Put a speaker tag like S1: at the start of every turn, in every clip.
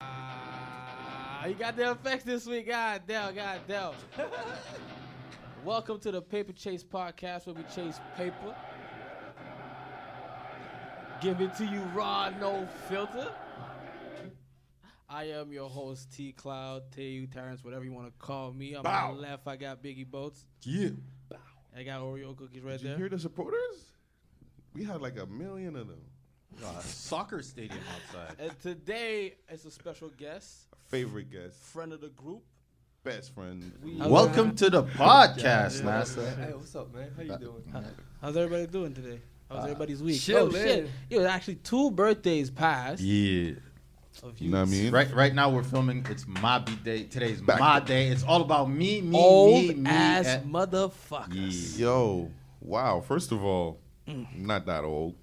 S1: Wow, Ah, you got the effects this week. God damn, god damn. Welcome to the Paper Chase Podcast where we chase paper. Give it to you raw, no filter. I am your host, T Cloud, T.U. Terrence, whatever you want to call me. On
S2: Bow.
S1: my left, I got Biggie Boats.
S2: Yeah.
S1: I got Oreo cookies right
S2: Did you
S1: there.
S2: hear the supporters? We had like a million of them.
S3: a soccer stadium outside.
S1: and today is a special guest,
S2: Favorite guest,
S1: friend of the group.
S2: best friend.
S1: We-
S3: Welcome to the podcast,
S4: Hey,
S3: NASA.
S4: what's up, man? How you doing?
S1: How's everybody doing today?
S2: Uh,
S1: How's everybody's week?
S4: chillin'.
S1: Oh shit! Yo, actually, two birthdays passed.
S3: Yeah.
S1: Of you.
S2: You know what I mean?
S3: Right right now we're filming. It's my B day. Today's
S2: Back.
S3: my day. It's all about me, me,
S1: Old
S3: me, me.
S1: ass
S3: and-
S1: motherfuckers.
S2: Yo, wow. First of all, not that old,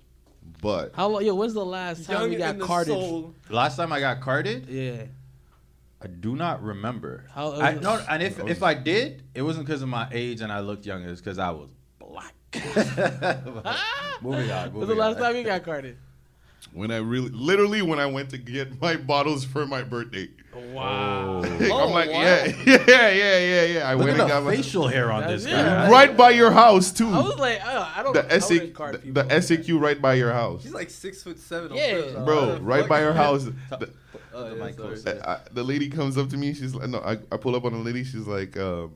S2: but
S1: How long? Yo, when's the last time we got carded?
S3: Last time I got carded,
S1: Yeah.
S3: I do not remember.
S1: How-
S3: I, no, and if if I did, it wasn't because of my age and I looked young. It was because I was black. moving on.
S2: Oh,
S1: When's the
S3: moving
S1: last
S3: on.
S1: time you got carded?
S2: when I really, literally, when I went to get my bottles for my birthday, Oh,
S1: Wow.
S2: I'm like, yeah, yeah, yeah, yeah, yeah. I
S3: Look at
S2: went and
S3: the
S2: got my-
S3: facial hair on
S1: That's
S3: this
S1: it.
S3: guy.
S2: right by your house too.
S1: I was like, uh, I don't.
S2: the
S1: I wouldn't
S2: SAQ,
S1: card
S2: the,
S1: people.
S2: the SAQ right by your house,
S4: She's like six foot seven.
S1: Yeah.
S4: on
S2: bro. Right by your house. The-
S4: Oh,
S3: The
S4: yeah,
S3: mic
S4: sorry.
S3: close.
S2: I, I- the lady comes up to me. She's like, no, I, I pull up on the lady. She's like, um,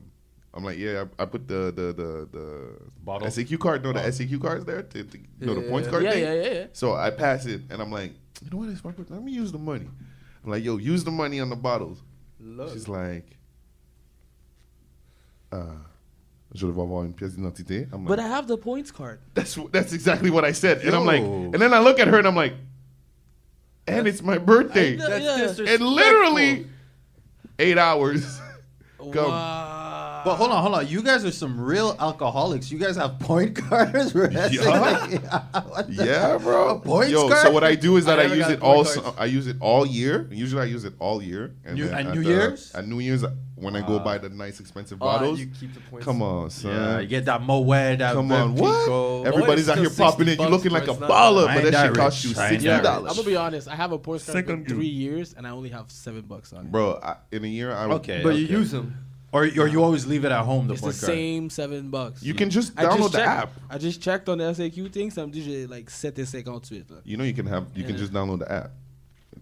S2: I'm like, yeah, I, I put the the the, the
S3: Bottle?
S2: SAQ card. No, the
S3: Oh.
S2: SAQ cards there. To, to, you know the
S4: Yeah.
S2: points card
S1: Yeah,
S2: thing.
S1: yeah, yeah, yeah.
S2: So I pass it, and I'm like, you know what? It's my birthday. Let me use the money. I'm like, yo, use the money on the bottles.
S4: Look.
S2: She's like, uh, je vais avoir une pièce d'identité. I'm like,
S1: But I have the points card.
S2: that's that's exactly what I said. And I'm like,
S3: Yo.
S2: and then I look at her, and I'm like, and it's my birthday.
S1: I know.
S4: That's
S1: Yeah.
S2: And
S4: disrespectful.
S2: literally eight hours. Go.
S1: Wow.
S3: But hold on, hold on. You guys are some real alcoholics. You guys have point cards. for SAQ? What the-
S2: yeah, bro.
S3: A points
S2: Yo,
S3: card?
S2: so what I do is that
S4: I
S2: I,
S4: never
S2: use
S4: got
S2: it
S4: point
S2: all.
S4: cards.
S2: su- I use it all year. Usually, I use it all year. And
S3: New-
S2: then
S3: and
S2: at
S3: New
S2: the-
S3: Year's?
S2: At New Year's, when I go buy the nice expensive bottles.
S4: Ah, you keep the points.
S2: Come on, son.
S3: Yeah, you get that Moet, that
S2: Come on, what?
S3: Pepsico.
S2: Everybody's
S4: Oh,
S2: out
S4: it's
S2: here
S4: still
S2: popping
S4: 60
S2: it. You looking like
S4: bucks,
S2: a
S4: bro. It's not-
S2: baller,
S3: I
S2: but
S3: ain't
S2: that shit
S3: that
S2: costs
S3: rich.
S2: you
S3: I ain't
S2: sixty
S1: Yeah,
S3: that
S1: I'm gonna
S2: dollars,
S1: be honest. I have a points card for
S2: Second
S1: three years, and I only have seven bucks on it.
S2: bro. I, in a year, I
S3: Okay.
S4: But
S3: okay.
S4: you use them.
S3: or, or you always leave it at home. The
S1: It's the
S3: point card.
S1: same seven bucks.
S2: You can just
S1: I just
S2: download the
S1: checked-
S2: app.
S1: I just checked on the SAQ thing, so I'm just like set this thing onto it. Like,
S2: You know you can have. You can
S1: Yeah.
S2: just download the app.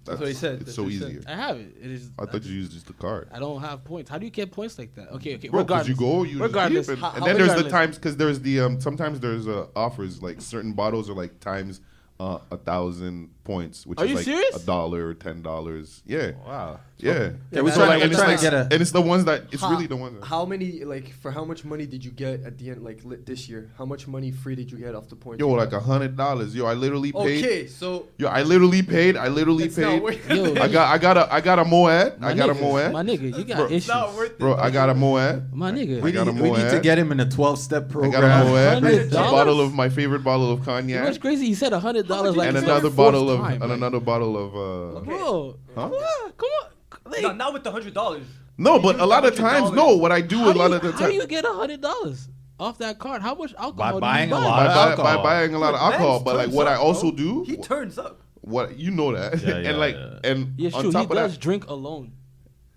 S2: That's
S4: what he said.
S2: It's
S4: That's
S2: so
S4: what he said.
S2: easier.
S1: I have it. It is.
S2: I thought you used just the card.
S1: I don't have points. How do you get points like that? Okay, okay.
S2: Bro,
S1: regardless,
S2: because you go, you
S1: regardless,
S2: just keep it.
S1: how-
S2: and
S1: how-
S2: then there's the
S1: regardless.
S2: times because there's the um sometimes there's uh, offers like certain bottles are like times uh, a thousand points, which
S1: Are
S2: is
S1: you
S2: like
S1: serious?
S2: a dollar or ten dollars. Yeah,
S3: Oh, Wow.
S2: yeah.
S3: Yeah, we're
S4: So,
S3: trying,
S4: like,
S3: we're
S2: and, it's
S3: trying
S2: like-
S3: to get a.
S2: and it's the ones that it's
S4: How-
S2: really the ones. That,
S4: How many, like, for how much money did you get at the end, like, lit this year? How much money free did you get off the points?
S2: yo, like a hundred dollars. Yo, I literally paid.
S4: okay, so
S2: Yo, I literally paid. I literally
S4: it's
S2: paid.
S4: not worth
S1: Yo,
S4: it.
S2: I got, I got a, I got a moed.
S1: My
S2: I got a
S1: nigga, My
S2: moed,
S1: nigga, you got
S2: Bro,
S1: issues.
S4: It's not worth it.
S2: bro. I got a moed.
S1: My nigga.
S3: We,
S2: I got
S3: need,
S2: a
S3: we need to
S2: Moet.
S3: get him in a 12-step
S2: I
S3: program.
S2: got a moed.
S1: $100?
S2: A bottle of my favorite bottle of
S1: You know what's
S2: cognac,
S1: crazy? He said a hundred dollars like
S2: and
S1: for the
S2: another
S1: fourth
S2: bottle of,
S1: time,
S2: and
S1: like,
S2: another bottle of. uh,
S1: Bro,
S2: Huh?
S1: what? come on. Like,
S4: No, not with the hundred dollars.
S2: No, but a lot of times, no. What I do
S1: how,
S2: a
S1: do
S2: lot
S1: you,
S2: of the
S1: how do
S2: time
S1: you get a hundred dollars off that card? How much
S3: By
S1: alcohol?
S3: buying
S1: do you
S3: a lot
S1: buy?
S2: by,
S3: of
S2: buy, by
S3: alcohol.
S2: buying a lot of alcohol, but like what I also do,
S4: He turns up.
S2: what you know that,
S3: Yeah, yeah,
S2: and like
S3: yeah.
S2: and
S1: Yeah,
S2: on
S1: true. He
S2: top of
S1: does
S2: that,
S1: drink alone.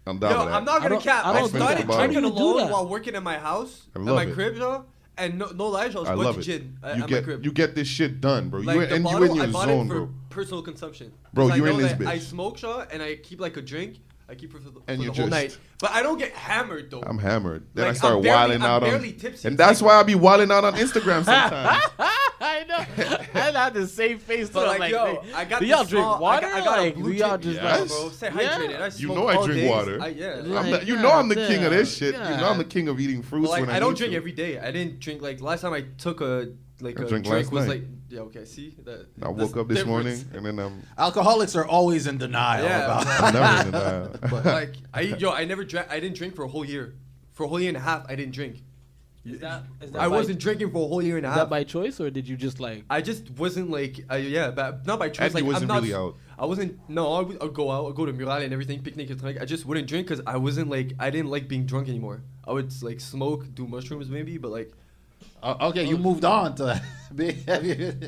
S2: on
S4: Yo,
S2: top of that,
S4: I'm not
S1: I
S4: gonna
S1: don't-
S4: cap.
S1: I
S4: I,
S2: don't
S4: started
S2: think about
S4: drinking
S1: it. How do you do
S4: alone
S1: that?
S4: while working at my house,
S2: I
S4: at
S2: love
S4: my
S2: it.
S4: crib, yo, and no, no lies, I was
S2: I love
S4: bunch
S2: it.
S4: gin at,
S2: you
S4: at my
S2: get
S4: crib.
S2: you get this shit done, bro. you
S4: the
S2: and you
S4: bottle,
S2: in
S4: I
S2: your
S4: bought
S2: zone,
S4: it for
S2: bro.
S4: personal consumption.
S2: Bro,
S4: 'Cause I
S2: you're in
S4: know
S2: this
S4: that
S2: bitch.
S4: I smoke Shaw and I keep like a drink. I keep it for the, for
S2: And
S4: the
S2: you
S4: whole
S2: just-
S4: night. But I don't get hammered though.
S2: I'm hammered. Then
S4: Like,
S2: I start
S4: I'm barely-
S2: wilding
S4: I'm
S2: out on,
S4: barely tipsy.
S2: and that's why I be wilding out on Instagram sometimes.
S1: I know. I had the same face.
S4: But
S1: too.
S4: like,
S1: I'm
S4: yo,
S1: like,
S4: I got
S1: do y'all
S4: this
S1: drink
S4: small-
S1: water?
S4: I got, I got
S1: like,
S4: a blue
S1: do y'all
S4: chip.
S1: just
S2: Yes.
S1: like,
S4: bro. Stay
S1: Yeah.
S4: hydrated. I
S2: You
S4: smoke
S2: know I
S4: all
S2: drink
S4: days.
S2: water.
S4: I, yeah.
S1: Yeah.
S2: I'm
S1: Like,
S2: not, you know I'm the
S1: God
S2: king of this
S1: damn,
S2: shit. You know I'm the
S1: God.
S2: king of eating fruits
S4: But like
S2: when
S4: I
S2: I
S4: don't
S2: need
S4: drink
S2: to.
S4: every day. I didn't drink like last time I took a like
S2: I
S4: a
S2: drank
S4: drink
S2: last
S4: was
S2: night.
S4: like yeah okay see that
S2: I
S4: that's
S2: woke up this
S4: difference.
S2: morning and then I'm,
S3: Alcoholics are always in denial.
S4: Yeah,
S3: about-
S2: I'm never gonna die.
S4: But like I yo I never drank I didn't drink for a whole year for a whole year and a half I didn't drink.
S1: Is that, is that
S4: I
S1: by-
S4: wasn't drinking for a whole year and a
S1: Is that
S4: half.
S1: by choice or did you just like?
S4: I just wasn't like, I yeah, but not by choice.
S2: And you
S4: Like,
S2: wasn't
S4: I'm not,
S2: really out.
S4: I wasn't. No, I would I'd go out, I'd go to mural and everything, picnic and like. I just wouldn't drink because I wasn't like, I didn't like being drunk anymore. I would like smoke, do mushrooms maybe, but like,
S2: Oh,
S3: O- okay, you moved on to. be-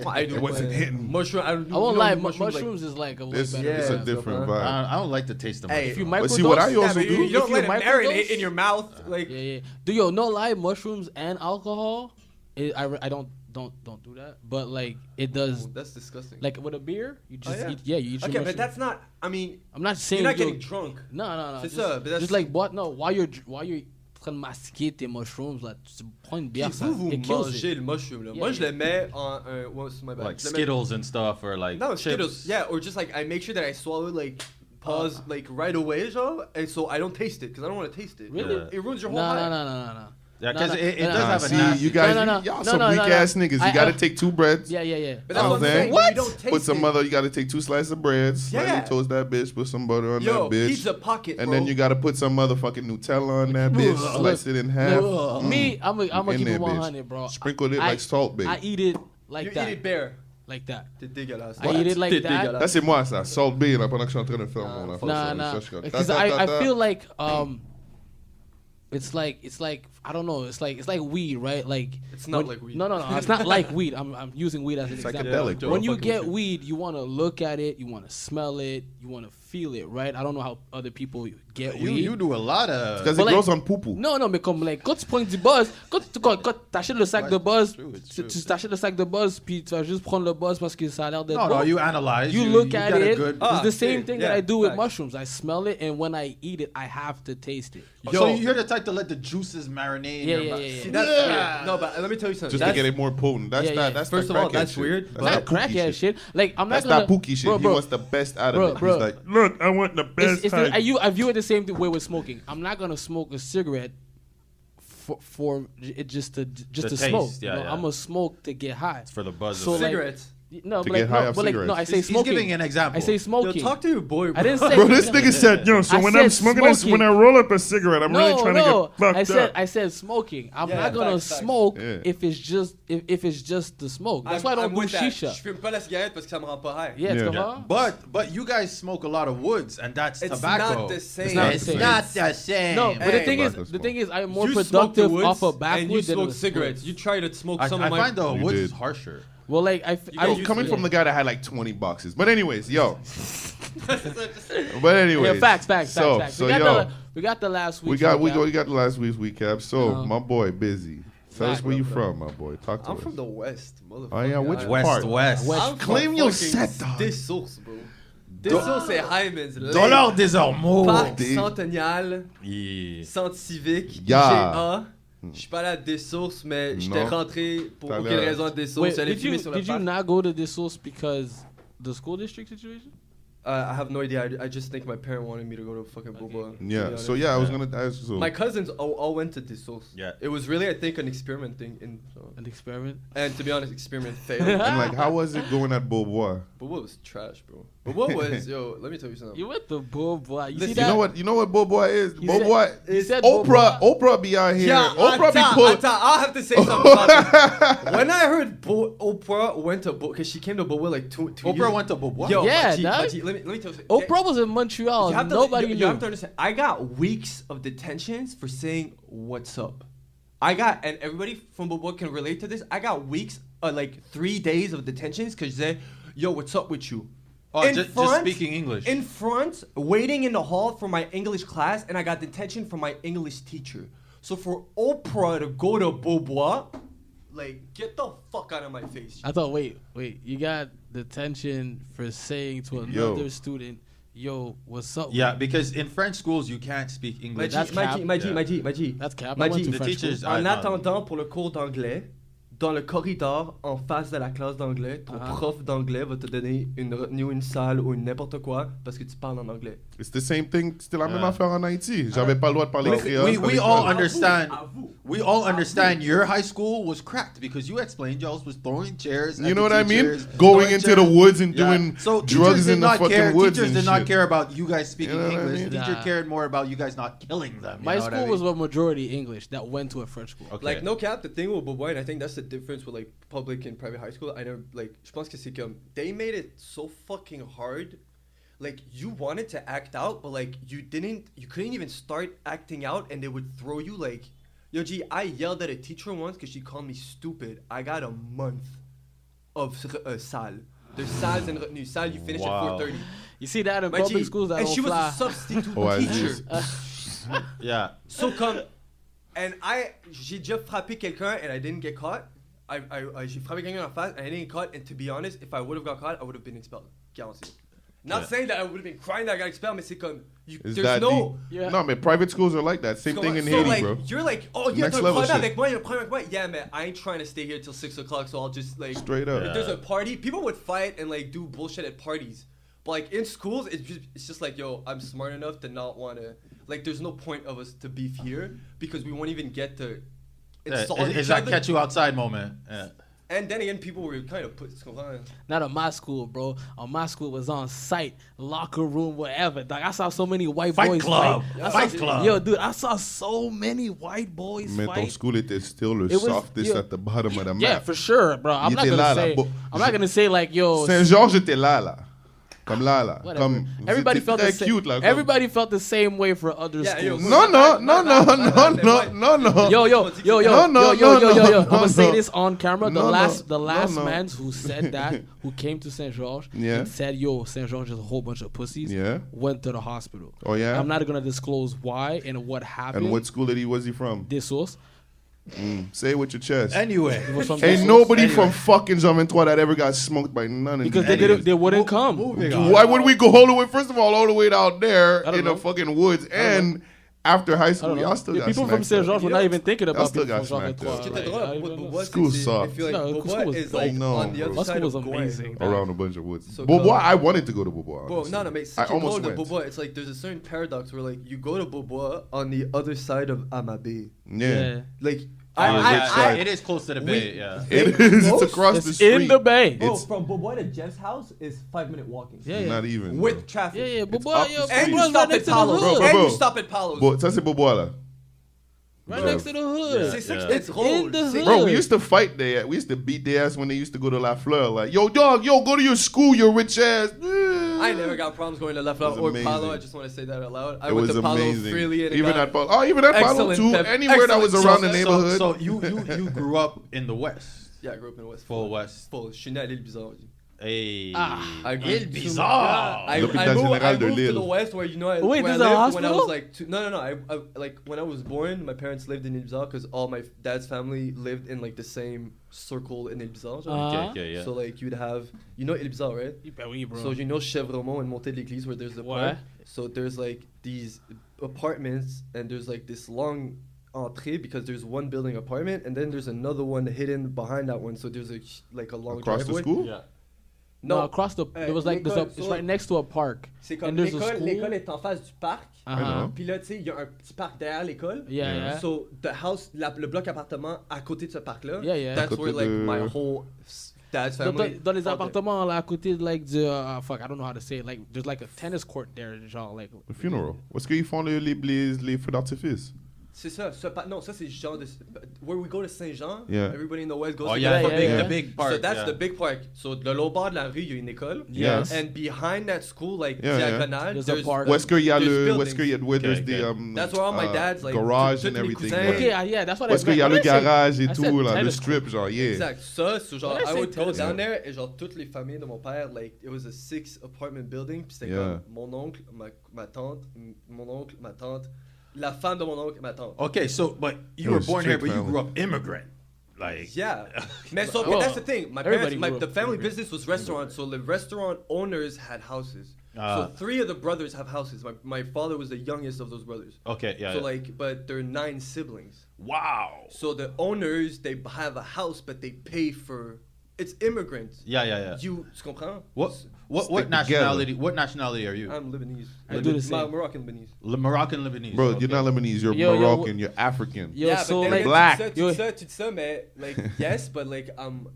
S4: I
S2: It wasn't hitting.
S4: Mushroom. I, don't-
S1: I won't
S4: you know,
S1: lie, mu-
S4: mushroom, like-
S1: mushrooms is like a little
S2: It's,
S1: better.
S4: yeah,
S2: it's a
S4: yeah,
S2: different
S4: bro.
S2: vibe.
S3: I, I don't like the taste of.
S4: Hey,
S3: mushroom.
S1: If you microdose,
S2: But see, what I also
S4: but
S2: do-
S4: You don't
S1: if
S4: let it marinate
S1: microdose-
S4: in your mouth. Like,
S1: Yeah, yeah. Do yo no lie? Mushrooms and alcohol, it, I re- I don't don't don't do that. But like it does,
S4: that's disgusting. Oh,
S1: like with a beer, you just
S4: yeah.
S1: eat. Oh, Yeah, you eat your
S4: okay,
S1: mushroom.
S4: but that's not. I mean,
S1: I'm not saying
S4: you're not getting
S1: yo-
S4: drunk.
S1: No, no, no.
S4: C'est
S1: Just,
S4: ça, but that's-
S1: just like what? No, while you're dr- while you're train de masquer tes mushrooms, là, tu prends une bière, ça,
S4: vous, vous
S1: it kills
S4: mangez
S1: it.
S4: le mushroom. Là.
S1: Yeah,
S4: Moi, je
S1: yeah.
S4: le mets en un. ouais, c'est my bad.
S3: like
S4: Je le mets-
S3: Skittles and stuff, or like
S4: No,
S3: chips.
S4: Skittles. Yeah, or just like I make sure that I swallow like pause
S1: Ah.
S4: like right away, genre, and so I don't taste it because I don't want to taste it.
S1: Really?
S4: It ruins your
S1: No,
S4: whole
S1: no,
S4: life.
S1: no, no, no, no.
S3: Yeah,
S1: No,
S3: 'cause
S1: no,
S3: it, it
S1: no,
S3: does
S1: no.
S3: have a
S2: see,
S3: nasty.
S2: you guys,
S1: No, no, no.
S2: y'all
S1: No,
S2: some
S1: no, no,
S2: weak ass
S1: no.
S2: niggas. You
S1: I-
S2: gotta
S1: I-
S2: take two breads.
S1: Yeah, yeah, yeah.
S4: But that's
S2: Oh,
S4: what I'm
S2: man.
S4: saying.
S1: What?
S4: You don't taste
S2: Put some
S4: it.
S2: other. You gotta take two slices of bread, slightly
S4: Yeah.
S2: toast that bitch, put some butter on
S4: Yo,
S2: that bitch,
S4: pizza pocket,
S2: and
S4: bro.
S2: then you gotta put some motherfucking Nutella on that bitch,
S1: Ugh.
S2: slice it in half.
S1: Look, Me, I'm gonna I'm
S2: In
S1: keep
S2: there,
S1: it
S2: bitch.
S1: 100, bro.
S2: Sprinkled it
S1: I-
S2: like salt, babe.
S1: I eat it like
S4: You
S1: that,
S4: eat it bare.
S1: like that.
S4: T'es dégueulasse.
S1: I eat it like
S4: T'es
S1: that.
S4: dégueulasse.
S2: Là, c'est moi, ça. Salt B, là, pendant que je suis en train de faire mon affaire.
S1: Nah,
S2: ça,
S1: nah.
S2: ça, je suis comme,
S1: Because
S2: ta, ta,
S1: I,
S2: ta,
S1: I
S2: ta.
S1: feel like um, it's like it's like I don't know. It's like it's like weed, right? Like
S4: It's not like weed.
S1: No, no, no. It's not like weed. I'm I'm using weed as an example.
S2: Psychedelic, bro.
S1: When you
S4: Fucking
S1: get
S4: weed.
S1: weed, you want to look at it, you want to smell it, you want to feel it, right? I don't know how other people get
S3: You
S1: weed.
S3: you do a lot of.
S2: Because it
S1: But like-
S2: grows on poo-poo.
S1: Non, non, mais comme, like, quand tu prends du buzz, quand tu quand, quand t'achètes le sac
S3: Ouais,
S1: de buzz,
S3: it's true, it's
S1: tu
S3: true.
S1: tu t'achètes le sac de buzz, puis tu vas juste prendre le buzz parce que ça a l'air d'être
S3: no,
S1: bon.
S3: no, you analyze.
S1: you, look at
S3: got a
S1: it. Oh.
S3: Good,
S4: Ah,
S1: it's the same
S4: yeah,
S1: thing
S4: yeah,
S1: that I do with
S4: facts.
S1: mushrooms. I smell it, and when I eat it, I have to taste it.
S3: So
S4: Yo.
S3: you're the type to let the juices marinate. in
S1: Yeah,
S3: your
S1: yeah,
S3: mouth.
S1: yeah, yeah.
S4: See, that's
S3: Yeah.
S4: weird. No, but let me tell you
S2: Just
S4: something.
S2: to
S4: That's-
S2: get it more potent. That's
S1: Yeah,
S2: that.
S1: yeah.
S2: That's
S4: First
S2: the
S4: of all,
S2: crackhead
S4: that's
S2: shit.
S4: weird, but-
S1: It's
S2: that
S1: not
S2: pookie
S1: crackhead shit. Like I'm
S2: That's
S1: not gonna.
S2: that pookie shit.
S1: Bro,
S2: He
S1: bro,
S2: wants the best out
S1: Bro,
S2: of it.
S1: bro.
S2: He's like, look, I want the
S1: it's,
S2: best
S1: it's
S2: type.
S1: the, I, you, I view it the same th- way with smoking. I'm not gonna smoke a cigarette for, for j- it just to just
S3: The
S1: to
S3: taste,
S1: smoke.
S3: yeah,
S1: no,
S3: yeah.
S1: I'm gonna smoke to get high.
S3: for the buzz.
S1: So,
S3: of it.
S1: like-
S4: cigarettes.
S1: no,
S2: To
S1: but
S2: get
S1: like,
S2: high
S1: no,
S2: off
S1: but like no,
S2: cigarettes.
S1: I say
S3: He's- he's
S1: smoking.
S3: giving an example.
S1: I say
S4: Yo,
S1: smoking.
S4: talk to your boy. Bro.
S1: I didn't say.
S2: Bro, this nigga said, yo, so
S1: I
S2: when
S1: said
S2: I'm smoking, this, when I
S1: smoking.
S2: roll up a cigarette, I'm
S1: no,
S2: really trying
S1: no.
S2: to get fucked
S1: I said
S2: up.
S1: I said smoking. I'm
S4: Yeah,
S1: not gonna
S4: facts, facts.
S1: smoke
S2: Yeah.
S1: if it's just if, if it's just the smoke. That's
S4: I'm-
S1: why I don't
S4: I'm
S1: do
S4: with that.
S1: shisha.
S4: Je fume pas la cigarette parce que ça me rend pas high.
S1: Yeah,
S2: Yeah.
S1: tu
S3: Yeah.
S1: comprends?
S3: But but you guys smoke a lot of woods, and that's
S4: It's
S3: tobacco.
S4: not the same.
S3: It's not,
S1: It's
S3: the same.
S1: not
S3: the same.
S1: No, but the
S4: Hey.
S1: thing is,
S2: Tobacco
S1: the
S2: smoke.
S1: thing is, I'm more
S4: you smoke the
S1: productive
S4: woods
S1: off a backwood
S4: and you
S1: than
S4: smoke
S1: a
S4: cigarettes. You tried to smoke
S3: I,
S4: some
S3: I
S4: of my.
S3: find the
S2: You
S3: woods
S2: did.
S3: harsher.
S1: Well, like I, f-
S4: You
S1: I
S4: guys
S2: Yo, coming
S1: yeah.
S2: from the guy that had like 20 boxes. But anyways, yo. but anyways.
S1: yeah, facts, facts,
S2: so,
S1: facts, facts.
S2: So,
S1: we got
S2: yo,
S1: the we got the last week.
S2: we got, we, got, we got the last week's recap. So,
S1: Uh-huh.
S2: my boy, Busy. Tell us
S1: Right,
S2: where you
S4: bro.
S2: from, my boy. Talk to
S4: I'm
S2: us.
S4: from the west, motherfucker.
S2: Oh, yeah, which
S4: I-
S2: West, Part.
S3: west.
S1: West.
S4: I'm
S2: Claim
S4: from
S2: your
S4: fucking
S2: set, dog.
S4: Des sources, bro. Des sources, c'est Hyman's Lake,
S3: Dollar des
S4: Parc
S2: Des-
S4: Centennial,
S3: Yeah.
S4: Centre Civique,
S2: Yeah.
S4: GA. Je suis pas allé à des sources, mais j'étais
S2: Hmm. Non.
S4: rentré pour
S2: T'allais
S4: aucune
S2: à-
S4: raison à des sources.
S1: Wait,
S4: J'allais
S1: did you
S4: filmer sur le
S1: did you
S4: parc.
S1: not go to this source because the school district situation?
S4: Uh, I have no idea. I, I just think my parent wanted me to go to fucking Boba. to be
S2: Yeah. So,
S4: honest.
S2: yeah, I was
S3: Yeah.
S2: going to ask. So,
S4: My cousins all, all went to this source.
S3: Yeah.
S4: It was really, I think, an experiment thing. In, uh,
S1: An experiment?
S4: and to be honest, experiment failed.
S2: and like, how was it going at Beauvoir?
S4: But what was trash, bro? But what was yo? Let me tell you something.
S1: You went to bull boy. You see
S4: Listen,
S1: that?
S2: You know what? You know what Bobois is?
S1: He
S2: Bobois
S1: said- he
S2: is
S1: said
S2: Oprah. Oprah be out here. Oprah be
S4: attends,
S2: pull.
S4: attends, I'll have to say something. about this. when I heard Bo- Oprah went to because she came to Boba like two, two years.
S3: Oprah went to Bobois.
S4: Yo,
S1: Yeah,
S4: my G, my
S1: dog.
S4: G, let me let me tell you. something.
S1: Oprah was in Montreal.
S4: You have to-
S1: Nobody
S4: you,
S1: knew.
S4: you have to understand. I got weeks of detentions for saying what's up. I got, and everybody from Boba can relate to this. I got weeks, uh, like three days of detentions because they, yo, what's up with you?
S3: Oh, ju- just speaking English.
S4: In front, waiting in the hall for my English class, and I got detention from my English teacher. So for Oprah to go to Bobois, like, get the fuck out of my face.
S1: I thought, wait, wait, you got detention for saying to
S2: Yo.
S1: another student, "Yo, what's up?"
S3: Yeah, because in French schools you can't speak
S4: My
S3: English.
S4: G,
S1: That's
S4: my
S1: cap.
S4: G, my G,
S3: Yeah.
S4: my G, my G.
S1: That's cap. I
S4: My
S1: went
S4: G.
S1: to
S3: the
S1: French
S3: teachers.
S4: En
S3: I- I-
S4: attendant pour le cours d'anglais, dans le corridor, en face de la classe d'anglais, ton
S1: Ah.
S4: prof d'anglais va te donner une retenue, une salle ou n'importe quoi parce que tu parles en anglais.
S2: It's the same thing still la même
S3: Yeah.
S2: affaire en Haïti. J'avais pas le droit de parler créole.
S3: we,
S2: fallait
S3: we
S2: que-
S3: all
S4: under-
S3: understand.
S4: à vous.
S3: We all understand your high school was cracked because you explained y'all was throwing chairs. at
S2: You know
S3: the
S2: what I
S3: teachers,
S2: mean? Going
S3: throwing
S2: into the woods and doing
S3: teachers
S2: drugs
S3: did
S2: in the
S3: not
S2: fucking
S3: care.
S2: woods
S3: Teachers
S2: and
S3: did not
S2: shit.
S3: care about you guys speaking
S2: know what I
S3: English.
S2: mean?
S3: The teacher
S1: Nah.
S3: cared more about you guys not killing them. you
S1: My
S3: know what I
S1: school was
S3: mean?
S1: a majority English that went to a French school.
S3: Okay.
S4: Like, no cap, the thing with Boboy, and I think that's the difference with like public and private high school. I never, like, je pense que c'est comme, they made it so fucking hard. Like, you wanted to act out, but like, you didn't, you couldn't even start acting out, and they would throw you like, Yo, G, I yelled at a teacher once because she called me stupid. I got a month of s- uh, sal. There's sals and retenue. Sal, you finish
S3: Wow.
S4: at 4.30.
S1: You see that in
S4: My G,
S1: public schools that
S4: and
S1: don't
S4: she was
S1: fly.
S4: a substitute
S2: Oh, I
S4: teacher.
S2: see.
S3: Yeah.
S4: So come, and I, j'ai déjà frappé quelqu'un and I didn't get caught. I, I, I- j'ai frappé quelqu'un en face and I didn't get caught. And to be honest, if I would have got caught, I would have been expelled. Guaranteed. Not
S3: Yeah.
S4: saying that I would have been crying that I got expelled, mais c'est comme, you,
S2: Is
S4: there's
S2: that
S4: no.
S2: deep?
S1: Yeah.
S2: No, man. Private schools are like that. Same
S4: So,
S2: thing in
S4: so,
S2: Haiti,
S4: like,
S2: bro.
S4: You're like, oh, you have
S2: Next
S4: a
S2: level
S4: problem
S2: shit.
S4: avec moi, you have a problem avec moi. Yeah, man, I ain't trying to stay here till 6 o'clock, so I'll just, like,
S2: Straight up.
S4: if there's a party, people would fight and, like, do bullshit at parties. But, like, in schools, it's just, it's just like, yo, I'm smart enough to not want to, like, there's no point of us to beef here because we won't even get to
S1: Eh,
S3: Yeah,
S4: insult
S3: It's,
S4: each
S3: it's that
S4: other.
S3: catch you outside moment. Yeah.
S4: And then again, people were kind of put, comprends?
S1: Not at my school, bro. On my school it was on site, locker room, whatever. Like I saw so many white
S3: Fight
S1: boys
S3: club.
S1: fight. I
S3: Fight
S1: saw-
S3: club.
S1: Yo, dude, I saw so many white boys
S2: Man, ton
S1: fight.
S2: school était still le
S1: It was-
S2: softest
S1: yeah.
S2: at the bottom of the map.
S1: Yeah, for sure, bro. I'm
S2: Il
S1: not
S2: était
S1: gonna
S2: là, là,
S1: say.
S2: bo-
S1: I'm not gonna say like yo.
S2: Saint-Georges était là, là. Comme là, là.
S1: whatever.
S2: Comme, vous
S1: everybody
S2: étiez
S1: felt the
S2: très
S1: same.
S2: cute, là. comme-
S1: everybody felt the same way for other
S4: Yeah, yo,
S1: schools.
S2: Non, non, non, non, non, non, non, non.
S1: Yo, yo, yo, yo,
S2: No, no,
S1: yo, yo, yo,
S2: no,
S1: yo,
S2: no,
S1: yo. I'm
S2: no,
S1: gonna
S2: no.
S1: say this on camera. The
S2: No, no,
S1: last, the
S2: no,
S1: last
S2: no.
S1: man who said that, who came to Saint Georges
S2: Yeah.
S1: and said, "Yo, Saint Georges is a whole bunch of pussies,"
S2: Yeah.
S1: went to the hospital.
S2: Oh, yeah?
S1: I'm not gonna disclose why and what happened.
S2: And what school did he, was he from?
S1: this source?
S2: Say it with your chest.
S3: Anyway.
S1: It was from this
S2: Ain't
S1: source.
S2: nobody from fucking Jean 23 that ever got smoked by none of
S1: because they
S2: these
S1: didn't,
S2: niggas.
S1: they wouldn't come.
S3: Moving on.
S2: Why would we go all the way, first of all, all the way out there
S1: I don't
S2: in the
S1: know.
S2: fucking woods and after high
S1: I don't
S2: school,
S1: know.
S2: y'all still
S1: The
S2: got
S1: people from
S2: smacked
S1: Saint
S2: up.
S1: Georges were not even thinking about
S2: still
S1: people
S2: got
S1: from Jean
S2: smacked up.
S1: Trois,
S4: C'était
S1: right?
S4: drôle,
S1: I
S4: but-
S1: don't
S4: but
S1: know.
S4: what
S2: School
S4: c'est-
S2: sucked.
S4: I feel like
S1: No,
S4: Bobois
S1: school was
S4: is,
S1: dope.
S4: like,
S2: No,
S4: on the other
S2: bro.
S1: Our school
S4: side
S1: was
S4: of Gwen.
S1: amazing.
S2: Around a bunch of woods.
S4: So
S2: Bobois,
S4: close.
S2: I wanted to go to Bobois.
S4: Bro,
S2: honestly.
S4: no, no, mate.
S2: I
S4: Such a goal
S2: almost
S4: to
S2: went.
S4: Bobois. It's like there's a certain paradox where like you go to Bobois on the other side of Amabe.
S2: Yeah.
S4: Like
S3: I,
S2: was
S3: I-
S2: outside.
S3: I- it is close to the bay. yeah.
S2: It is. It's
S4: Close?
S2: across the
S1: It's
S2: street.
S1: in the bay.
S4: bro,
S2: It's-
S4: from Bobois to Jeff's house is five minute walking.
S1: Yeah, yeah.
S2: Not even. bro.
S4: With traffic.
S1: Yeah, yeah, but boy,
S2: up the
S1: yo,
S2: street.
S4: And you
S1: Bobo's right
S4: stop at
S1: next to the
S4: Palos.
S2: Bro,
S1: hood.
S2: bro,
S4: and
S2: bro.
S4: you stop at Palos.
S2: Bon, ça c'est Bobois là.
S1: Right
S2: bro.
S1: next to the hood.
S4: c'est ça que
S3: Yeah.
S4: je te drôle.
S1: In the
S4: C'est-
S1: hood.
S2: Bro, we used to fight there. We used to beat their ass when they used to go to La Fleur. Like, yo, dog, yo, go to your school, you rich ass.
S4: I never got problems going to Left
S2: was
S4: Out or
S2: amazing.
S4: Palo. I just want to say that out loud. I
S2: It
S4: went
S2: was
S4: to Palo
S2: amazing.
S4: freely and
S2: Even
S4: got,
S2: at Palo. Oh, even at Palo
S4: Excellent
S2: too.
S4: pep-
S2: Anywhere that was
S4: excellent
S2: around the
S4: self-
S2: neighborhood.
S3: So, so you, you you grew up in the West.
S4: Yeah, I grew up in West.
S3: Full West.
S4: Full. Je suis né à l'île bizarre.
S3: Hey.
S1: Ah.
S4: I grew
S3: Il
S4: up-
S3: Bizarre.
S4: I, I moved,
S2: L'hôpital
S4: I
S2: général de
S4: moved to
S2: Lille.
S4: the west where you know I,
S1: Wait,
S4: where I
S1: there's a
S4: lived when I was
S1: hospital?
S4: like two, no no no I, I like when I was born my parents lived in Ibiza because all my dad's family lived in like the same circle in Ibiza. genre.
S1: Uh-huh.
S3: Okay, okay, yeah.
S4: So like you'd have you know Ibiza right?
S1: You bet we, bro.
S4: So you know Chevremont and Monte de l'Église where there's the
S1: Ouais.
S4: park. So there's like these apartments and there's like this long entree because there's one building apartment and then there's another one hidden behind that one. So there's a like a long
S2: Across the
S4: driveway.
S2: school?
S3: yeah.
S1: no,
S4: No,
S1: across the.
S4: Eh,
S1: There was like, there's a,
S4: l'école,
S1: it's
S4: so-
S1: right next to a park.
S4: C'est comme
S1: And there's a
S4: l'école,
S1: school.
S4: l'école est en face du parc.
S1: Uh-huh.
S2: know.
S4: Puis là, tu sais, il y a un petit parc derrière l'école.
S1: Yeah, yeah.
S4: So the house, la- le bloc appartement à côté de ce parc-là.
S1: Yeah, yeah. À
S4: That's where
S2: côté
S4: like
S2: de-
S4: my whole s- dad's
S1: Dans,
S4: family.
S1: dans- dans les
S4: fought it.
S1: appartements là à côté like du uh, fuck I don't know how to say it. like there's like a tennis court there genre like
S2: The funeral. Parce qu'ils font les, les, les, les feux d'artifice.
S4: C'est ça. Ce par- non, ça c'est genre de. Where we go to Saint-Jean.
S2: Yeah.
S4: Everybody in the West goes
S3: Oh
S4: to
S3: yeah,
S1: Yeah,
S3: the
S1: yeah,
S3: big,
S1: yeah.
S3: the big part.
S4: So that's
S3: yeah.
S4: the big park. So le low bord de la rue, il y a une école.
S1: Yes.
S4: And behind that school, like
S2: Yeah, yeah.
S4: diagonal,
S1: There's a park.
S2: Où est-ce qu'il y a
S4: there's
S2: le. Où
S4: buildings.
S2: est-ce qu'il y a. Where there's
S3: Okay, okay.
S2: the. Um,
S4: That's where all my dad's, like,
S2: Garage
S4: tout-
S2: and
S4: tous mes
S2: everything.
S4: cousins.
S2: there.
S1: okay yeah, yeah that's what
S2: Où est-ce qu'il y a le garage et tout, là, le
S1: strip.
S2: strip, genre, yeah.
S4: Exact. Ça, c'est genre,
S1: Ouais,
S4: I
S1: c'est
S4: would go
S1: intéressant.
S4: down there et genre toutes les familles de mon père, like, it was a six apartment building. Puis c'était
S2: Yeah.
S4: comme mon oncle, ma, ma tante, m- mon oncle, ma tante, la femme de mon oncle et ma tante.
S3: Okay, so but you
S2: It
S3: were
S2: was
S3: born here,
S2: strict
S3: but you
S2: family.
S3: grew up immigrant. Like
S4: Yeah. Man, so
S1: Well,
S4: but that's the thing. My
S1: everybody
S4: parents, my,
S1: grew up
S4: the family
S1: immigrant.
S4: business was restaurant, so the restaurant owners had houses.
S3: Ah.
S4: so three of the brothers have houses. My, my father was the youngest of those brothers.
S3: Okay, Oh, yeah.
S4: so
S3: yeah.
S4: like, but there are nine siblings.
S3: wow.
S4: So the owners they have a house, but they pay for. It's immigrants.
S3: Yeah, yeah, yeah.
S4: You, tu comprends?
S3: What what what
S2: Stick together.
S3: nationality? What nationality are you?
S4: I'm Lebanese.
S1: I do the
S4: Lebanese-
S1: same.
S4: Moroccan Lebanese.
S3: Le- Moroccan Lebanese.
S2: Bro,
S3: okay.
S2: you're not Lebanese, you're
S1: Yo, yo,
S2: Moroccan, you're African.
S1: Yo, so
S4: then
S1: like
S4: again,
S2: black.
S4: Tu dis ça,
S1: Yo.
S4: tu dis ça, tu dis ça, mais like yes, but like um,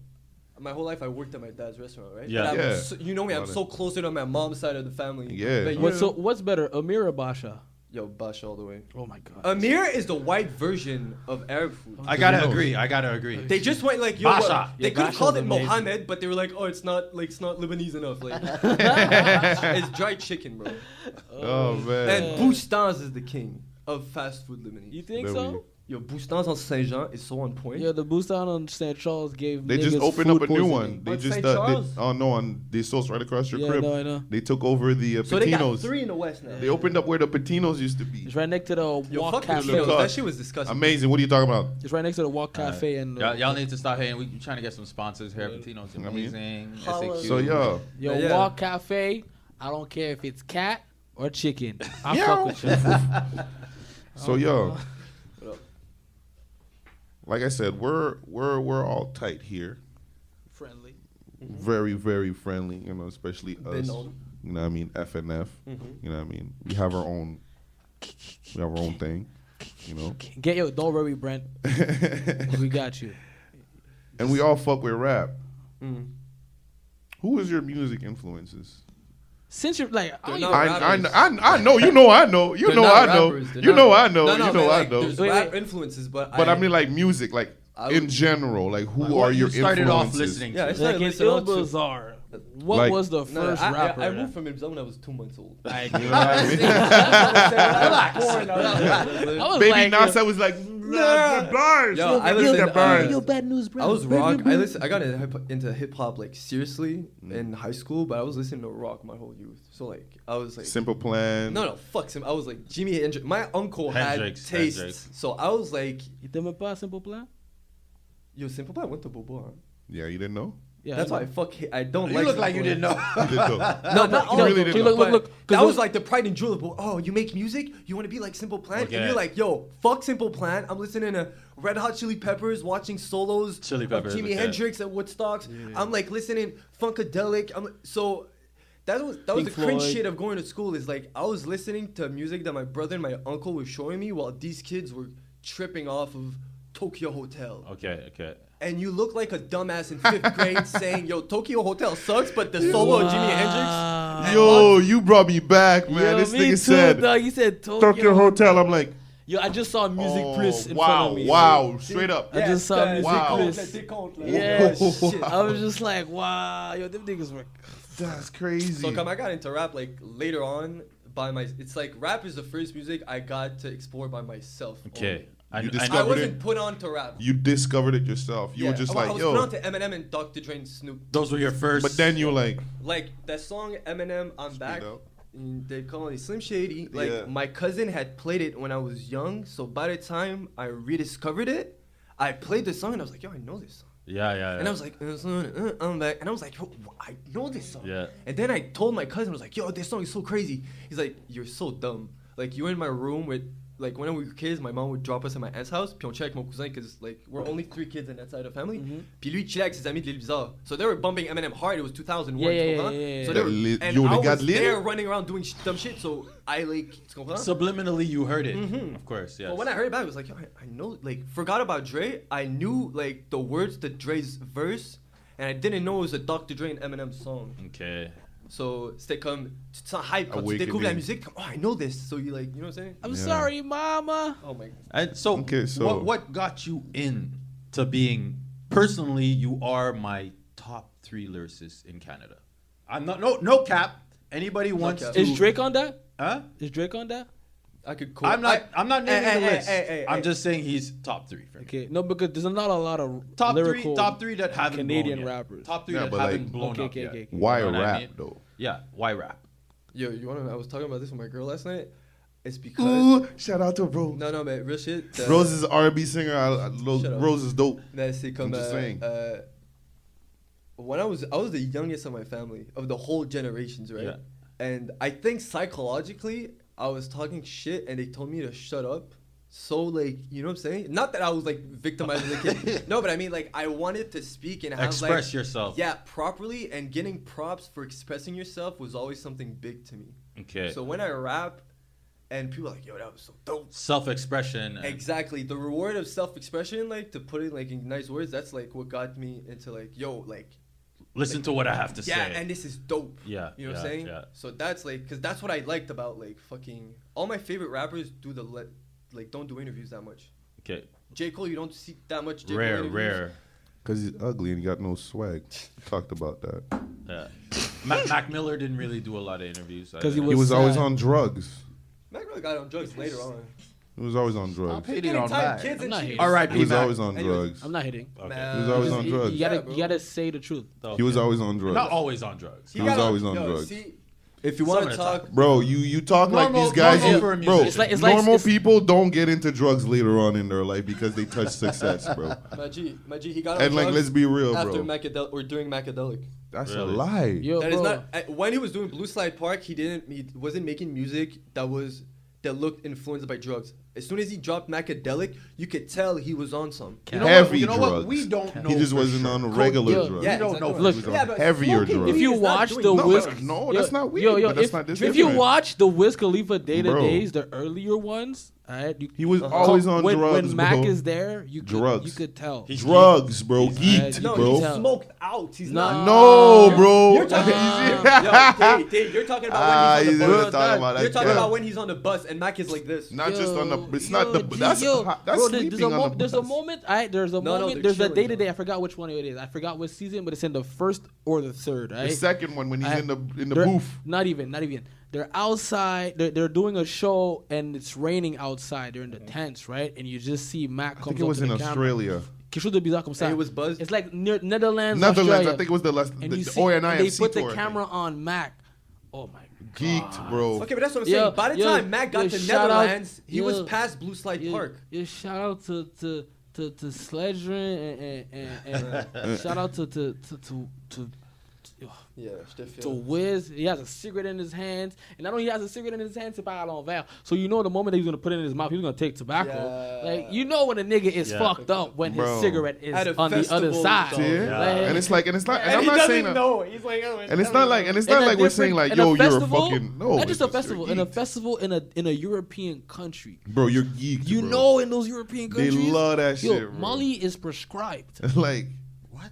S4: my whole life I worked at my dad's restaurant, right?
S3: Yeah.
S4: But I'm
S2: Yeah.
S4: So, you know me, I'm
S2: Got it.
S4: so closer to my mom's side of the family.
S2: Yeah.
S4: But you
S1: what's
S4: know-
S1: so what's better Amir or Basha
S4: Yo, Bash all the way.
S1: oh my god
S4: Amir is the white version of Arab food.
S3: I gotta agree. I gotta agree.
S4: They just went like yo.
S3: Basha.
S4: what- They
S1: Yeah,
S4: could have
S1: Basha's
S4: called it
S1: amazing.
S4: Mohammed, but they were like, oh, it's not like it's not Lebanese enough. Like it's dried chicken, bro.
S2: Oh, man.
S4: And Boustan's is the king of fast food Lebanese.
S1: you think
S2: Ben
S1: so
S2: oui.
S4: Yo, Boustin's on Saint Jean is so on point.
S1: Yeah, the boost out on St. Charles gave
S2: They
S1: niggas
S2: just opened
S1: food
S2: up a new
S1: poisoning.
S2: one. They
S4: But
S2: just
S4: St.
S2: uh, they,
S4: Charles?
S2: oh no, on they source right across your
S1: Yeah,
S2: crib.
S1: no, I know.
S2: They took over the uh,
S4: so they got
S2: Patinos. They,
S4: three in the West now.
S2: opened up where the Patinos used to be.
S1: It's right next to the
S4: Yo,
S1: Walk
S4: fuck
S1: Cafe.
S4: Patinos.
S2: Look up.
S4: That shit was disgusting.
S2: Amazing. What are you talking about?
S1: It's right next to the Walk Cafe and uh,
S5: y'all, y'all need to stop hating. We trying to get some sponsors here. Patino's
S2: mean,
S5: amazing.
S4: holla.
S5: SAQ.
S2: So yeah,
S1: Yo,
S4: Yeah.
S1: Walk Cafe. I don't care if it's cat or chicken. I fuck with you. Oh,
S2: so yeah. Like I said, we're we're we're all tight here.
S1: Friendly. Mm-hmm.
S2: Very very friendly. You know, especially us.
S4: on.
S2: You know, what I mean F and F.
S1: Mm-hmm.
S2: You know, what I mean we have our own. We have our own thing. You know,
S1: Get yo. Don't worry, Brent. we got you.
S2: and we all fuck with rap.
S4: Mm.
S2: Who is your music influences?
S1: Since you're like, I
S4: They're
S1: don't
S4: not
S1: even-
S2: I, I,
S4: rappers.
S2: I, I know you know I know you
S4: They're
S2: know I
S4: not
S2: know
S4: rappers. They're
S2: you
S4: not
S2: know I
S4: rappers.
S2: know
S4: No, no,
S2: you
S4: but,
S2: know I
S4: like,
S2: know.
S4: There's
S1: Wait,
S4: rap
S1: wait.
S4: influences, but
S2: But I
S4: I
S2: mean like music, like
S4: I
S2: in
S4: would-
S2: general, like who
S5: What
S2: are
S5: you
S2: your
S5: started off
S2: influences?
S5: listening.
S4: Yeah,
S5: to.
S4: it's
S1: like in
S4: listening
S1: Il
S4: to-
S1: Bazaar. What
S2: Like-
S1: was the
S4: No, no,
S1: first
S4: I,
S1: rapper?
S4: I, I moved from Arizona. I was two months old.
S1: Like,
S2: You know what I mean?
S1: I was
S2: Baby
S1: like,
S5: uh,
S2: Nas, I was like, nah, bars.
S4: Yo, I
S2: yo,
S4: listen,
S2: the
S4: uh,
S2: bars.
S4: yo,
S1: bad news, bro.
S4: I was rock. I listen. I got into hip- into hip hop like seriously
S2: Mm.
S4: in high school, but I was listening to rock my whole youth. So like I was like,
S2: Simple Plan.
S4: no, no, fuck him. I was like Jimmy Hendrix. My uncle
S5: Hendrix,
S4: had tastes,
S5: Hendrix.
S4: so I was like,
S1: You didn't pass simple plan?
S4: yo, Simple Plan went to Bobo. Huh?
S2: Yeah, you didn't know.
S1: Yeah.
S4: That's
S1: I
S4: why I
S1: know.
S4: fuck. hi- I don't
S5: You
S4: like.
S5: look like
S4: Simple
S5: you
S4: Plan.
S5: didn't know.
S2: You didn't know.
S4: No, not all
S2: you
S4: of
S2: really
S4: them,
S2: didn't
S1: look,
S4: but
S1: look, look, 'cause
S4: that
S1: those-
S4: was like the pride and jewel of oh, you make music, you want to be like Simple Plan,
S5: Look
S4: and
S5: at
S4: you're
S5: it.
S4: like, yo, fuck Simple Plan. I'm listening to Red Hot Chili Peppers, watching solos,
S5: Chili
S4: of
S5: Peppers,
S4: Jimi
S5: look at it.
S4: Hendrix at Woodstocks. I'm like listening funkadelic. I'm like- so that was that was
S1: Pink
S4: the cringe
S1: Floyd.
S4: shit of going to school. Is like I was listening to music that my brother and my uncle were showing me while these kids were tripping off of Tokyo Hotel
S5: Okay, okay.
S4: and you look like a dumbass in fifth grade saying, "Yo, Tokyo Hotel sucks," but the solo of Jimi
S1: Wow.
S4: Hendrix. and
S2: Yo,
S4: Oz-
S2: you brought me back, man.
S1: Yo,
S2: this
S1: me
S2: nigga
S1: too,
S2: said,
S1: Dog. You said Tokyo.
S2: "Fuck your hotel." I'm like,
S1: Yo, I just saw Music
S2: oh,
S1: Plus in
S2: wow,
S1: front of me.
S2: wow, straight up.
S1: I just saw Music
S2: Wow.
S1: Plus. Yeah,
S4: Yeah,
S1: shit.
S4: shit.
S1: I was just like, wow, yo, them niggas were.
S2: That's crazy.
S4: So come, I got into rap like later on by my. It's like rap is the first music I got to explore by myself.
S5: Okay.
S4: only.
S5: I,
S2: You
S5: I-
S2: discovered
S4: I
S2: it?
S4: wasn't put on to rap.
S2: you discovered it yourself. You
S4: Yeah,
S2: were just
S4: well,
S2: like,
S4: I was
S2: yo.
S4: put on to Eminem and Dr. Dre and Snoop.
S5: those were your first.
S2: But then you were like,
S4: Like that song Eminem, I'm back.
S2: up.
S4: mm, They call it Slim Shady. Like
S2: Yeah.
S4: my cousin had played it when I was young, so by the time I rediscovered it, I played the song and I was like, yo, I know this song.
S5: Yeah, yeah. yeah.
S4: And I was like, uh, uh, uh, I'm back. And I was like, yo, wh- I know this song.
S5: Yeah.
S4: And then I told my cousin, I was like, yo, this song is so crazy. He's like, you're so dumb. Like, you were in my room with, like, when we were kids, my mom would drop us at my aunt's house, Pyeongchek, mon cousin, because, like, we're only three kids in that side of the family.
S1: Mm-hmm.
S4: Puis lui, il chillait avec ses amis de l'île bizarre. So they were bumping Eminem hard. It was 2001.
S1: Yeah, yeah,
S4: tu comprends?
S1: yeah, yeah, yeah.
S4: So they were,
S2: Lit-
S4: and
S2: yo, they
S4: I
S2: got
S4: was
S2: lit?
S4: there running around doing sh- dumb shit. So I, like, tu comprends?
S5: subliminally, you heard it. Of course, yes.
S4: But when I heard it back, I was like, yo, I, I know, like, forgot about Dre. I knew, like, the words to Dre's verse, and I didn't know it was a Dr. Dre and Eminem song.
S5: okay.
S4: So c'était comme, tu te sens
S5: Ah
S4: hype quand tu découvres la
S2: Awakening.
S4: musique, comme, oh, I know this. So you like, you know what I'm saying?
S1: I'm
S2: Yeah.
S1: sorry, mama.
S4: Oh my.
S5: And so,
S2: Okay, so-
S5: what, what got you in to being personally? You are my top three lyricists in Canada. I'm not no no cap. Anybody wants
S4: cap.
S5: to?
S1: Is Drake on that?
S5: Huh?
S1: Is Drake on that?
S4: I Eh, could quote.
S5: I'm not. I, am not naming
S4: Hey,
S5: the
S4: hey,
S5: list.
S4: hey, hey,
S5: I'm
S4: hey.
S5: just saying he's top three for me.
S1: Okay, no, because there's not a lot of
S5: Top
S1: lyrical
S5: three. Top three that haven't
S1: Canadian
S5: blown yet.
S1: rappers.
S5: Top three
S2: Yeah,
S5: that
S2: but
S5: haven't
S2: like-
S5: blown
S1: Okay,
S5: up
S1: okay,
S5: yet.
S1: okay, okay.
S2: why
S5: You know what I
S2: rap
S5: mean?
S2: though?
S5: Yeah. Why rap?
S4: Yo, you wanna? I was talking about this with my girl last night. It's because.
S2: Ooh, shout out to Rose.
S4: No, no, mais real shit. euh,
S2: Rose is an R&B singer. I, I, Rose,
S4: Shut up.
S2: Rose is dope.
S4: mais c'est
S2: I'm
S4: comme.
S2: just
S4: euh,
S2: saying.
S4: euh, when I was, I was the youngest of my family of the whole generations, right?
S5: Yeah.
S4: And I think psychologically, I was talking shit, and they told me to shut up. So like, you know what I'm saying? Not that I was like victimizing the kid. No, but I mean like I wanted to speak and have
S5: Express
S4: like,
S5: yourself.
S4: Yeah, properly and getting props for expressing yourself was always something big to me.
S5: Okay.
S4: So when I rap, and people are like, "Yo, that was so dope."
S5: Self-expression. and-
S4: Exactly. The reward of self-expression, like to put it like in nice words, that's like what got me into like, yo, like,
S5: Listen to what I have to
S4: yeah,
S5: say.
S4: and this is dope.
S5: Yeah,
S4: You know what
S5: yeah,
S4: I'm saying?
S5: yeah.
S4: So that's like, cause that's what I liked about like fucking all my favorite rappers do the le- like don't do interviews that much.
S5: okay.
S4: J Cole, you don't see that much. J. Cole
S5: Rare,
S4: interviews.
S5: rare.
S2: Cause he's ugly and he got no swag. Talked about that.
S5: Yeah. Mac, Mac Miller didn't really do a lot of interviews. I
S1: 'Cause he
S5: don't
S2: He
S5: know.
S2: was always
S1: sad.
S2: on drugs.
S4: Mac really got on drugs later on.
S2: He was always on
S3: Stop
S2: drugs.
S3: hating on
S4: Anytime
S3: that.
S4: kids
S1: I'm
S4: and
S1: not
S4: shit.
S1: hating.
S5: R.I.P.
S2: He was
S5: Mac.
S2: always on
S4: Anyways.
S2: drugs.
S1: I'm not hitting.
S5: Okay.
S4: Man.
S2: He was always
S1: Just-
S2: on
S1: you-
S2: drugs.
S1: You gotta,
S4: Yeah, bro.
S1: you gotta say the truth.
S5: So-
S2: He was always on drugs.
S5: not always on drugs.
S2: He was
S4: gotta-
S2: always on
S4: yo,
S2: drugs.
S4: See, if you want
S5: Some
S4: to
S5: of the
S4: talk,
S2: Bro, you you talk
S5: Normal-
S2: like these guys.
S5: normal
S2: you-
S5: for a
S2: bro,
S5: musician. It's
S1: like- it's like-
S2: normal
S1: it's-
S2: people don't get into drugs later on in their life because they touch success, bro.
S4: my G, my G, he got on
S2: And like,
S4: drugs
S2: let's be real,
S4: after
S2: bro.
S4: Macadel- or during Macadelic.
S2: That's a
S5: Really?
S2: lie.
S1: Yo,
S4: That
S1: bro.
S4: is not I- when he was doing Blue Slide Park. He didn't. He wasn't making music that was that looked influenced by drugs. As soon as he dropped Macadelic, you could tell he was on some.
S5: You know
S2: heavy
S5: what, you know
S2: drugs.
S5: what? We don't know.
S2: he just
S5: for
S2: wasn't
S5: sure.
S2: on regular
S1: Yo,
S2: drugs.
S5: yeah, don't know
S4: exactly.
S1: if
S2: he was on
S4: Yeah, but
S2: heavier
S4: smoking
S2: drugs.
S4: weed
S1: if you
S4: is not
S1: watch the
S4: doing drugs.
S2: No,
S1: Wiz,
S2: that's- no, Oh, that's not weird, but that's not
S1: if, if
S2: different.
S1: you watch the Wiz Khalifa Day to
S2: Bro.
S1: Days, the earlier ones, all right, you,
S2: He was always on
S1: when,
S2: drugs.
S1: When Mac
S2: bro.
S1: is there, you could,
S2: Drugs.
S1: you could tell.
S5: He-
S2: drugs, bro,
S1: He's-
S2: geeked,
S4: No,
S2: bro.
S4: he's smoked out. He's
S1: Nah.
S4: not.
S2: no,
S1: You're-
S2: bro.
S4: Uh, You're talking. yo, Dave, Dave, you're talking
S2: ah,
S4: about when
S2: he's
S4: he's on the
S2: talking
S4: bus.
S2: about that.
S4: You're talking
S2: yeah.
S4: about when he's on the bus and Mac is like this.
S2: not
S1: Yo,
S2: just on the. It's
S1: yo,
S2: not the.
S1: G,
S2: that's
S1: yo, bro,
S2: that's
S1: there's,
S2: sleeping
S1: there's a
S2: on
S1: mo-
S2: the
S1: there's a
S2: bus.
S1: moment. All right, there's a
S4: No, no,
S1: moment.
S4: they're
S1: there's a
S4: chilling,
S1: day to day.
S4: yo.
S1: I forgot which one it is. I forgot what season, but it's in the first or the third. Right.
S2: The second one when he's
S1: I-
S2: in the in the
S1: They're-
S2: booth.
S1: Not even, not even. They're outside. They're, they're doing a show and it's raining outside. They're in the
S4: Mm-hmm.
S1: tents, right? And you just see Mac
S2: I
S1: comes
S2: think it
S1: up
S2: was
S1: to
S2: in
S1: the camera.
S2: Australia.
S1: Quelque chose de bizarre comme ça.
S4: And it was buzzed?
S1: It's like near Netherlands,
S2: Netherlands.
S1: Australia.
S2: I think it was the last. The,
S1: and you
S2: the
S1: see,
S2: ONI
S1: and they
S2: FC
S1: put the
S2: tour, I think.
S1: camera Ah, on Mac. Oh my.
S2: Geeked, bro.
S4: Okay, but that's what I'm saying.
S1: Yo,
S4: By the
S1: yo,
S4: time Mac got
S1: yo,
S4: to
S1: shout out-
S4: Netherlands, he was
S1: yo,
S4: past Blue Slide
S1: Yeah,
S4: Park.
S1: yeah, shout out to to to to Sledgerin and and, and, and shout out to to to to. to
S4: Yeah,
S1: to Wiz, he has a cigarette in his hands, and not only he has a cigarette in his hands, it's parle en verre. So you know the moment that he's gonna put it in his mouth, he's gonna take tobacco.
S4: Yeah.
S1: Like you know when a nigga is
S5: Yeah.
S1: fucked up when
S2: Bro.
S1: his cigarette is
S4: At a
S1: on the other
S4: festival,
S1: side.
S4: dog.
S2: See?
S5: Yeah.
S1: Like,
S2: And it's like, and it's not, and,
S4: and
S2: I'm
S4: he
S2: not saying
S4: doesn't
S2: that.
S4: know. He's like, oh,
S2: And it's not like, and it's
S1: In
S2: not
S1: a
S2: like we're saying
S1: different-
S2: like,
S1: in a
S2: yo, you're a
S1: festival-
S2: fucking no.
S1: Not just a
S2: you're
S1: festival, in a
S2: geeked.
S1: festival in a in a European country.
S2: Bro, you're geeked.
S1: You
S2: bro.
S1: know, in those European
S2: They
S1: countries,
S2: love that
S1: yo,
S2: shit, bro.
S1: Molly is prescribed.
S2: like,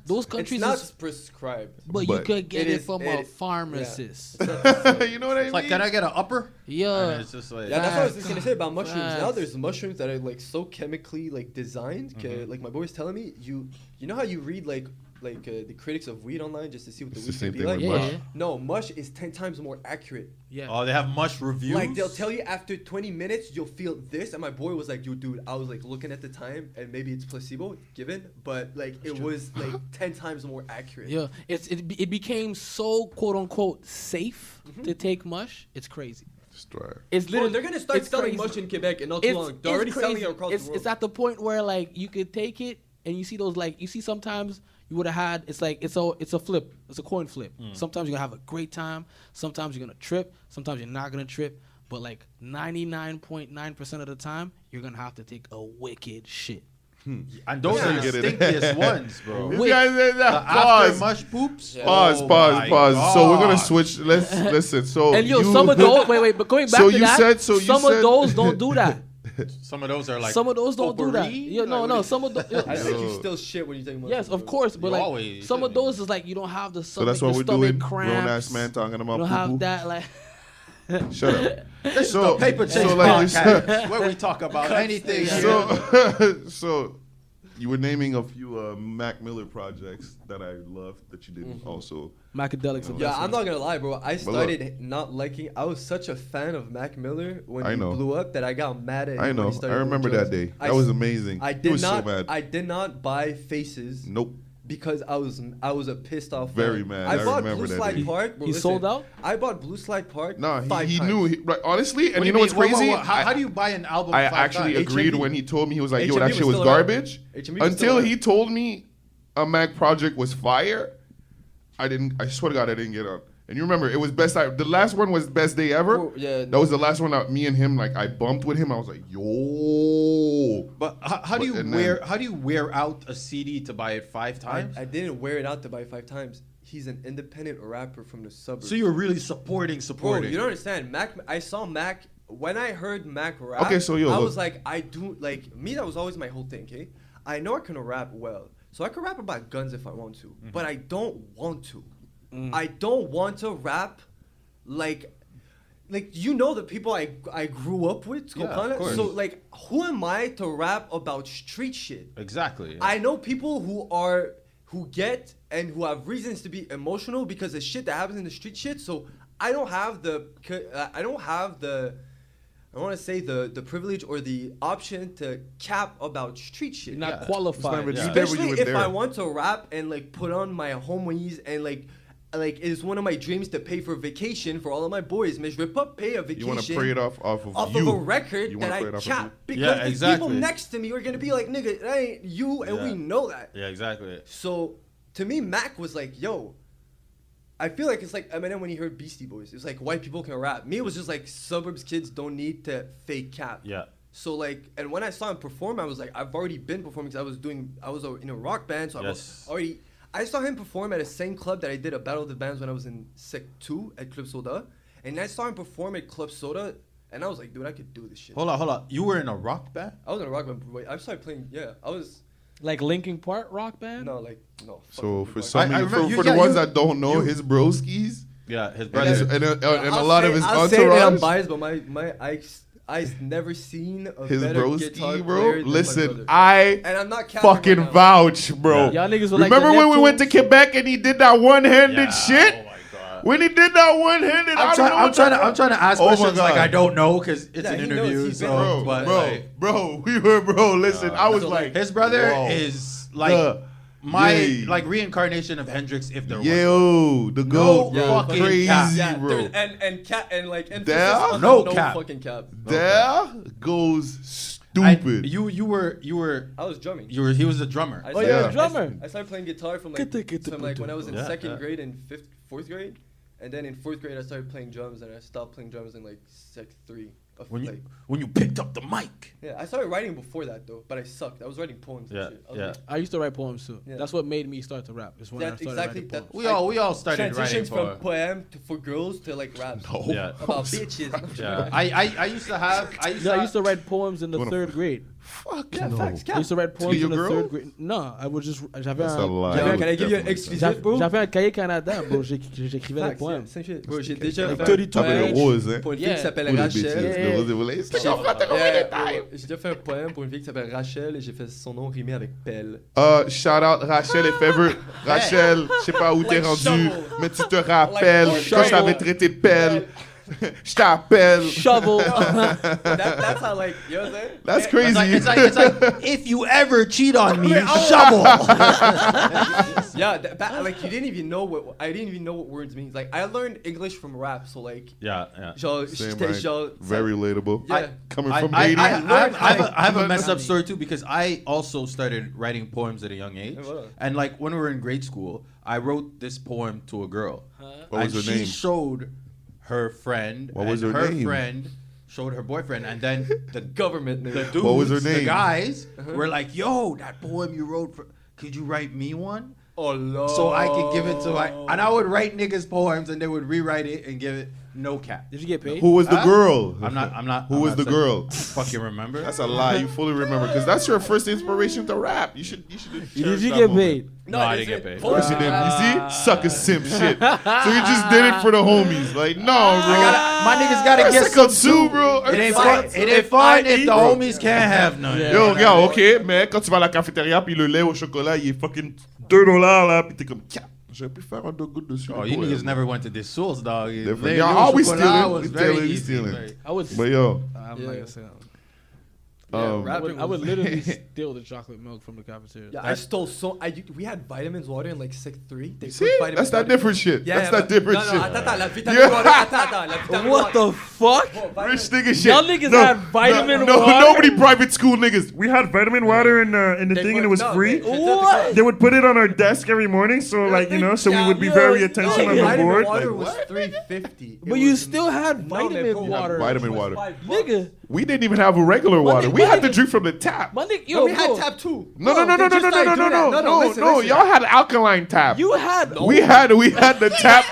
S1: Those
S4: it's
S1: countries,
S4: not
S1: is,
S4: prescribed.
S1: but, you
S2: but
S1: could get
S4: it
S1: it,
S4: is-
S1: from
S4: it-
S1: a pharmacist.
S2: you know what I mean?
S5: It's like, can I get an upper?
S1: Uh, Yeah,
S5: And it's just like,
S4: Yeah, that's what I was
S1: Facts.
S4: just gonna say about mushrooms. Now
S1: Facts.
S4: there's mushrooms that are like so chemically like designed. 'ca-
S1: Mm-hmm.
S4: Like my boy was telling me, you you know how you read like like uh, the critics of weed online just to see what the
S2: It's the
S4: weed
S2: same
S4: could be
S2: thing
S4: like.
S1: mush.
S2: with
S1: Yeah.
S4: No, mush is ten times more accurate.
S1: yeah.
S5: oh, they have mush reviews.
S4: Like they'll tell you after 20 minutes you'll feel this, and my boy was like, "Yo, dude, I was like looking at the time, and maybe it's placebo given, but like it was like 10 times more accurate."
S1: Yeah, it's it, be- it became so quote unquote safe to take mush. It's crazy.
S2: Just try it.
S1: Mm-hmm. It's
S4: Bro,
S1: literally
S4: they're gonna start
S1: it's
S4: selling
S1: crazy.
S4: mush in Quebec, and not too
S1: It's,
S4: long.
S1: it's
S4: They're already selling
S1: crazy.
S4: it across
S1: it's,
S4: the world.
S1: it's at the point where like you could take it and you see those like you see sometimes you would have had it's like it's a it's a flip it's a coin flip. Sometimes you're gonna have a great time. Sometimes you're gonna trip. Sometimes you're not gonna trip. But like 99.9% of the time, you're gonna have to take a wicked shit.
S5: and those
S4: Yeah.
S5: are the
S2: Get it.
S5: stinkiest ones, bro.
S1: Wait.
S2: This guy said
S5: The
S2: that.
S5: after
S2: Pause.
S5: mush poops.
S2: Pause,
S5: Oh
S2: pause,
S5: my
S2: pause. So we're gonna
S5: God.
S2: switch. Let's listen. So
S1: And yo, some of those wait wait, but going back
S2: So
S1: to
S2: you
S1: that,
S2: said- so you
S1: some
S2: said-
S1: of those don't do that.
S5: Some of those are like
S1: some of those don't do that.
S5: potpourri?
S1: Yeah, no,
S5: Like,
S1: no.
S5: what-
S1: Some of
S4: I
S1: those.
S4: think you
S2: Yo.
S4: still shit when you take mush.
S1: yes, of course, but
S5: You
S1: like
S5: always-
S1: some of those is like you don't have the
S2: So
S1: stomach.
S2: that's what
S1: the
S2: we're
S1: stomach
S2: doing. Grown
S1: Cramps.
S2: ass man talking
S1: You
S2: about
S1: don't have
S2: poo poo.
S1: that like.
S2: Shut up.
S5: This is
S2: So-
S5: the paper
S2: so
S5: chase
S2: like you
S5: podcast,
S2: said-
S5: where we talk about anything. So
S2: So, so you were naming a few uh, Mac Miller projects that I loved that you didn't also.
S1: Macadelics. are
S4: Yeah,
S1: best
S4: I'm
S1: ones.
S4: not gonna lie, bro. I
S2: look.
S4: started not liking. I was such a fan of Mac Miller when
S2: I
S4: he
S2: know.
S4: blew up that I got mad at. him
S2: I
S4: when
S2: know.
S4: he started
S2: I
S4: doing
S2: remember
S4: drugs.
S2: that day.
S4: I
S2: That was
S4: s-
S2: amazing.
S4: I
S2: it
S4: did
S2: was
S4: not.
S2: so bad.
S4: I did not buy Faces.
S2: nope.
S4: Because I was I was a pissed off.
S2: Very
S4: fan.
S2: mad.
S4: I,
S2: I
S4: bought
S2: remember
S4: Blue
S2: that
S4: Slide
S2: day.
S4: Park. bro,
S1: He
S4: listen,
S1: sold out?
S4: I bought Blue Slide Park.
S2: No,
S4: five
S2: he, he
S4: times.
S2: knew. He, right, honestly, and
S5: What
S2: you
S5: do
S2: know what's
S5: mean? Wait, wait,
S2: crazy?
S5: wait. How,
S2: I-
S5: how do you buy an album?
S2: I
S5: five
S2: actually
S5: times?
S2: agreed
S4: HMV
S2: when he told me he was like, "Yo,
S4: HMV
S2: that
S4: was
S2: shit was
S4: still around.
S2: garbage."
S4: HMV was still
S2: Until
S4: around.
S2: he told me a Mac project was fire, I didn't. I swear to God, I didn't get on. And you remember, it was best. I, the last one was best day ever.
S4: Well, yeah,
S2: that
S4: no.
S2: was the last one that me and him like I bumped with him. I was like, "Yo."
S5: Oh. But how, how do you
S2: But- and
S5: wear?
S2: then-
S5: how do you wear out a CD to buy it five
S4: I,
S5: times?
S4: I didn't wear it out to buy five times. He's an independent rapper from the suburbs.
S5: so you're really supporting,
S4: Bro,
S5: supporting.
S4: you don't understand. Mac, I saw Mac when I heard Mac rap.
S2: Okay, so yo,
S4: I
S2: look.
S4: was like, I do like me. That was always my whole thing. Okay, I know I can rap well, so I can rap about guns if I want to,
S2: Mm-hmm.
S4: but I don't want to. I don't want to rap like. Like you know the people I I grew up with,
S5: Yeah, of
S4: Skopana,
S5: course.
S4: so like who am I to rap about street shit?
S5: exactly.
S4: I know people who are who get and who have reasons to be emotional because of shit that happens in the street shit. So I don't have the c- uh, I don't have the I want to say the the privilege or the option to cap about street shit.
S1: You're not
S5: Yeah.
S1: qualified.
S2: It's not even-
S1: Yeah.
S2: there when you
S4: Especially
S2: were
S4: if
S2: there.
S4: I want to rap and like put on my homies and like like it is one of my dreams to pay for vacation for all of my boys. Miss Rip up, pay a
S2: You
S4: vacation.
S2: want to pray it off off of
S4: off
S2: you.
S4: of a record
S2: You
S4: that
S2: wanna
S4: I
S2: pray it off of
S4: cap
S2: you.
S4: because
S5: Yeah,
S4: the people
S5: exactly.
S4: next to me are gonna be like, nigga, that ain't you, and we
S5: Yeah.
S4: know that.
S5: Yeah, exactly.
S4: So to me, Mac was like, yo, I feel like it's like Eminem when he heard Beastie Boys. It's like white people can rap. Me, it was just like suburbs kids don't need to fake cap.
S5: Yeah.
S4: So like, and when I saw him perform, I was like, I've already been performing because I was doing, I was uh, in a rock band, so I was
S5: Yes.
S4: already. I saw him perform at the same club that I did a battle of the bands when I was in Sec Two at Club Soda, and I saw him perform at Club Soda, and I was like, dude, I could do this shit.
S5: Hold on, hold on. You were in a rock band?
S4: I was in a rock band. Wait, I started playing. Yeah, I was.
S1: Like Linkin Park rock band.
S4: No, like no. fuck
S2: So
S4: Linkin
S2: for
S4: Park.
S2: some,
S5: I- I
S2: for,
S5: remember- you-
S2: for the
S5: yeah,
S2: ones
S5: you-
S2: that don't know,
S5: you-
S2: his broskis
S5: Yeah, his
S2: and, his,
S5: brother.
S2: and, a, and a
S4: I'll
S2: lot
S4: say-
S2: of his
S4: I'll say that I'm
S2: entourage,
S4: biased, but my my I I never seen a
S2: his
S4: better guitar
S2: broski,
S4: player
S2: bro.
S4: than my brother.
S2: Listen, I
S4: and I'm not capping
S2: fucking
S4: right now.
S2: vouch, bro.
S1: Y'all niggas were like the
S2: Remember when we went to
S1: Neptunes?
S2: Quebec and he did that one-handed
S5: Yeah,
S2: shit?
S5: Oh my god.
S2: When he did that one-handed, I
S5: I'm,
S2: don't
S5: try-
S2: know
S5: I'm
S2: what
S5: trying
S2: that
S5: to I'm trying to ask
S2: Oh my
S5: questions like
S2: God.
S5: I don't know because it's
S4: Yeah,
S5: an
S4: he knows,
S5: interview.
S4: he's
S5: so,
S4: been-
S2: bro,
S5: but
S2: bro,
S5: like,
S2: bro, we were, bro. Listen, I was
S4: So,
S2: like,
S4: like,
S5: his brother
S2: whoa.
S5: is like
S2: Yeah.
S5: my
S2: Yeah.
S5: like reincarnation of Hendrix if there was.
S2: yo, the goat,
S5: yeah.
S2: bro,
S5: fucking
S2: crazy,
S5: cap.
S4: Yeah,
S2: bro.
S4: there's- and and cap and like emphasis
S2: There?
S4: on
S5: No
S4: no,
S5: cap.
S4: fucking cap.
S2: There goes
S5: I-
S2: stupid.
S5: you you were you were
S4: I was drumming.
S5: you were he was a drummer.
S4: I
S1: Oh,
S4: started-
S1: you're
S2: Yeah.
S1: a drummer.
S4: I started playing guitar from like,
S1: Get the- get the-
S4: from, like when I was in
S5: Yeah,
S4: second
S5: yeah.
S4: grade and fifth fourth grade, and then in fourth grade I started playing drums and I stopped playing drums in like sec three. Of,
S5: when you
S4: like,
S5: when you picked up the mic.
S4: yeah, I started writing before that though, but I sucked. I was writing poems.
S5: Yeah,
S4: and shit. I was
S5: yeah.
S4: like,
S1: I used to write poems too.
S4: Yeah.
S1: That's what made me start to rap. Is when I
S4: That-
S1: started
S4: exactly,
S1: writing
S4: that-
S1: poems.
S5: We all we all started writing
S4: transitions
S5: for.
S4: from poem to for girls to like rap.
S2: No.
S5: Yeah.
S4: About bitches.
S5: Yeah, I, I I used to have I used
S1: No,
S5: to,
S1: I used to write poems in the
S2: Wanna-
S1: third grade.
S2: Fuck
S4: Yeah,
S2: no.
S4: facts,
S1: I
S4: cap.
S1: used to write poems
S2: your
S1: in the
S2: girl?
S1: third grade. No, I was just j'avais
S2: That's a
S1: un
S2: lie.
S4: Yo,
S2: I
S4: can I
S2: would
S4: give you an
S2: definitely
S4: exclusive,
S2: say
S1: j'avais
S4: bro?
S1: j'avais un cahier Canada, bro. J'éc- J'écrivais des
S4: Facts, yeah,
S1: poèmes.
S4: same shit. Bro, j'ai déjà
S1: Like
S4: fait
S1: 30
S4: un
S2: Ah, mais
S1: Bitch.
S2: le rose, hein.
S4: pour une fille qui
S1: Yeah.
S4: s'appelle
S2: Ou les bitches,
S4: Rachel.
S1: yeah.
S2: le rose et vous l'avez- C'est comme ça, t'as compris les
S4: Yeah,
S2: tailles.
S4: bro, J'ai déjà fait un poème pour une fille qui s'appelle Rachel et j'ai fait son nom rimé avec pelle.
S2: Euh, shout out Rachel et Fever. Rachel, je sais pas où t'es
S4: Like
S2: rendu,
S4: shovel.
S2: mais tu te rappelles
S4: Like
S2: quand je t'avais
S1: shovel.
S2: traité de pelle. Je t'appelle.
S1: Shovel.
S4: That, that's how like, you know what I'm saying?
S2: That's
S4: Yeah,
S5: It's like,
S2: crazy.
S5: it's like, it's like if you ever cheat on me,
S4: oh.
S5: shovel.
S4: Yeah, that, that- like you didn't even know what I didn't even know what words means. Like I learned English from rap, so like
S5: Yeah, yeah.
S4: genre
S2: Same,
S4: j'étais
S2: right?
S4: genre
S2: Very relatable.
S4: Yeah.
S2: Coming
S5: I,
S2: from
S5: I, I,
S2: Haiti.
S5: I, have- I have a- I have
S2: Come
S5: a
S2: on,
S5: messed
S2: come
S5: up story too because I also started writing poems at a young age.
S4: Yeah, voilà.
S5: And like when we were in grade school, I wrote this poem to a girl.
S2: What was
S5: and
S2: her
S5: she
S2: name?
S5: showed her friend.
S2: What was
S5: and
S2: her
S5: her
S2: name?
S5: friend showed her boyfriend. And then the
S4: government.
S5: the
S4: nigga.
S5: dudes,
S2: What was her
S5: the
S2: name?
S5: guys,
S4: Uh-huh.
S5: were like, yo, that poem you wrote, for, could you write me one?
S4: Oh lord.
S5: So I could give it to my. And I would write niggas' poems and they would rewrite it and give it no cap.
S1: Did you get paid?
S2: Who was the
S5: Huh?
S2: girl?
S5: I'm not. I'm not.
S2: Who
S5: I'm
S2: was
S5: not
S2: the
S5: saying-
S2: girl?
S5: Fucking remember?
S2: That's a lie. You fully remember because that's your first inspiration to rap. You should. You should.
S1: Did
S2: cherish
S1: you
S2: that
S1: get
S2: moment.
S1: paid?
S5: No, I didn't get paid.
S4: Of
S2: Of
S4: course
S2: course you didn't. You see, sucker simp shit. So you just did it for the homies. Like, no, bro.
S5: my niggas gotta
S2: That's
S5: get
S2: a
S5: some
S2: consume, bro.
S5: It ain't
S2: That's
S5: fun.
S2: a-
S5: It ain't fun if the homies can't have none.
S1: Yeah.
S2: Yo, regarde, ok, mais quand tu vas à la cafétéria, puis le lait au chocolat, il est fucking 2 dollars là, puis t'es comme, tiens, j'aurais pu faire un deux gouttes dessus.
S5: Oh,
S2: mais
S5: you
S2: ouais.
S5: niggas never went to this source, dog.
S2: Different.
S5: They-
S2: Y'all always
S5: Chocolat
S2: stealing.
S5: was
S2: We
S5: very
S2: stealing, we
S5: easy,
S2: stealing.
S5: very-
S1: I would.
S2: But yo,
S1: I'm not gonna say that.
S4: Yeah,
S2: um,
S1: I
S4: rapping
S1: would, I would
S4: was-
S1: literally steal the chocolate milk from the cafeteria.
S4: Yeah, I stole so I we had vitamins water in like sec three. They put
S2: see,
S4: vitamin
S2: that's that
S4: water-
S2: different shit.
S4: Yeah,
S2: That's
S4: yeah,
S2: that different
S4: no, no,
S2: shit.
S4: Attends, attends, la vitamine
S2: Yeah.
S4: water, attends, attends, la vitamine
S1: What
S4: water.
S1: the fuck?
S4: Oh, vitamin-
S2: Rich nigga shit.
S1: Y'all niggas
S2: No,
S1: had vitamin
S2: no, no,
S1: water.
S2: nobody private school niggas.
S6: We had vitamin water in
S2: uh,
S6: the in the
S4: They
S6: thing,
S4: put-
S6: and it was
S4: no,
S6: free.
S4: they- they-
S1: What?
S6: They would put it on our desk every morning, so like you know, so we would be
S1: yo,
S6: very
S1: yo,
S6: attention
S1: yo,
S6: on the
S4: Vitamin
S6: board.
S4: water
S6: Like,
S4: was three fifty.
S1: But you still had
S4: No, man,
S1: vitamin
S4: bro.
S1: water,
S2: Vitamin water.
S1: nigga.
S2: We didn't even have a regular water.
S1: nigga-
S2: We
S1: my
S2: had to
S1: nigga-
S2: drink from the tap.
S1: My nigga, yo,
S4: Yo, we had
S1: bro,
S4: tap two.
S2: No, no, no, no, no,
S4: they
S2: no,
S4: just
S2: no, no,
S4: started
S2: no,
S4: doing
S2: no,
S4: that.
S2: no, no,
S4: listen, listen.
S2: Y'all had alkaline tap.
S1: you had
S2: we had we had the tap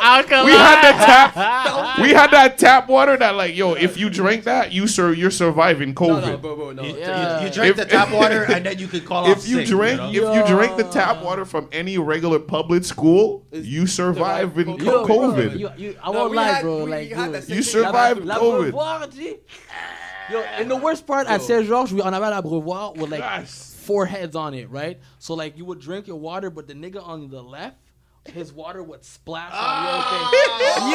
S2: We had the tap. we had that tap water that like, yo, if you drink that, you sir, you're surviving
S4: No,
S2: COVID.
S4: no, bro, bro, no.
S5: You,
S1: Yeah.
S5: you, you drank
S2: If-
S5: the tap water and then you could call off
S2: If you
S5: sick,
S2: drink,
S5: know?
S2: if you drink the tap water from any regular public school,
S4: It's
S2: you survive in
S4: survive
S1: Yo,
S2: co-
S1: bro,
S2: COVID.
S1: you, you, I
S4: No,
S1: won't
S4: we
S1: lie,
S4: had-
S1: bro.
S4: we
S1: like,
S4: had
S1: yo,
S4: that
S2: you
S4: second-
S2: survive
S1: la
S2: COVID.
S1: brevoire, G. Yo, and the worst part at Saint Georges, we on avait la brevoire with like
S2: Yes.
S1: four heads on it, right? So like you would drink your water, but the nigga on the left his water would splash on the other thing.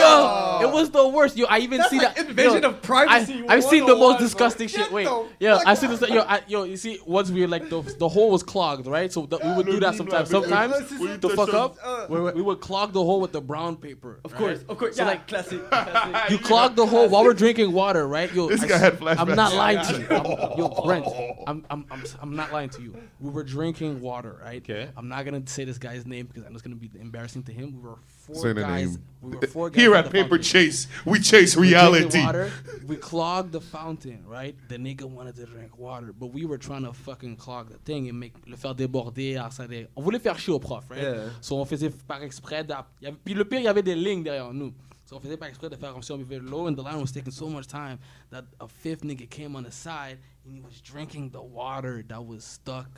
S1: Yo, it was the worst. Yo, I even see
S4: Ah. like
S1: that
S4: invasion
S1: yo,
S4: of privacy
S1: I, have seen the
S4: 101,
S1: most
S4: bro.
S1: disgusting
S4: Get
S1: shit. Wait,
S4: the
S1: yeah,
S4: fuck
S1: I see this. Yo, I, yo, you see, once we were like the the hole was clogged, right? So the, we would do that sometimes. Sometimes to fuck up,
S4: uh,
S1: we would clog the hole with the brown paper.
S4: Of course, of course.
S1: So
S4: Yeah,
S1: like,
S4: classic. classic.
S1: you clog the hole while we're drinking water, right? Yo,
S2: This
S1: I
S2: guy
S1: s-
S2: had flashbacks.
S1: I'm not lying to you. I'm, yo, Brent, I'm, I'm, I'm, s- I'm not lying to you. We were drinking water, right?
S5: Okay.
S1: I'm not gonna say this guy's name because I'm just gonna be embarrassing to him. We were four
S2: Say the
S1: guys.
S2: name.
S1: We were four guys
S2: Here
S1: at
S2: at
S1: the
S2: Paper
S1: fountain.
S2: Chase, we chase
S1: We drinking
S2: reality.
S1: Water, we clogged the fountain, right? The nigga wanted to drink water, but we were trying to fucking clog the thing and make le faire déborder. alors ça dé- On voulait faire chier au prof, right?
S4: Yeah.
S1: So on faisait par exprès. d'a- il y avait- Puis le pire, il y avait des lignes derrière nous. So on faisait par exprès de faire comme si on buvait de l'eau, and the line was taking so much time that a fifth nigga came on the side and he was drinking the water that was stuck.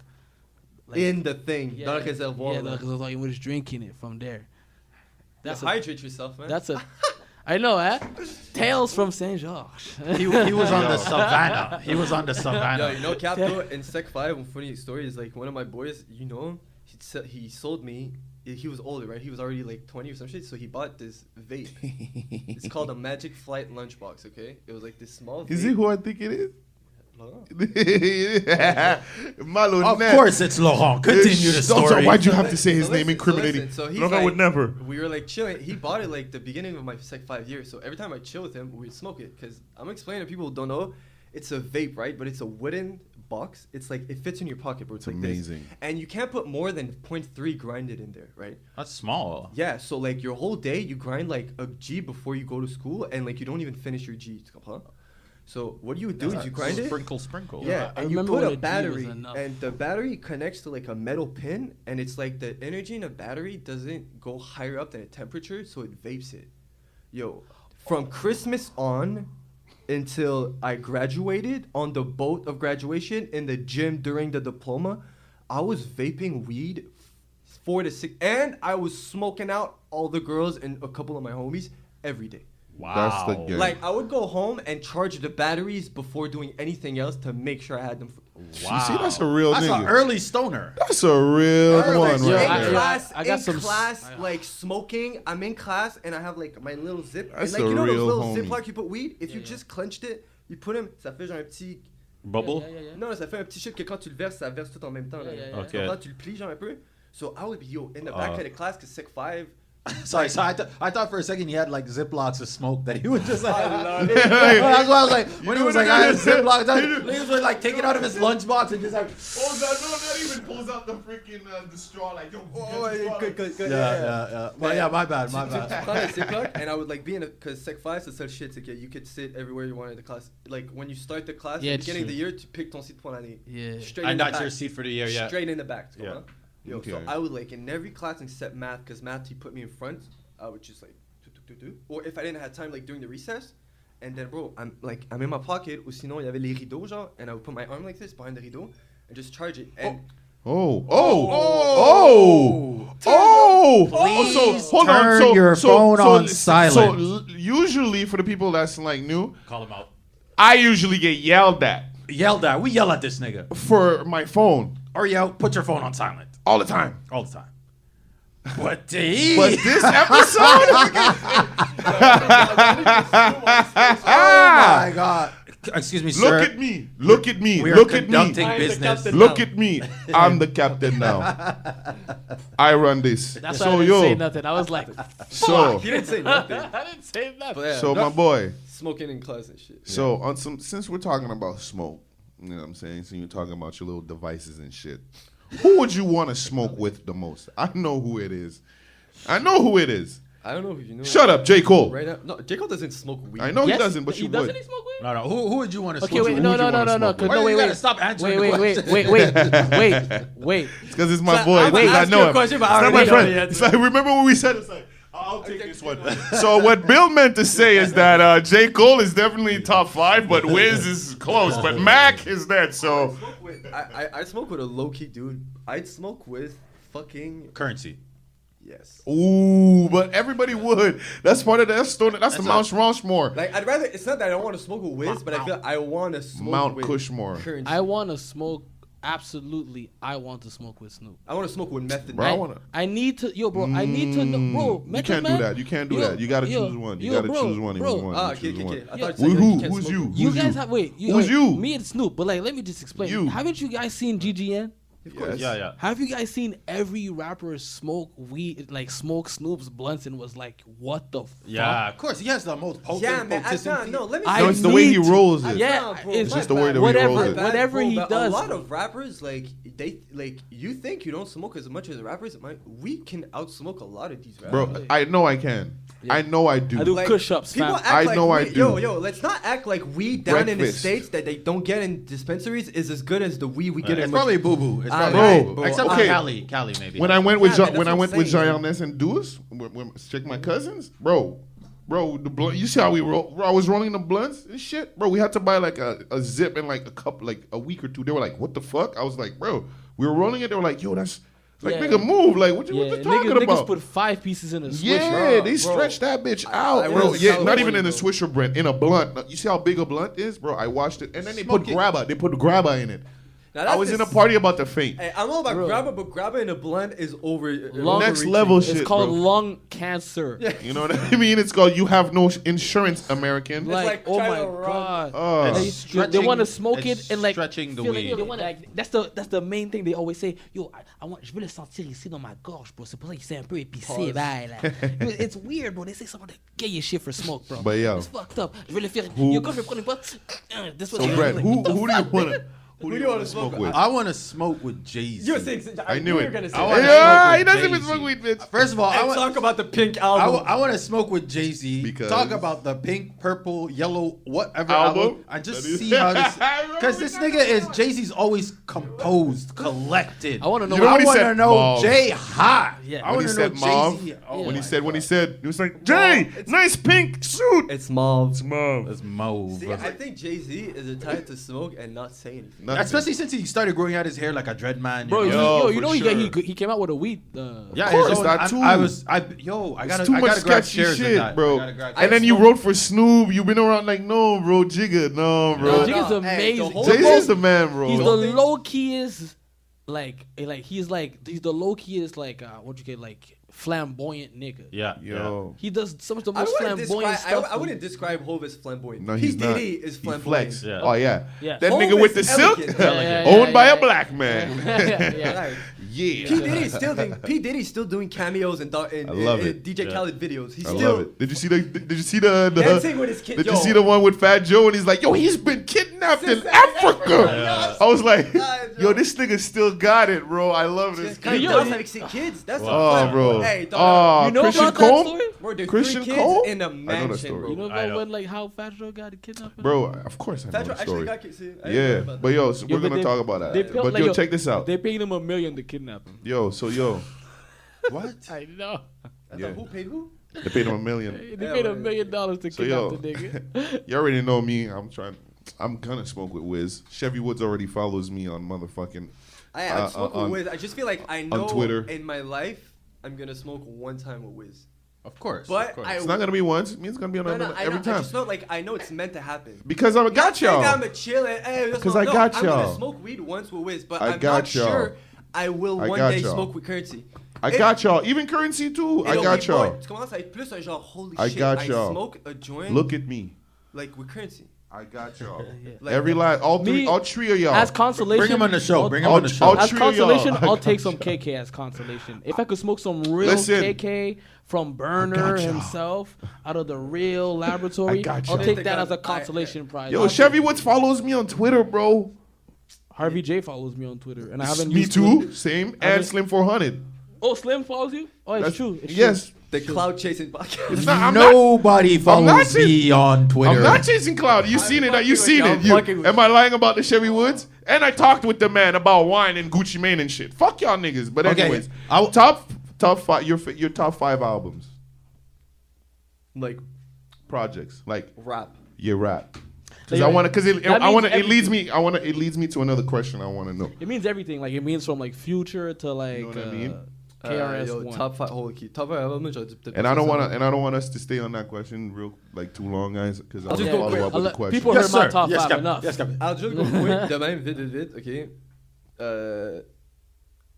S1: Like,
S4: in the thing. Yeah, Dark as a wall.
S1: Yeah, dans le réservoir, he was drinking it from there. That's a,
S4: hydrate yourself, man.
S1: that's a. I know, eh? Tales from Saint Georges.
S5: He, he was on the savannah. He was on the
S4: Yo,
S5: savannah.
S4: you know, Cap, though, in Sec 5, one funny story is like one of my boys, you know, him, he, se- he sold me, he- he was older, right? He was already like 20 or some shit, so he bought this vape. it's called a Magic Flight Lunchbox, okay? It was like this small vape.
S2: Is it who I think it is?
S4: No.
S2: Malo
S5: of
S2: Ness.
S5: course, it's Laurent. Continue the
S2: Doctor,
S5: story.
S2: Why'd you have to say his
S4: So
S2: name
S4: listen, so
S2: incriminating?
S4: listen, So he's
S6: Look, I
S4: like-
S6: would never.
S4: We were like chilling. He bought it like the beginning of my sec five years. So every time I chill with him, we'd smoke it. Cause I'm explaining to people who don't know, it's a vape, right? But it's a wooden box. It's like it fits in your pocket, bro. It's, like this.
S2: amazing.
S4: And you can't put more than 0.3 grinded in there, right?
S5: That's small.
S4: Yeah. So like your whole day, you grind like a G before you go to school, and like you don't even finish your G. tu comprends? So what you would do is you grind it.
S5: Sprinkle, sprinkle.
S4: Yeah,
S1: I
S4: and you
S1: remember when
S4: put
S1: a
S4: a
S1: G was
S4: battery,
S1: enough.
S4: and the battery connects to like a metal pin, and it's like the energy in a battery doesn't go higher up than a temperature, so it vapes it. Yo, from Christmas on until I graduated, on the boat of graduation, in the gym during the diploma, I was vaping weed four to six, and I was smoking out all the girls and a couple of my homies every day.
S5: Wow.
S2: That's the game.
S4: Like I would go home and charge the batteries before doing anything else to make sure I had them. For-
S5: Wow.
S2: You see, that's a real
S5: That's
S2: nigga.
S5: an early stoner.
S2: that's a real one
S4: in
S1: Yeah,
S2: right
S1: I-
S2: there.
S4: class,
S1: I got
S4: in
S1: some s-
S4: class,
S1: I-
S4: like smoking. I'm in class and I have like my little zip.
S2: That's
S4: and
S2: a
S4: like you know
S2: real
S4: those little
S2: homie.
S4: ziploc you put weed. If you just clenched it, you put them. Ça fait genre un petit.
S5: Bubble.
S1: Yeah, yeah, yeah.
S4: Non, ça fait un petit shit que quand tu le verses, ça verse tout en même temps. là.
S1: Yeah, yeah, yeah.
S5: Ok.
S4: Tu comprends? tu le plies genre un peu. So I would be yo in the back
S5: Ah.
S4: of the class, cause sick five.
S5: Sorry, so I, th- I thought for a second he had like Ziplocs of smoke that he was just like.
S4: love
S5: That's why I was like, when he was
S2: what
S5: like,
S2: it
S5: I had
S2: is?
S5: Ziplocs, that- he was like taking out of his lunchbox and just like.
S2: Pulls out, no, not even pulls out the freaking uh, the straw like yo.
S4: Oh, yeah, good, good, good.
S5: Yeah, yeah, yeah. Well, yeah, my bad, my
S4: Tu- tu
S5: bad.
S4: prends le Ziploc, and I would like be in a because Sec 5 c'est ça le shit c'est que you could sit everywhere you wanted in the class like when you start the class
S1: Yeah,
S4: at the beginning of
S1: true.
S4: the year tu piques ton site pour l'année
S1: Yeah.
S4: Straight
S5: I
S4: in the
S5: got your
S4: back.
S5: seat for the year, yeah.
S4: straight in the back tu
S5: Yeah.
S4: comprends? Yo,
S2: Okay.
S4: so I would like in every class except math because math he put me in front I would just like do, do, do, do. or if I didn't have time like during the recess and then bro I'm like I'm in my pocket ou sinon il y avait les rideaux genre and I would put my arm like this behind the rideau and just charge it and
S2: Oh, oh, oh, oh. oh.
S5: Please
S2: so, hold on.
S5: turn
S2: So,
S5: your
S2: so,
S5: phone
S2: so,
S5: on silent.
S2: So, l- usually for the people that's like new,
S5: Call him out.
S2: I usually get yelled at
S5: Yelled at. We yell at this nigga.
S2: for my phone
S5: Or yell, put your phone on silent.
S2: all the time.
S5: All the time. But he.
S2: But this episode,
S5: oh my god. Excuse me, sir.
S2: look at me, look at me,
S5: We are
S2: look at me,
S5: conducting business.
S2: look at me. I'm the captain now. I run this.
S1: That's why I
S2: so
S1: didn't say
S2: yo,
S1: nothing. I was like, "Fuck,
S2: so
S4: he didn't say nothing
S1: I didn't say nothing.
S4: but yeah,
S2: Oh. so my boy.
S4: smoking in class and shit
S2: So on some since we're talking about smoke, you know what I'm saying? So you're talking about your little devices and shit. Who would you want to smoke with the most? I know who it is. I know who it is.
S4: I don't know if you know
S2: Shut up, J. Cole.
S4: right now no Jacob doesn't smoke weed
S2: I know
S1: Yes,
S2: he doesn't, but
S1: he
S2: you
S1: doesn't
S2: would.
S1: he smoke weed?
S5: No, no. Who, who would you want to
S1: Okay, wait, no, no, no, no, no,
S2: smoke with?
S1: no,
S5: Why
S1: wait,
S5: you gotta
S1: wait,
S5: stop answering
S1: wait, wait,
S5: the
S1: wait, wait, wait, wait, wait,
S2: Because it's my
S4: So,
S2: boy.
S4: I'm
S2: because I
S4: asking you
S2: know
S4: a
S2: him.
S4: question, but I
S2: it's not my
S4: already know
S2: friend.
S4: the answer.
S2: It's like, remember what we said? It's like, "Oh, I'll take this one. so what Bill meant to say is that uh, J. Cole is definitely top five, but Wiz is close. But Mac is that, so...
S4: Wait, I, I I smoke with a low key dude. I'd smoke with fucking
S5: Currency.
S4: yes.
S2: Ooh, but everybody would. That's part of the that's, stone, that's the Mount Rushmore.
S4: Like I'd rather. It's not that I don't want to smoke with Wiz, but I feel I want to smoke
S2: Mount
S4: with
S2: Cushmore.
S4: Currency.
S1: I want to smoke. absolutely, I want to smoke with Snoop.
S4: I want to smoke with method.
S2: Bro, I
S4: man.
S2: wanna-
S1: I need to, yo, bro. I need to know, bro.
S2: Mm, you
S1: Method
S2: can't do
S1: Man-
S2: that. You can't do
S1: yo,
S2: that. You gotta
S1: yo,
S2: choose one. You
S1: yo,
S2: gotta
S1: bro,
S2: choose one. It was
S1: bro, uh,
S2: one.
S4: Ah,
S2: You
S4: okay,
S2: choose
S4: okay,
S2: one.
S4: okay. I thought
S2: Who-
S4: you said
S2: who?
S4: can't
S2: Who's
S4: smoke
S2: you?
S4: with-
S1: You
S2: Who's
S1: guys
S2: you?
S1: have wait. You,
S2: Who's
S1: wait,
S2: you?
S1: Me and Snoop, but like, let me just explain.
S2: You.
S1: Haven't you guys seen GGN?
S2: Yes.
S5: Yeah, yeah.
S1: Have you guys seen every rapper smoke weed, like smoke Snoop's blunts, and was like, "What the fuck?"
S5: Yeah, of course. He has the most potent.
S4: Yeah, man. I
S5: potency.
S4: don't know. Let me.
S1: I
S2: No,
S4: say-
S2: it's the way he
S1: need to-
S2: rolls it.
S1: Yeah,
S4: Nah, bro,
S1: it's
S4: my
S2: Just the way
S4: bad.
S2: that he
S1: whatever,
S2: rolls it.
S4: My bad,
S1: whatever
S4: bro,
S1: he
S4: but
S1: does.
S4: A lot of rappers, like they, like you think you don't smoke as much as rappers. My, we can outsmoke a lot of these rappers.
S2: Bro, I know I can. I know I do.
S1: I do
S4: Like,
S1: push-ups,
S4: people
S1: fam.
S4: act
S2: I
S4: like
S2: know I
S4: weed- Yo,
S2: do.
S4: yo, let's not act like weed down in the
S2: Breakfast.
S4: states that they don't get in dispensaries is as good as the weed we get
S5: It's
S4: in.
S5: probably boo boo. It's
S4: I-
S5: probably
S2: Bro,
S5: boo-boo. Except
S2: okay.
S5: for Cali. Cali, maybe.
S2: When I went with
S4: Yeah,
S2: ja,
S4: that's
S2: when
S4: what
S2: I
S4: I'm
S2: went with
S4: saying.
S2: Jayon Ness and Dewis, when, when, check my cousins, bro, bro, the blunt. You see how we roll? Bro, I was rolling the blunts and shit, bro. We had to buy like a, a zip in like a cup, like a week or two. They were like, "What the fuck?" I was like, "Bro, we were rolling it." They were like, "Yo, that's like
S1: Yeah.
S2: nigga move, like what you,
S1: yeah,
S2: what you
S1: niggas,
S2: talking
S1: niggas
S2: about?"
S1: put five pieces in a switch.
S2: yeah,
S4: bro.
S2: they
S4: Bro.
S2: stretched that bitch
S4: I
S2: out,
S4: went
S2: bro.
S4: to
S2: Yeah, not even
S4: California,
S2: in a
S4: bro.
S2: swisher brand, in a blunt. You see how big a blunt is, bro? I watched it, and then they put
S5: Smoke it.
S2: grabba. They put grabba in it.
S4: Now
S2: I
S4: that's
S2: was in a
S4: just-
S2: party about to faint.
S4: Hey, I don't know about grabber, but grabber in a blunt is over. uh,
S1: Long-
S2: Next level
S1: It's
S2: Oh, shit,
S1: called
S2: bro.
S1: lung cancer.
S4: Yeah.
S2: You know what I mean? It's called "You Have No Insurance, American."
S1: Like,
S4: like
S1: oh
S4: trying
S1: my
S4: to run.
S1: god.
S2: Uh,
S1: They-
S5: It's
S1: they
S5: stretching-
S1: want to smoke
S5: it's
S1: it and like
S5: stretching the
S1: feel it.
S5: weed.
S1: They wanna, like, that's the that's the main thing they always say. Yo, I, I want je veux le sentir ici dans ma gorge, bro. C'est pour ça que c'est un peu épicé,
S4: Pause.
S1: bye. Like, it's weird, bro. They say some of the gayest shit for smoke, bro.
S2: But yo.
S1: it's fucked up. Je veux le faire.
S2: Who-
S1: Yo, quand je vais prendre une boîte, euh, this
S2: so, Brad, who who do you want to who do you
S4: wanna
S2: want to
S4: smoke
S2: smoke
S4: with?
S2: with?
S5: I want to smoke with Jay Z.
S4: You're saying,
S2: I knew
S4: you
S2: it.
S4: Were gonna say
S5: I
S4: that.
S5: wanna
S2: yeah,
S5: smoke
S2: he
S5: with
S2: doesn't even
S5: Jay-Z.
S2: smoke with bitch.
S5: First of all, I
S4: And
S5: want,
S4: talk about the pink
S5: I,
S4: album.
S5: w- I want to smoke with Jay Z.
S2: Because-
S5: talk about the pink, purple, yellow, whatever
S2: Album?
S5: album. I just
S2: That is-
S5: see how this
S2: I remember
S5: because
S2: we
S5: this
S2: talked
S5: nigga is Jay Z's always composed, collected.
S1: I wanna know
S5: I
S1: You know
S2: what he
S5: want
S2: said?
S5: to know
S2: Mauve.
S5: Jay hot.
S1: Yeah.
S5: I
S2: When
S5: want
S2: he
S5: to know Oh
S2: said mauve,
S5: Jay Z.
S2: when he said when he said,
S6: It was like, Jay, nice pink suit.
S4: It's mauve.
S6: Mom.
S5: that's mauve.
S4: See, I think Jay Z is entitled to smoke and not say anything.
S2: nothing.
S5: Especially since he started growing out his hair like a dread man. you
S1: Bro,
S5: know?
S1: yo,
S2: Yo,
S1: you
S2: for
S1: know he,
S2: sure.
S1: got, he he came out with a weed. Uh,
S5: Yeah,
S2: Of course,
S5: his own-
S2: that
S5: I'm-
S2: too.
S5: I was, I yo, I
S2: It's
S5: gotta,
S2: too
S5: I
S2: much
S5: gotta grab
S2: sketchy
S5: shares in
S2: shit,
S5: that. I
S2: bro.
S5: gotta grab-
S2: And then you wrote for Snoop. You've been around like, no, bro, Jigga, no,
S1: Bro,
S2: bro.
S1: Jigga's
S4: no, hey, the
S1: amazing.
S4: whole-
S2: Jay
S1: The
S2: Z's
S1: most-
S2: the man, bro.
S1: He's the
S4: Don't think-
S1: low keyest, like, eh, like he's like he's the low keyest, like uh, what you get, like flamboyant nigga.
S5: Yeah,
S2: Yo,
S1: He does some of the
S4: I
S1: most
S4: wouldn't,
S1: flamboyant
S4: describe, I,
S1: stuff.
S4: I wouldn't describe Hov as flamboyant.
S2: no, he's
S4: P.
S2: not.
S4: Diddy is
S2: He
S4: flamboyant.
S2: flex.
S5: Yeah.
S2: Oh yeah,
S1: Yeah.
S2: that
S4: Hov
S2: nigga with the
S4: is
S2: silk,
S4: elegant.
S5: Yeah, yeah,
S1: yeah,
S2: owned by
S1: yeah,
S2: a
S1: yeah.
S2: black man.
S1: yeah, yeah.
S4: Like, P.
S2: Yeah,
S4: Diddy's still doing P. Diddy's still doing cameos in, doc- in,
S2: I love
S4: in,
S2: it.
S4: DJ
S5: Yeah.
S4: Khaled videos. He's
S2: I
S4: still
S2: love it. Did you see the? Did you see the? the
S4: dancing with his kid.
S2: Did
S4: yo,
S2: you see the one with Fat Joe and he's like, yo, he's been kidnapped
S4: Since
S2: in
S4: Africa.
S2: Africa.
S4: Yeah.
S2: I was like,
S4: God,
S2: yo,
S4: yo.
S2: this nigga still got it, bro. I love this
S4: Just
S2: kid.
S4: kind
S1: Yo,
S4: of does
S1: you-
S4: having six kids. That's a
S2: Oh,
S4: flam-
S2: bro.
S4: Hey, dog.
S2: oh,
S1: You know
S2: Christian
S1: about that
S2: Cole?
S1: story?
S4: Bro, there's
S2: Christian
S4: three kids
S2: Cole?
S4: in a
S2: I know that
S4: mansion,
S2: story.
S4: bro.
S1: You know
S5: I
S1: about
S5: know.
S1: when like how Fat Joe got kidnapped?
S2: Bro, of course I know
S4: Fat Joe
S2: the
S4: actually
S2: story.
S4: got kids. see? I didn't
S2: yeah,
S4: know about
S2: but
S4: that.
S2: yo, so
S1: Yo,
S2: we're
S1: but
S2: gonna
S1: they-
S2: talk about that.
S1: they built,
S2: but
S1: like,
S2: yo,
S1: yo,
S2: check this out.
S1: They paid him a million to kidnap him.
S2: yo, so yo,
S5: What?
S1: I know.
S4: I
S2: yeah.
S4: thought, who paid who?
S2: they paid him a million.
S1: They
S4: Yeah,
S1: paid a
S4: but-
S1: million dollars to
S2: So
S1: kidnap
S2: yo,
S1: the nigga.
S2: you already know me. I'm trying. I'm gonna smoke with Wiz. Chevy Woods already follows me on motherfucking.
S4: I,
S2: uh,
S4: I smoke
S2: uh, on-
S4: with Wiz. I just feel like I know
S2: Twitter.
S4: in my life I'm gonna smoke one time with Wiz.
S5: Of course.
S4: But
S5: of course.
S4: I
S2: It's not gonna be once. I mean, it's gonna be on
S4: no, no, I,
S2: every
S4: know, I
S2: time
S4: just felt like I know it's meant to happen.
S2: because I got
S4: Think
S2: y'all.
S4: I'm chilling. Hey, that's
S2: 'Cause
S4: what-
S2: I
S4: no,
S2: got
S4: I'm gonna
S2: y'all.
S4: smoke weed once with Wiz, but
S2: I
S4: I'm
S2: got
S4: not
S2: y'all.
S4: sure I will
S2: I
S4: one
S2: got
S4: day
S2: y'all.
S4: smoke with currency.
S2: I
S4: It-
S2: got y'all. Even currency too. I
S4: it'll
S2: got
S4: be
S2: y'all.
S4: more. Tu commences à être plus un genre, holy
S2: I
S4: shit,
S2: got
S4: I
S2: y'all.
S4: smoke a joint
S2: Look at me.
S4: like with currency.
S2: I got y'all.
S4: Like,
S2: Every last, all three,
S1: Me-
S2: all three of y'all.
S1: As consolation,
S5: Bring him on the show.
S1: I'll-
S5: Bring him
S2: I'll-
S5: on the show.
S2: I'll-
S1: As
S2: Trio.
S1: consolation,
S2: I
S1: I'll
S2: got
S1: take some KK as consolation. If I could smoke some real
S2: Listen.
S1: KK from Burner himself out of the real laboratory,
S2: I got
S1: I'll
S2: y'all.
S1: take that as
S4: I-
S1: a consolation prize.
S2: Yo, Chevy Woods follows me on Twitter, bro.
S1: Harvey J follows me on Twitter, and I haven't.
S2: Me
S1: used
S2: too.
S1: Twitter.
S2: Same.
S1: haven't-
S2: And Slim 400.
S1: Oh, Slim follows you. Oh, it's true. It's
S2: yes.
S4: The cloud chasing podcast.
S2: It's not, I'm, not,
S5: Nobody
S2: not
S5: follows
S2: chas-
S5: me on Twitter.
S2: I'm not chasing cloud. You seen it.
S4: fucking
S2: You
S4: with
S2: seen
S4: you.
S2: it.
S4: I'm
S2: You-
S4: fucking with
S2: am I lying about the Chevy Woods? And I talked with the man about wine and Gucci Mane and shit. Fuck y'all niggas. But
S5: Okay.
S2: anyways,
S5: I w-
S2: top top five your fi- your top five albums
S4: like
S2: projects like
S4: rap. Uh,
S2: your rap. Because
S1: Like,
S2: I want to. Because
S1: that
S2: I
S1: means
S2: want to. It
S1: everything.
S2: leads me. I want to. It leads me to another question. I want to know.
S1: It means everything. Like it means from like future to like
S2: know what I
S1: uh,
S2: mean?
S4: Uh,
S1: KRS
S4: yo,
S1: One.
S4: top five, holy key. Top five albums, j'aurais dû peut-être
S2: And I don't
S4: passer ça.
S2: want to, and I don't want us to stay on that question real like too long, guys, because I
S4: I'll
S2: want
S4: just
S2: to
S4: go
S2: follow
S4: quick.
S1: I'll
S2: up with a
S1: let-
S2: question.
S1: people-
S5: Yes,
S1: Heard my
S5: sir.
S1: top
S5: yes,
S1: five
S5: Captain.
S1: enough.
S5: Yes, Captain.
S4: I'll just go quick, de même, vite, vite, vite, ok? uh,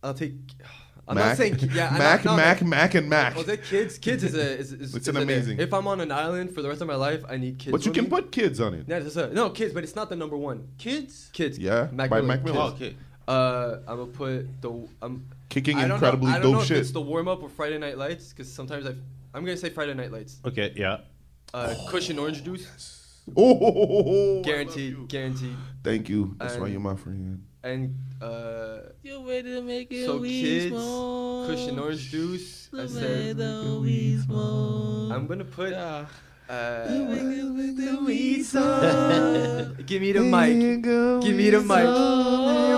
S4: I'll take. I'm
S2: Mac,
S4: not saying yeah. I'm
S2: Mac,
S4: not, no,
S2: Mac, Mac, and Mac.
S4: Jose, kids, kids is a is, is,
S2: It's
S4: is
S2: an amazing-
S4: If I'm on an island for the rest of my life, I need kids.
S2: But you
S4: with
S2: can
S4: me.
S2: put kids on it.
S4: No, it's a- no kids, but it's not the number one.
S5: Kids?
S4: Kids.
S2: Yeah, by Mac
S4: kids.
S2: Miller.
S5: Oh, kid.
S4: Uh, I'm gonna put the um.
S2: Kicking
S4: I don't know-
S2: incredibly
S4: I don't know
S2: dope
S4: if
S2: shit.
S4: It's the warm up or Friday Night Lights because sometimes I. I'm gonna say Friday Night Lights.
S5: Okay, yeah.
S4: Uh, cushion orange juice,
S2: Oh, ho, ho, ho, ho, I love
S4: guaranteed,
S2: you.
S4: guaranteed,
S2: Thank you. That's why
S4: And-
S2: you're my friend.
S4: and uh,
S1: The way to make it
S4: so
S1: we
S4: kids,
S1: smoke.
S4: cushion orange juice. I
S1: The way
S4: said
S1: that we smoke.
S4: I'm gonna put.
S1: Yeah.
S4: Uh,
S1: The
S4: give me the mic. Give me the mic. Give me the mic. Yo,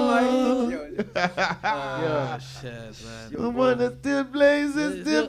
S1: Oh,
S4: Ah,
S1: shit, man.
S2: The one that still blazes, still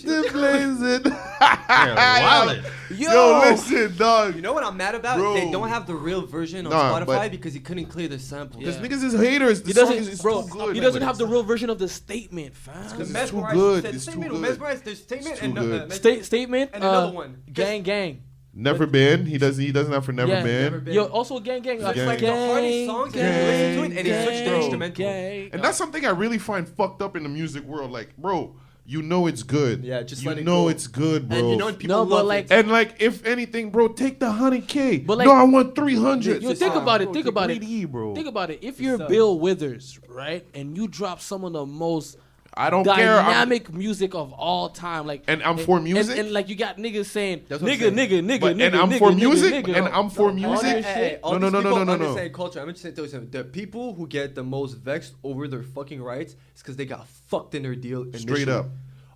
S2: still blazes.
S5: Wallet.
S1: Yo,
S2: Yo, listen, dog.
S4: You know what I'm mad about?
S2: Bro.
S4: They don't have the real version on
S2: Nah,
S4: Spotify
S2: but-
S4: because he couldn't clear the sample.
S1: Yeah.
S2: This niggas is haters. The
S1: he
S2: song is
S1: doesn't,
S2: it's
S1: bro.
S2: too good.
S1: He doesn't have the real version of the statement, fam.
S2: it's
S4: The
S2: too
S4: mesmerized-
S2: good,
S4: the
S2: it's too
S4: statement,
S2: good.
S4: mesmerized, there's statement
S2: It's too
S4: and the-
S2: good.
S4: uh, mes-
S1: State statement.
S4: And another
S1: uh,
S4: one.
S1: Gang, gang.
S2: Never been. He doesn't. He doesn't have for never
S1: Yeah.
S2: been.
S4: Never Been.
S1: Yo, also gang, gang.
S4: So it's
S2: Gang.
S4: like the hardest songs and you listen to it and it switched to
S1: gang,
S4: instrumental.
S1: gang.
S2: And that's something I really find fucked up in the music world. Like, bro, you know it's good.
S4: Yeah, just
S2: you
S4: let it
S2: know
S4: go.
S2: it's good, bro.
S5: And you know people
S1: No, but
S5: love
S1: like-
S5: like,
S2: And, like, if anything, bro, take the hundred k.
S1: But,
S2: no,
S1: like-
S2: I want three hundred.
S1: Yo, think
S2: uh,
S1: about it. Think about it.
S2: greedy, bro.
S1: Think about it. If you're
S4: sucks.
S1: Bill Withers, right, and you drop some of the most
S2: I don't care. I'm-
S1: dynamic music of all time, like
S2: And I'm for music?
S1: and, and, like you got niggas saying
S4: That's what I'm
S1: nigga,
S4: saying.
S1: nigga, nigga,
S2: But-
S1: nigga,
S2: and I'm
S1: nigga,
S2: for
S1: nigga,
S2: music,
S1: nigga.
S2: and I'm for
S1: all that
S2: music.
S1: shit-
S4: Hey, hey, all
S2: No, no,
S4: these
S2: no, no,
S4: people
S2: no, no, no.
S4: understand culture. I'm just saying something. The people who get the most vexed over their fucking rights is because they got fucked in their deal. Initially.
S2: up.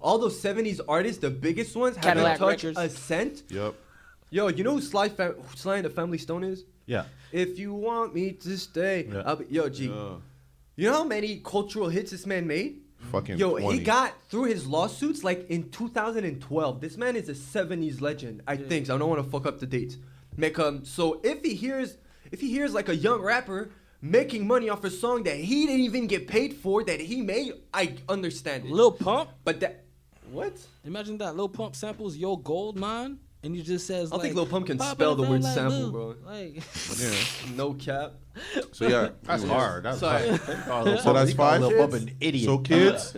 S4: All those '70s artists, the biggest ones,
S1: Cadillac
S4: haven't touched
S1: Records.
S4: a cent.
S2: Yep.
S4: Yo, you know who Sly, Fa- Sly and the Family Stone is?
S5: Yeah.
S4: If you want me to stay,
S5: Yeah.
S4: I'll be, yo, G. You know how many cultural hits this man made?
S2: Fucking.
S4: Yo,
S2: 20.
S4: he got through his lawsuits like in 2012. This man is a 70s legend, I think. So I don't want to fuck up the dates. Make um. So if he hears, if he hears like a young rapper making money off a song that he didn't even get paid for that he made, I understand it.
S1: Lil Pump.
S4: but that, what?
S1: Imagine that Lil Pump samples Yo Gold Mine, and he just says.
S4: I
S1: like,
S4: think Lil Pump can
S1: "Poppin'
S4: spell the
S1: down
S4: word
S1: like blue."
S4: sample, bro.
S1: Like,
S2: Yeah.
S4: No cap.
S2: So yeah.
S5: That's hard. That's
S4: Sorry.
S5: hard. They call Lil
S2: So
S5: Pump-
S2: that's
S5: they call
S2: five?
S5: Lil Pump an idiot.
S2: So kids,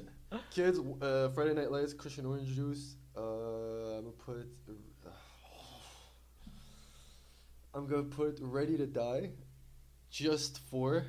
S4: Kids, uh, Friday Night Lights, Christian Orange Juice. Uh, I'm gonna put. I'm gonna put Ready to Die, just for,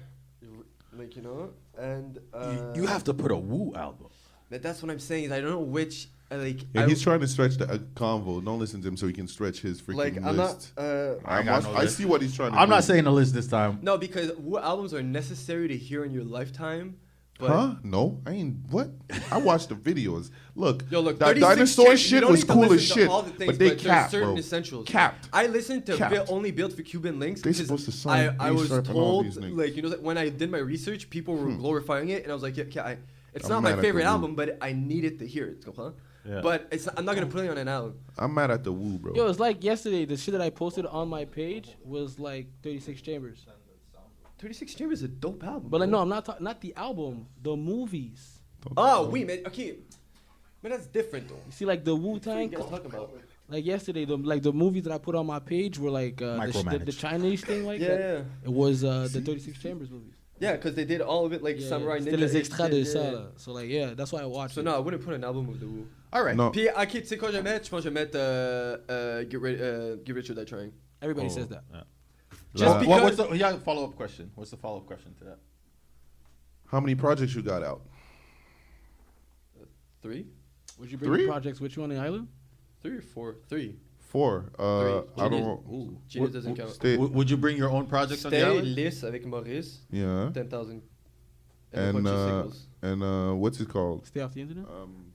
S4: like you know, and uh,
S5: You, you have to put a Woo album.
S4: That, that's what I'm saying. Is I don't know which. uh, Like
S2: yeah,
S4: I,
S2: he's trying to stretch the uh, convo. Don't listen to him so he can stretch his freaking
S4: like I'm not.
S2: list.
S4: Uh,
S2: I,
S5: got
S2: must-
S5: no
S2: I
S5: list.
S2: see what he's trying to.
S5: I'm
S2: do.
S5: not saying a list this time.
S4: no, because what albums are necessary to hear in your lifetime? But
S2: Huh? No, I ain't. What? I watched the videos. Look,
S4: Yo, look,
S2: that
S4: 36
S2: dinosaur
S4: chicks, you
S2: shit
S4: don't
S2: was
S4: need to
S2: cool
S4: listen
S2: as
S4: to
S2: shit,
S4: all the things,
S2: but they
S4: there's
S2: capped,
S4: certain
S2: bro.
S4: essentials.
S2: Capped.
S4: I listened to
S2: Capped.
S4: Bill- only built for Cuban links.
S2: They
S4: 'cause
S2: supposed to sign
S4: I, I
S2: Ace
S4: was
S2: Rep and all
S4: told,
S2: these niggas.
S4: like you know, that when I did my research, people were glorifying it, and I was like, yeah, yeah I, it's
S2: Hmm. I'm
S4: not
S2: mad at
S4: my
S2: the
S4: favorite
S2: dude.
S4: album, but I needed to hear it. you know, Huh?
S5: Yeah.
S4: But it's I'm not gonna
S2: Oh.
S4: put it on an album.
S2: I'm mad at the woo, bro.
S1: yo, it's like yesterday. The shit that I posted on my page was like 36 Chambers.
S4: Thirty Six Chambers is a dope album.
S1: But like, no,
S4: bro.
S1: I'm not talking. Not the album. The movies.
S4: Oh, we man, okay, man, that's different though.
S1: You see, like the Wu
S4: What are
S1: Tang.
S4: you guys talking about?
S1: Like yesterday, the like the movies that I put on my page were like uh, the, sh- the, the
S5: Micromanaged.
S1: Chinese thing, like
S4: Yeah,
S1: that.
S4: yeah.
S1: It was uh, the 36 Chambers movies.
S4: Yeah, because they did all of it like
S1: Yeah,
S4: Samurai
S1: c'était
S4: Ninja.
S1: les extraits de
S4: Yeah,
S1: ça.
S4: yeah,
S1: là. So like yeah, that's why I watched.
S4: So
S1: it.
S4: no, I wouldn't put an album of the Wu.
S5: All right.
S2: No.
S4: Puis, ok, tu sais quoi je vais mettre? Je pense que je vais mettre euh, euh, get, rid, euh, get Rich or Die Trying.
S1: everybody
S5: Oh,
S1: says that.
S5: yeah.
S4: Just
S5: What- what's
S4: because-
S5: the yeah, follow up question? What's the follow up question to that?
S2: How many projects you got out?
S4: Three?
S1: Would you bring
S2: Three?
S1: the projects with you on the island?
S4: Three or four? Three.
S2: Four. Uh,
S4: Three.
S2: I don't
S4: Genius.
S2: know.
S4: Genius doesn't count.
S2: Stay,
S5: W- would you bring your own projects on the
S4: Stay
S5: island?
S4: List avec Maurice.
S2: yeah.
S4: 10,000. And,
S2: And
S4: and a bunch
S2: uh,
S4: of singles.
S2: and uh, what's it called?
S1: Stay off the internet.
S2: Um,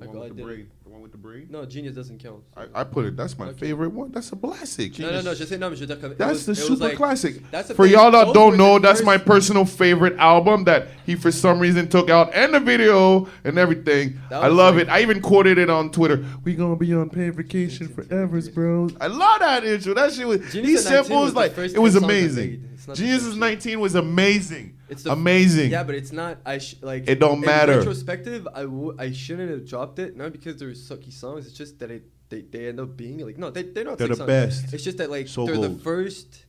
S4: I got- I did it.
S2: The one with the braid.
S4: No, Genius doesn't count.
S2: I, I put it. That's my
S4: Okay.
S2: favorite one. That's a classic.
S4: no, no, no, je sais, non, mais je veux dire comme. it
S2: That's
S4: was-
S2: the
S4: it was
S2: super
S4: like-
S2: classic.
S4: That's the
S2: For
S4: thing,
S2: y'all that
S4: those
S2: don't
S4: were
S2: know,
S4: the
S2: that's
S4: first-
S2: my personal favorite album that he for some reason took out and the video and everything.
S4: That
S2: I
S4: was
S2: love
S4: like-
S2: it. I even quoted it on Twitter. We gonna be on paid vacation forever, bro. I love that intro. That shit was
S4: Genius
S2: these
S4: at 19
S2: samples
S4: was the
S2: like
S4: first
S2: it was
S4: hit song that
S2: amazing.
S4: made. It's not the
S2: Genius
S4: same
S2: is
S4: shit.
S2: 19 was amazing.
S4: It's the-
S2: amazing.
S4: Yeah, but it's not. I sh- like.
S2: It don't
S4: in
S2: matter.
S4: Retrospective, I w- I shouldn't have dropped it. Not because they're sucky songs. It's just that it they, they end up being like no, they they're not.
S2: They're the
S4: sick songs.
S2: best.
S4: It's just that like
S2: So
S4: they're the
S2: gold.
S4: first.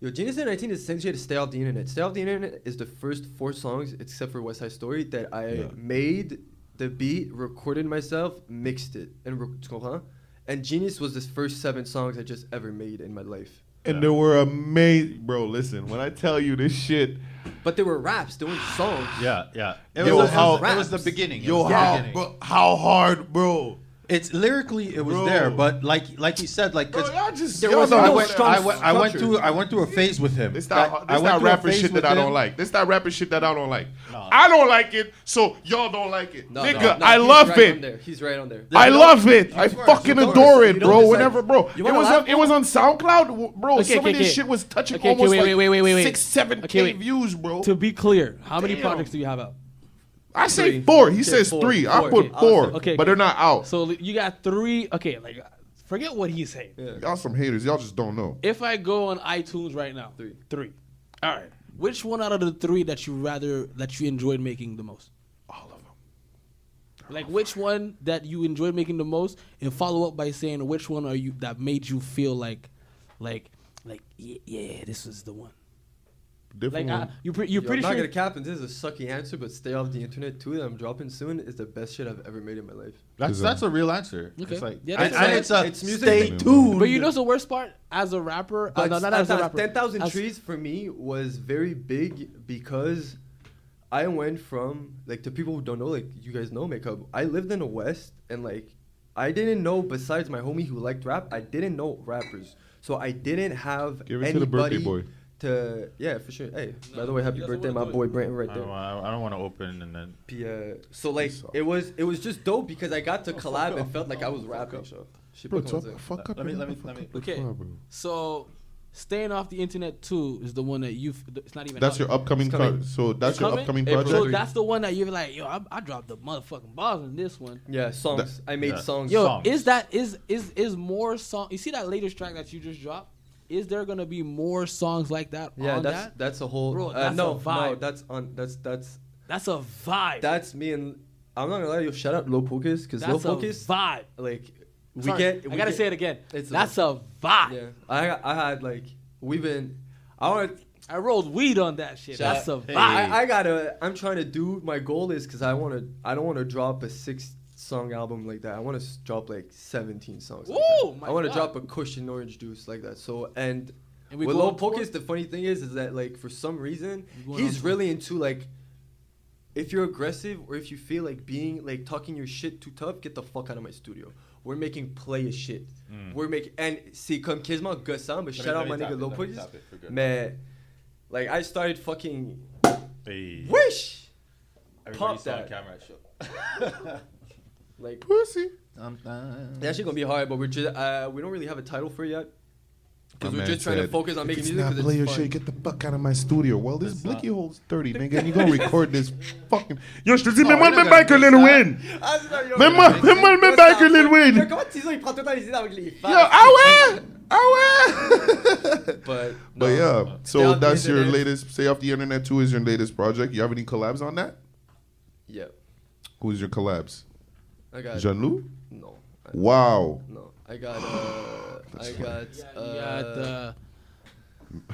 S4: Yo, Genius in 19 is essentially to stay off the internet. Stay off the internet is the first four songs, except for West Side Story, that I made the beat, recorded myself, mixed it, and rec- tu comprends? And Genius was the first seven songs I just ever made in my life.
S2: And there were amazing, bro. Listen, when I tell you this shit,
S4: But they were raps, they weren't songs.
S5: Yeah, yeah. It
S2: Yo,
S5: was,
S2: how-
S5: it was, it was the beginning. It
S2: yo,
S5: was the
S2: how,
S5: beginning.
S2: bro, how hard, bro.
S5: It's lyrically it was
S2: Bro.
S5: there, but like like he said, like 'cause
S2: Bro, y'all just
S4: there
S2: y'all
S4: was
S2: know
S4: no
S5: I
S2: how-
S5: went,
S4: strong
S5: I went, I went
S4: structure.
S5: through I went through a phase with him.
S2: This
S5: I-
S2: not,
S5: I
S2: this
S5: went
S2: not
S5: through a
S2: rapping
S5: phase
S2: shit
S5: with
S2: that I
S5: him.
S2: don't like. This not rapping shit that I don't like.
S5: No.
S2: I don't like it, so y'all don't like it.
S4: No,
S2: Nigga,
S4: no, no,
S2: I
S4: he's
S2: love
S4: right On
S2: it.
S4: there. He's right on there.
S2: I
S5: You
S2: love it. I
S5: course,
S2: fucking
S5: of course.
S2: adore
S4: You
S2: it,
S4: don't
S2: bro.
S4: decide.
S2: Whenever, bro, it
S4: You wanna
S2: was
S4: laugh?
S2: on, it was on SoundCloud, bro.
S1: Okay,
S2: some
S1: okay,
S2: of this
S1: okay.
S2: shit was touching
S1: Okay, okay,
S2: almost
S1: wait,
S2: like
S1: wait, wait, wait, wait, wait.
S2: six, seven
S1: Okay,
S2: k
S1: wait.
S2: views, bro.
S1: To be clear, how many
S2: Oh. Damn.
S1: projects do you have out?
S2: I say
S4: Three.
S2: four. He
S4: Okay,
S2: says
S4: four,
S2: three. I
S4: four.
S2: put
S4: I'll say-
S2: four,
S1: okay,
S2: but
S1: okay.
S2: they're not out.
S1: So li- you got three. Okay, like forget what he's saying.
S2: y'all some haters. Y'all just don't know.
S1: If I go on iTunes right now,
S4: Three.
S1: three. All right. Which one out of the three that you rather that you enjoyed making the most?
S2: All of them.
S1: Like which one that you enjoyed making the most, and follow up by saying which one are you that made you feel like, like, like yeah, yeah this was the one. Like
S2: Different.
S1: I,
S2: one.
S1: you, pre- you're
S4: Yo,
S1: pretty
S4: I'm not
S1: sure.
S4: gonna cap, and this is a sucky answer, but stay off the internet too. That I'm dropping soon is the best shit I've ever made in my life.
S5: That's
S2: Is
S5: that's a real answer.
S1: Okay.
S5: It's like
S1: Yeah, that's
S5: and, and
S1: right.
S5: it's a
S4: It's music.
S5: stay tuned.
S1: But you know, what's the worst part as a rapper, uh,
S4: But
S1: no, not as a rapper.
S4: ten thousand
S1: as-
S4: trees for me was very big because I went from like to people who don't know, like you guys know makeup. I lived in the West and like I didn't know besides my homie who liked rap, I didn't know rappers. So I didn't have
S2: Give it to
S4: anybody
S2: the birthday boy.
S4: to yeah for sure. Hey, by the way, happy
S1: doesn't
S4: birthday,
S1: wanna
S4: my
S1: do it.
S4: boy Brandon right
S5: I
S4: there.
S5: don't, want, I don't want to open and then
S4: P- uh, so like it was it was just dope because I got to collab and felt like I was rapping. So shit
S2: Bro,
S4: becomes
S2: talk
S4: a-
S2: the fuck up.
S5: Let me-
S2: you
S5: let me-
S2: motherfucker.
S5: let me-
S1: Okay,
S2: Fuck, bro.
S1: so staying off the internet too is the one that you. It's not even.
S2: That's
S1: out
S2: your
S1: yet.
S2: upcoming.
S4: It's coming.
S2: Pro- so that's
S1: It's
S2: your
S1: coming?
S2: upcoming
S4: April.
S2: project.
S1: So that's the one that you're like, yo, I, I dropped the motherfucking balls in this one.
S4: yeah songs. I made
S5: yeah.
S4: songs.
S1: Yo,
S5: songs.
S1: is that is is is more song? You see that latest track that you just dropped? Is there gonna be more songs like that?
S4: Yeah,
S1: on
S4: that's
S1: that?
S4: that's a whole.
S1: Bro,
S4: uh,
S1: that's
S4: no,
S1: a vibe.
S4: no, that's on. That's that's
S1: That's a vibe.
S4: that's me and I'm not gonna lie. You shout out Low Focus because Low
S1: that's a
S4: Focus
S1: vibe.
S4: like we
S1: Sorry,
S4: get.
S1: I
S4: we
S1: gotta
S4: get-
S1: say it again.
S4: It's a
S1: that's a vibe.
S4: Yeah, I I had like we've been. I want.
S1: I rolled weed on that shit.
S4: Shout
S1: that's
S4: out.
S1: a
S5: Hey.
S1: vibe.
S4: I, I gotta. I'm trying to do. My goal is because I want to. I don't want to drop a six song album like that. I want to drop like 17 songs. like that.
S1: Ooh, my
S4: I want to
S1: God.
S4: drop a cushion orange juice like that. So and,
S1: And we
S4: with
S1: go
S4: Low
S1: on tour?
S4: Pocus, the funny thing is, is that like for some reason
S1: We going
S4: he's
S1: on tour.
S4: really into like. If you're aggressive or if you feel like being like talking your shit too tough, get the fuck out of my studio. We're making play as shit. We're making and see comme quasiment gossant, but
S5: Mm.
S4: shout
S5: let
S4: out
S5: me
S4: my
S5: tap
S4: nigga
S5: it,
S4: Low
S5: let me
S4: Pocus.
S5: tap it for good.
S4: Man, like I started fucking
S5: hey,
S4: Wish.
S5: everybody
S4: pop
S5: saw
S4: that.
S5: camera show.
S4: Like
S2: pussy.
S4: that actually gonna be hard, but we're just uh, we don't really have a title for it yet because
S2: My man
S4: we're just trying to
S2: said,
S4: focus on
S2: "If
S4: making
S2: it's
S4: music
S2: not
S4: because
S2: player
S4: it's fun.
S2: shit, get the fuck out of my studio. Well, this
S5: It's
S2: blicky
S5: not.
S2: holds thirty, nigga, and you gonna record this fucking.
S6: Yo, je te dis,
S4: Oh,
S5: Non,
S6: mets-moi
S5: il
S6: le
S5: a
S6: même bail que Lil
S5: gagné ça.
S6: Wayne.
S4: Ah, c'est ça, yo.
S6: Mets-moi-
S4: Yo,
S6: mets-moi le même
S4: yo,
S6: bail
S4: ça,
S6: que Lil
S4: yo,
S6: Wayne.
S4: yo, Comment Tizon il prend tout le temps les idées avec les
S2: Yo,
S4: femmes?
S2: ah ouais, ah ouais.
S4: But
S2: But
S4: no.
S2: yeah,
S4: Stay
S2: so
S4: off the
S2: that's your
S4: internet.
S2: latest. Stay off the internet too is your latest project. You have any collabs on that?
S4: Yeah,
S2: Who's your collabs?
S4: I got
S2: Jean Lou?
S4: no, I,
S2: Wow.
S4: no, I got uh, I got
S1: You
S4: uh,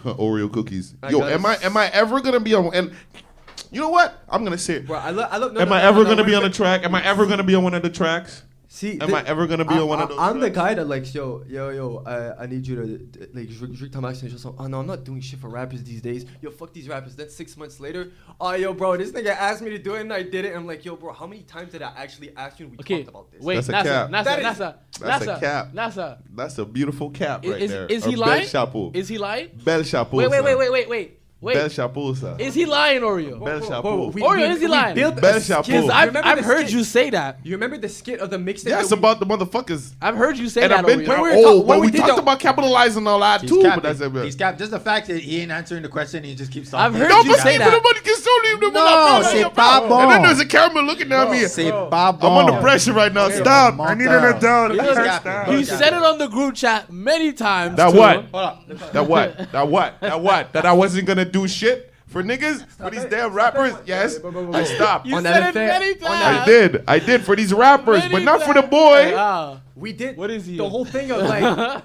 S1: got, uh,
S2: Oreo cookies.
S4: I
S2: Yo,
S4: got
S2: am
S4: a
S2: I
S4: s-
S2: am I ever gonna be on? And you know what? I'm gonna say it.
S4: bro, I love, I love. No,
S2: am
S4: no,
S2: I
S4: no,
S2: ever
S4: no,
S2: gonna
S4: wait,
S2: be on a
S4: wait.
S2: track? Am I ever gonna be on one of the tracks?
S4: See,
S2: Am
S4: thi-
S2: I ever gonna be
S4: I-
S2: on one of
S4: I-
S2: those
S4: I'm the
S2: tracks?
S4: guy that likes yo, yo, yo. I, I need you to uh, like. Je veux je veux que t'en marques une chanson. Oh no, I'm not doing shit for rappers these days. Yo, fuck these rappers. Then six months later, oh yo, bro, this nigga asked me to do it and I did it. I'm like, yo, bro, how many times did I actually ask you? And we
S1: okay,
S4: talked about this.
S1: wait,
S2: That's a
S1: NASA,
S2: cap.
S1: NASA,
S4: That is-
S1: NASA,
S2: That's a
S1: NASA,
S2: cap.
S1: NASA.
S2: That's a beautiful cap
S1: Is,
S2: right
S1: is,
S2: there.
S1: is
S2: A
S1: he lying?
S2: Bel chapeau.
S1: Is he lying?
S2: Bel chapeau.
S1: Wait, wait,
S2: ça.
S1: wait, wait, wait, wait, wait.
S2: Bel chapeau, ça.
S1: Is he lying, Oreo?
S2: Bel
S4: Bro,
S2: chapeau.
S4: we-
S1: Oreo,
S4: we-
S1: is he
S4: we
S1: lying?
S4: built a
S2: Bel
S4: skit.
S2: chapeau.
S4: You
S1: I've,
S4: remember
S1: Oh, I've
S4: the
S1: heard
S4: skit?
S1: you say that.
S4: You remember the skit of the mixtape?
S2: Yes,
S4: that we-
S2: about the motherfuckers.
S1: I've heard you say
S2: And
S1: that.
S2: I've been
S1: Oreo.
S2: kind
S4: we
S2: of
S4: were talk-
S2: old,
S4: when
S2: but
S4: we
S2: we
S4: did
S2: talked
S4: the-
S2: about capitalizing all that
S5: He's
S2: too. But
S5: capping.
S2: that's it.
S5: He's capping. Just the fact that he ain't answering the question, he just keeps
S1: I've
S5: talking.
S1: heard
S2: No,
S1: you
S2: parce
S1: say
S2: qu'il me
S1: that.
S2: demande une question, lui, il me demande
S5: Non,
S2: la parole,
S5: c'est
S2: yo,
S5: pas
S2: bro.
S5: bon.
S2: And then there's a camera looking at me.
S5: C'est pas
S2: I'm
S5: bon.
S2: under pressure right now. Stop.
S6: I need it down.
S1: He
S5: He's
S1: doesn't-
S5: capping.
S1: He
S5: He's
S1: said
S5: capping.
S1: it on the group chat many times.
S2: That
S1: too.
S2: what?
S5: Hold on.
S2: That what? That what? That what? That I wasn't gonna do shit. For niggas, for these damn rappers, yes, I stopped.
S1: You
S4: On
S1: said
S4: that
S1: it
S4: affair-
S1: many
S4: on that-
S1: times.
S2: I did. I did for these rappers, but
S1: Many
S2: not for the
S1: times.
S2: boy.
S1: Ah.
S4: We did.
S1: What is he?
S4: The whole thing of like,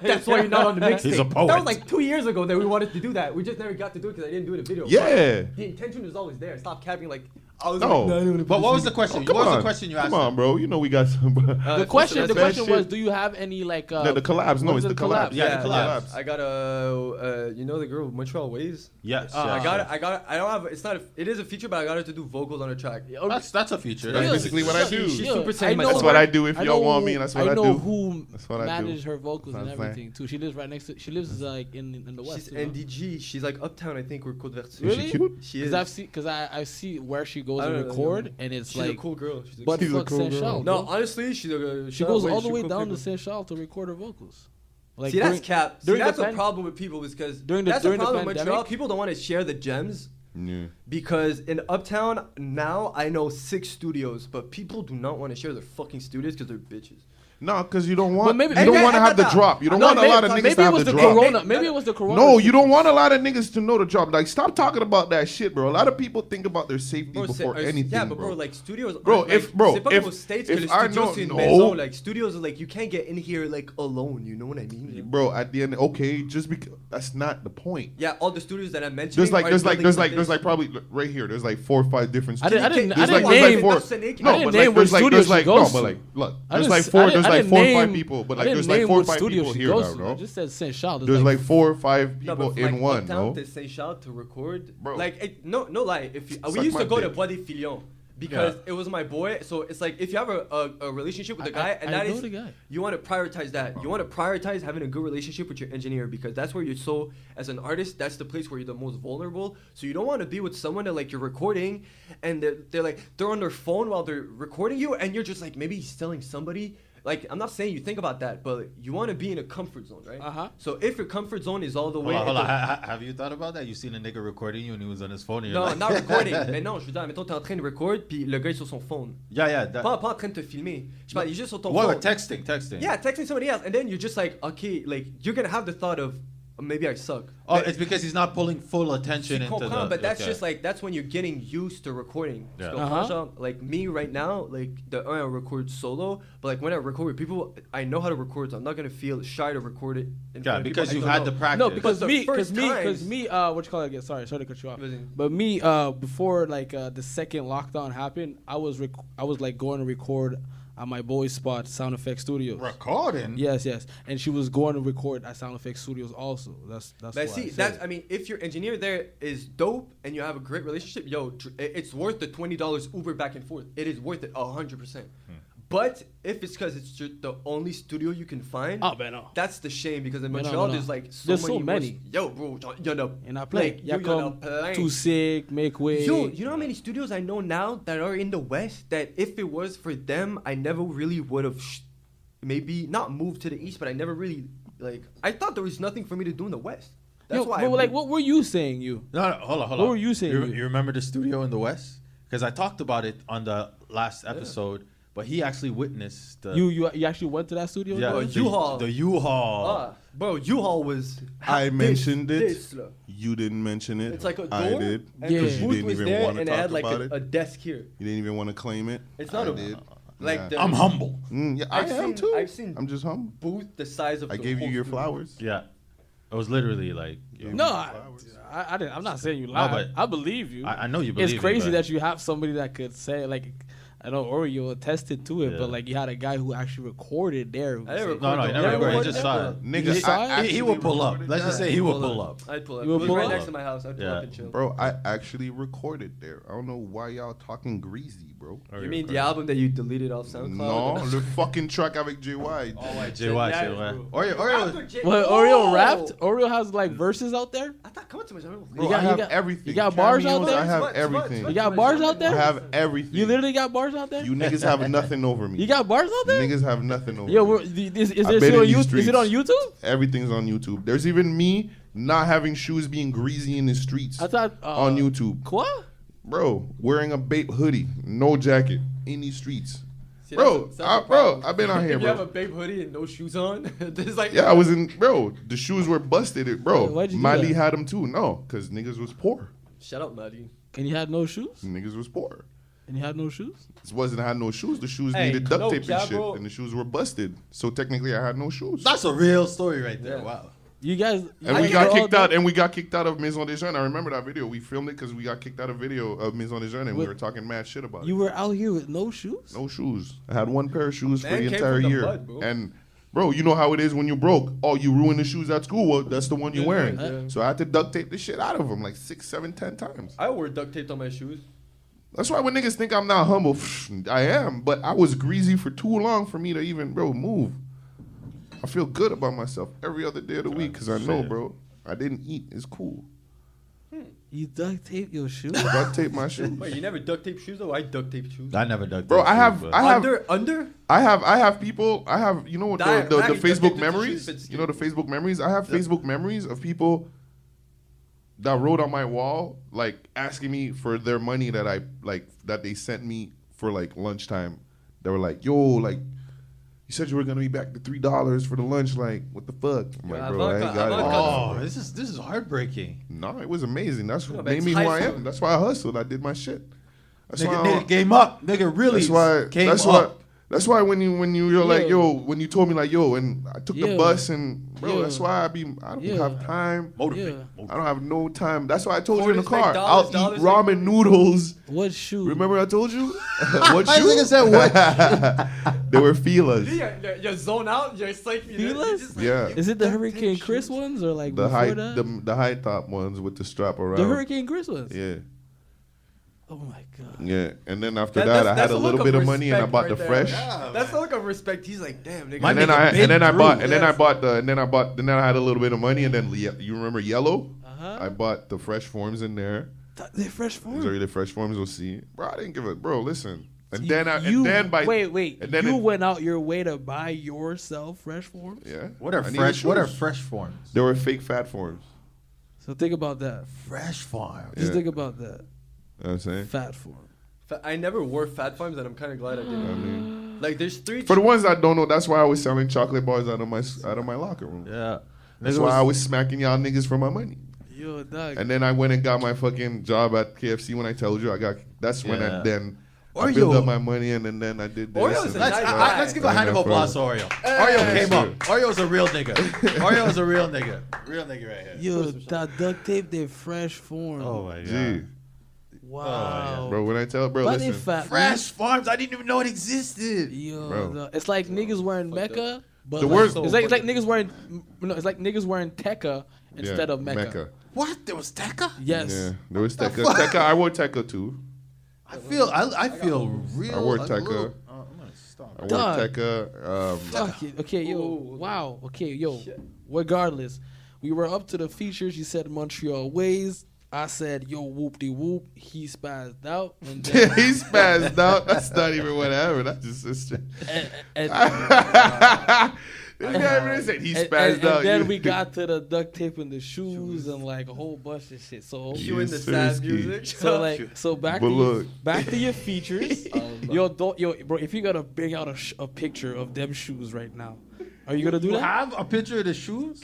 S4: that's why you're not on the mixtape.
S5: He's a
S4: That
S5: poet.
S4: was like two years ago that we wanted to do that. We just never got to do it because I didn't do the video.
S2: Yeah. Oh,
S4: But the intention was always there. Stop capping like. I was
S2: No.
S4: like, "Nah, I don't wanna
S5: But what was the
S2: Oh,
S5: question?
S2: come
S5: what was
S2: on.
S5: the question you asked?
S2: Come on,
S5: him?
S2: bro. You know we got some.
S1: The
S4: Uh,
S1: question, the
S4: that's
S1: question
S2: bad
S1: was,
S2: shit.
S1: do you have any like uh,
S2: No, the collabs. No,
S1: what
S2: it's
S1: is
S2: the collabs.
S5: Yeah, the collabs.
S4: I got a, uh, you know the girl with Montreal Waves.
S5: Yes.
S4: Uh, I
S5: yes,
S4: got it.
S5: yes.
S4: I got it. I don't have. It's not. A, it is a feature, but I got her to do vocals on a track.
S5: That's that's a feature.
S2: That's
S1: Yeah.
S2: basically what I
S1: She-
S2: do.
S1: she-
S4: Super
S1: I
S4: Saiyan
S1: know
S4: That's
S1: her-
S2: what I do if
S1: I
S2: y'all
S1: know
S2: want
S1: who-
S2: me, that's what I
S1: know
S2: do.
S1: who
S2: That's what I do.
S1: managed her vocals and
S2: That's what I'm
S1: everything too. She lives right next to. She lives like in in the west.
S4: She's
S1: you know?
S4: NDG. She's like uptown. I think we're called Vertu.
S1: Really?
S2: cute?
S4: She
S1: Cause
S4: is.
S1: I've seen, cause I, I see where she goes
S4: I
S1: and
S4: don't know,
S1: record, and it's
S4: She's
S1: like,
S4: a cool girl. She's a
S1: but
S4: cool-
S2: She's a
S1: fuck
S2: cool
S1: Saint
S2: girl.
S1: Charles.
S4: no,
S1: bro.
S4: honestly, she's a.
S1: she goes all the way
S4: she's a
S1: down
S4: cool
S1: to Saint Charles to record her vocals. Like
S4: See, that's
S1: during-
S4: cap. See,
S1: during the
S4: that's a
S1: pan-
S4: problem with people is because
S1: during the-
S4: that's
S1: during the
S4: a problem with Montreal.
S1: pandemic?
S4: People don't want to share the gems
S2: Yeah.
S4: because in Uptown now I know six studios, but people do not want to share their fucking studios because they're bitches.
S2: No, because you don't want.
S1: maybe-
S2: you don't
S1: maybe-
S2: want to have the
S4: no,
S2: drop. You don't
S1: No,
S2: want a
S1: maybe-
S2: lot of niggas
S1: Maybe
S2: to
S1: it
S2: have
S1: was
S2: the
S1: the
S2: drop.
S1: corona. Maybe it was the corona.
S2: No, you don't want a lot of niggas to know the drop. Like, stop talking about that shit, bro. A lot of people think about their safety
S4: Bro, say-
S2: before
S4: uh,
S2: anything,
S4: yeah,
S2: bro.
S4: but bro, like studios,
S2: Bro,
S4: aren't,
S2: if-
S4: like,
S2: bro,
S4: c'est pas
S2: if-
S4: comme aux States
S2: if
S4: que le
S2: I
S4: studio,
S2: don't
S4: c'est une
S2: know-
S4: maison, like studios, are like you can't get in here like alone. You know what I mean?
S2: bro, at the end, okay, just because that's not the point.
S4: Yeah, all the studios that I mentioned.
S2: There's like, there's like, there's like, there's like probably look, right here. There's like four or five different.
S1: I didn't- I
S2: studios.
S1: didn't-
S2: There's
S1: I
S2: like-
S1: didn't
S2: there's like
S1: name-
S2: four-
S4: I didn't
S2: No,
S1: name which
S2: but like, there's like,
S1: studios
S2: there's
S1: she
S2: like, no,
S1: goes
S2: but
S1: to.
S2: like, look,
S1: I
S2: there's
S1: didn't
S2: like
S1: s-
S2: four,
S1: I
S2: there's
S1: didn't- I
S2: like
S1: didn't
S2: four or
S1: name-
S2: five people, but
S1: I
S2: like,
S1: didn't
S2: there's like
S1: name
S2: four or
S1: which
S2: five
S1: studio
S2: people
S1: she
S2: here
S1: goes
S2: now,
S1: to.
S2: bro.
S1: I just said Saint Charles.
S2: There's like four or five
S4: No,
S2: people
S4: but
S2: in
S4: like
S2: one,
S4: uptown
S2: no?
S4: to Saint Charles to record.
S2: Bro.
S4: Like it, no, no lie. If you, we
S2: Suck
S4: used
S2: my
S4: to go
S2: dick.
S4: to Bois des Filions because it was my boy. So it's like if you have a, a, a relationship with a
S1: I-
S4: guy,
S1: I-
S4: and
S1: I
S4: that
S1: know
S4: is-
S1: the guy.
S4: you want to prioritize that. You want to prioritize having a good relationship with your engineer because that's where you're so as an artist. That's the place where you're the most vulnerable. So you don't want to be with someone that like you're recording, and they're, they're like they're on their phone while they're recording you, and you're just like maybe he's telling somebody. Like I'm not saying you think about that, but you want to be in a comfort zone, right?
S1: Uh-huh.
S4: So if your comfort zone is all the
S5: Hold
S4: way,
S5: on, hold
S4: at
S5: on.
S4: the-
S5: Ha- ha- Have you thought about that? You seen a nigga recording you and he was on his phone. And you're
S4: Non,
S5: like,
S4: not recording. Mais non, je veux dire, mettons, t'es en train de record, puis le gars est sur son phone.
S5: Yeah, yeah. That,
S4: Pas, pas en train de te filmer. Je parle, il est juste sur ton
S5: What,
S4: phone.
S5: texting, texting.
S4: Yeah, texting somebody else, and then you're just like, okay, like, you're gonna have the thought of, maybe I suck.
S5: Oh,
S4: Mais-
S5: it's because he's not pulling full
S4: Tu
S5: attention into the.
S4: comprends, but that's
S5: okay.
S4: just like, that's when you're getting used to recording. Tu
S5: Yeah.
S4: comprends,
S1: Uh-huh.
S4: genre, like, me right now, like, the un, I record solo, but like, when I record with people, I know how to record, so I'm not gonna feel shy to record it.
S5: Yeah,
S4: in front of people
S5: because
S4: I
S5: you've
S4: don't
S5: had
S4: know.
S5: the practice.
S1: No, because
S4: the
S1: me, because
S4: first
S1: me, because
S4: times-
S1: me. Uh, what you call it again? Sorry, sorry to cut you off.
S4: Listen.
S1: But me, uh, before like uh, the second lockdown happened, I was rec- I was like going to record at my boy's spot, Sound Effect Studios.
S5: recording.
S1: Yes, yes, and she was going to record at Sound Effect Studios also. That's that's.
S4: But
S1: why I
S4: see,
S1: said
S4: that's
S1: it.
S4: I mean, if your engineer there is dope and you have a great relationship, yo, dr- i- it's worth the twenty dollars Uber back and forth. It is worth it hundred percent.
S1: Hmm.
S4: But if it's because it's ju- the only studio you can find,
S1: Ah, ben non.
S4: that's the shame because in
S1: Ben non,
S4: Montreal
S1: ben non.
S4: there's like so
S1: There's
S4: many.
S1: so
S4: more s-
S1: many.
S4: Yo, bro, y'en a,
S1: and I play.
S4: Like, yo, y'en a
S1: Yakum,
S4: plein.
S1: too sick, make way.
S4: Yo, you know how many studios I know now that are in the West that if it was for them, I never really would have sh- maybe not moved to the East, but I never really like I thought there was nothing for me to do in the West. That's
S1: Yo,
S4: why. I
S1: But like,
S4: moved.
S1: what were you saying? You.
S5: No, no, hold on, hold
S1: What
S5: on.
S1: were you saying?
S5: You, you remember the studio in the West? Because I talked about it on the last episode, but he actually witnessed the.
S1: You, you you actually went to that studio?
S5: yeah,
S4: Oh,
S5: the
S4: U-Haul.
S5: The U-Haul.
S4: Ah, bro, U-Haul was.
S2: I
S4: this-
S2: mentioned it.
S4: This, look.
S2: You didn't mention it.
S4: it's like a door.
S2: I did.
S4: And
S1: Yeah.
S4: the
S2: Because you
S4: booth
S2: didn't
S4: was
S2: even
S4: there,
S2: want to
S4: and it
S2: talk
S4: had like
S2: about
S4: a,
S2: it.
S4: a desk here.
S2: You didn't even want to claim it.
S4: It's not
S2: I
S4: a-
S2: did.
S4: Like
S2: Yeah.
S4: the
S5: I'm humble.
S2: Mm, yeah,
S4: I've
S2: I am
S4: seen-
S2: too.
S4: I've seen-
S2: I'm just humble.
S4: booth the size of.
S2: I
S4: the
S2: gave you
S4: whole
S2: your
S4: studio.
S2: flowers.
S5: Yeah. It was literally like. yo,
S1: No, I, I, I didn't. I'm not saying you lied.
S5: but-
S1: I believe you.
S5: I- I know you believe me,
S1: It's crazy
S5: but-
S1: that you have somebody that could say like, I know, or you attested to it,
S5: Yeah.
S1: but like you had a guy who actually recorded there.
S4: I didn't record
S5: No, no,
S4: the
S5: he
S4: whole
S5: never recorded. He
S4: one
S5: just
S4: ever.
S5: saw it.
S1: You
S2: Nigga,
S1: saw it?
S2: I
S5: He,
S2: actually
S5: he will pull up.
S2: recorded
S5: Let's
S2: that.
S5: just say he will pull up.
S4: I'd pull up.
S1: You would
S4: It was
S1: pull
S4: right
S1: up?
S4: next to my house. I'd pull
S5: Yeah.
S4: up and chill.
S2: Bro, I actually recorded there. I don't know why y'all talking greasy, bro.
S4: You mean the album that you deleted off SoundCloud?
S2: No, the fucking track avec JY.
S5: JY, JY. Oreo, Oreo.
S1: What Oreo rapped? Oreo has like verses out there.
S4: Attends, comment tu m'as jamais oublié?
S2: Bro,
S1: You got-
S2: I
S1: you
S2: have
S1: got-
S2: everything.
S1: you got bars out
S2: Cameos,
S1: there?
S2: I
S4: Tu
S2: have
S4: vois, tu vois, tu vois,
S2: everything.
S1: You got
S4: tu m'as
S1: bars
S4: jamais
S1: out there?
S2: I
S4: oublié.
S2: have everything.
S1: You literally got bars out there.
S2: You niggas have nothing over me.
S1: You got bars out there.
S2: Niggas have nothing over
S1: Yo,
S2: me.
S1: we're, is, is,
S2: I've
S1: there
S2: been
S1: still
S2: in these
S1: you- is it on
S2: streets.
S1: YouTube?
S2: Everything's on YouTube. There's even me not having shoes being greasy in the streets
S1: I thought uh,
S2: on YouTube.
S1: Quoi?
S2: Bro, wearing a bait hoodie, no jacket, in these streets.
S4: See,
S2: e,
S4: that's
S2: bro,
S4: a- that's a
S2: I, bro,
S4: problem.
S2: I've been out here,
S4: If you have a
S2: bro.
S4: big hoodie and no shoes on, this is like
S2: Yeah, I was in, bro. The shoes were busted, it- bro.
S1: Why'd you do
S2: Miley
S1: that?
S2: had them too. No, cause niggas was poor.
S4: Shut up, Nadine.
S1: And he had no shoes.
S2: Niggas was poor.
S1: And he had no shoes.
S2: This wasn't I had no shoes. The shoes
S4: Hey,
S2: needed duct
S4: no
S2: tape and
S4: cap,
S2: shit,
S4: bro.
S2: and the shoes were busted. So technically, I had no shoes.
S5: That's a real story right there.
S4: Yeah.
S5: Wow.
S1: You guys.
S2: and
S1: you
S2: we
S1: guys
S2: got
S1: are all
S2: kicked out.
S1: dumb.
S2: And we got kicked out of Maison des Jeunes. I remember that video. We filmed it because we got kicked out of video of Maison des Jeunes, and we
S1: What-
S2: were talking mad shit about
S1: You
S2: it.
S1: were out here with no shoes.
S2: No shoes. I had one pair of shoes
S4: Man
S2: for the
S4: came
S2: entire
S4: from the
S2: year.
S4: mud, bro.
S2: And bro, you know how it is when you broke. Oh, you ruined the shoes at school. Well, that's the one you're
S4: Yeah,
S2: wearing.
S4: yeah.
S2: So I had to duct tape the shit out of them like six, seven, ten times.
S4: I wore duct tape on my shoes.
S2: That's why when niggas think I'm not humble, I am. But I was greasy for too long for me to even, bro, move. I feel good about myself every other day of the week because I know, bro, I didn't eat. It's cool.
S1: You duct tape your shoes.
S2: Duct tape my shoes.
S4: Wait, you never duct tape shoes though? I duct tape shoes.
S5: I never dug.
S2: Bro,
S5: those
S2: I
S5: shoes,
S2: have,
S5: but-
S2: I have,
S4: under, under.
S2: I have, I have people. I have, you know what the,
S4: Diet
S2: the, the
S4: ragged
S2: Facebook
S4: duct tape to
S2: memories.
S4: shoes.
S2: You know the Facebook memories. I have Facebook memories of people that wrote on my wall, like asking me for their money that I like that they sent me for like lunchtime. They were like, "Yo, like." You said you were gonna be back to three dollars for the lunch. Like, what the fuck? I'm
S4: Yeah,
S2: like, bro, I ain't
S4: Ivanka-
S2: got it.
S4: Ivanka-
S5: Oh, this is this is heartbreaking.
S2: No, it was amazing. That's what
S4: but
S2: made
S4: it's
S2: me who
S4: high
S2: I
S4: school.
S2: am. That's why I hustled. I did my shit. That's
S5: nigga,
S2: why. I,
S5: nigga came up. Nigga really
S2: That's why.
S5: came
S2: that's why.
S5: up.
S2: That's why when you when you you're like
S1: Yeah.
S2: yo when you told me like yo and I took
S1: Yeah.
S2: the bus and bro
S1: Yeah.
S2: that's why I be I don't
S1: Yeah.
S2: have time.
S5: Motivate.
S1: Yeah.
S2: I don't have no time. That's why I told you in the
S4: Quarters,
S2: car.
S4: like
S2: I'll
S4: dollars,
S2: eat
S4: dollars,
S2: ramen
S4: like-
S2: noodles.
S1: What shoe?
S2: Remember I told you? what
S3: I think I
S2: you?
S3: said what?
S2: They were feelers.
S4: Yeah, you're, you're zone out. You're psych. You're
S1: Feelers?
S4: just like-
S2: Yeah.
S1: Is it the Hurricane Chris ones or like
S2: The
S1: before
S2: high
S1: that?
S2: the, the high top ones with the strap around.
S1: The Hurricane Chris ones.
S2: Yeah.
S1: Oh my god.
S2: Yeah. And then after
S4: That-
S2: that,
S4: that's-
S2: I had
S4: that's
S2: a
S4: a
S2: little
S4: look
S2: bit
S4: of
S2: of money and I
S4: respect
S2: bought
S4: right
S2: the
S4: there.
S2: fresh.
S4: That's a look of respect. He's like, damn, nigga.
S5: My
S2: and then
S5: nigga
S2: I
S5: been
S2: and then I
S5: through.
S2: bought and then I
S4: Yes.
S2: bought the and then I bought and then I had a little bit of money and then ye- you remember yellow?
S1: Uh-huh.
S2: I bought the fresh forms in there.
S1: Th- They're fresh forms.
S2: Missouri the fresh forms will see. Bro, I didn't give a bro. Listen, and
S1: You-
S2: then I,
S1: you-
S2: and then by
S1: wait, wait.
S2: and then
S1: you
S2: it-
S1: went out your way to buy yourself fresh forms.
S2: yeah.
S5: What are
S2: I needed
S5: fresh? What are
S2: shoes.
S5: fresh forms?
S2: There were fake fat forms.
S1: So think about that.
S5: Fresh forms.
S1: Just
S2: Yeah.
S1: think about that.
S2: You know what I'm saying.
S1: Fat form.
S4: Fa- I never wore fat farms, and I'm kind of glad I
S2: I
S4: didn't.
S2: mean,
S4: Like, there's three.
S2: for the ones that don't know, that's why I was selling chocolate bars out of my out of my locker room.
S5: Yeah.
S2: That's
S5: Nigga
S2: why
S5: was-
S2: I was smacking y'all niggas for my money.
S1: Yo, dog.
S2: And then I went and got my fucking job at KFC when I told you I got. That's when
S5: Yeah.
S2: I then I
S5: Oreo.
S2: built up my money and then, then I did this.
S4: Oreo's
S2: and
S4: a
S5: Let's,
S4: Nice
S5: I- I-
S4: guy.
S5: let's give a
S2: I
S5: hand of
S2: know,
S5: applause to Oreo. Oreo came up. Oreo's a real nigga. Oreo's a real nigga. Real nigga right here.
S1: Yo, that duct tape. They're fresh forms.
S5: Oh my
S2: Gee,
S5: god. Oh,
S1: wow.
S2: bro, when I tell bro,
S1: but they
S2: listen,
S1: fat.
S5: Fresh forms. I didn't even know it existed.
S1: Yo,
S2: Bro.
S1: dog. it's like niggas wearing Mecca. But
S2: The
S1: like-
S2: worst-
S1: It's like, it's like niggas wearing. No, it's like niggas wearing Tekka
S2: yeah,
S1: instead of Mecca.
S5: What? There was Tekka?
S1: Yes.
S2: Yeah, there was Tekka. Tekka, I wore Tekka too.
S5: I feel I, I feel real.
S2: I wore
S5: a
S2: Tekka.
S5: little- oh, I'm gonna stop.
S2: I wore
S1: Dog.
S2: Tekka. Um,
S1: Fuck it. Okay, yo.
S4: Ooh.
S1: Wow. Okay, yo. Regardless, we were up to the features. You said Montreal ways. I said yo whoop de whoop. He spazzed out, and
S2: he
S1: then,
S2: spazzed out. That's not even whatever. That's just it's just-
S1: and, and,
S2: This guy really said he
S1: and-
S2: spazzed
S1: and- and
S2: out.
S1: then
S2: You-
S1: we got to the duct tape and the shoes and like a whole bunch of shit. So
S4: You in the
S2: Yes,
S4: sad
S2: Sirski.
S4: music.
S1: so like so back
S2: But
S1: to your,
S2: look. Oh,
S1: back to your features. yo, don't, yo, bro. If you gotta bring out a, sh- a picture of them shoes right now, are you gonna do
S5: You
S1: that?
S5: have a picture of the shoes?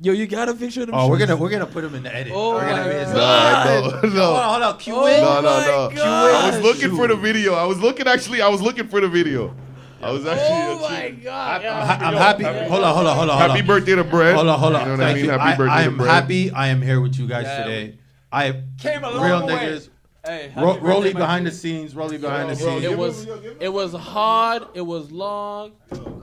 S1: Yo, you got a picture of them.
S5: Oh,
S1: shoes?
S5: we're gonna we're gonna put them in the edit.
S1: Oh
S5: we're gonna
S1: my
S5: it's-
S2: Nah, no,
S5: Hold on,
S2: no.
S5: hold on. Cue
S1: Oh
S5: in.
S2: No,
S1: my
S2: no, no. I was
S1: God.
S2: looking for the video. I was looking actually. I was looking for the video. I was actually.
S1: Oh my god!
S5: I'm, ha- I'm happy. Hold on, hold on, hold on. hold
S2: Happy
S5: on.
S2: birthday to Brad.
S5: Hold on, hold on.
S2: You know what I
S5: Thank
S2: mean?
S5: you.
S2: Happy birthday
S5: I, I
S2: to
S5: am
S2: Brad.
S5: happy. I am here with you guys
S4: Yeah.
S5: today. I
S4: Came a long
S5: real
S4: way.
S5: niggas.
S4: Hey, happy
S5: Ro-
S4: birthday,
S5: Rolly
S4: my
S5: behind
S4: dude.
S5: the scenes. Rolly behind the
S2: bro,
S5: scenes.
S2: give
S1: It
S2: him-
S1: was it was hard. It was long.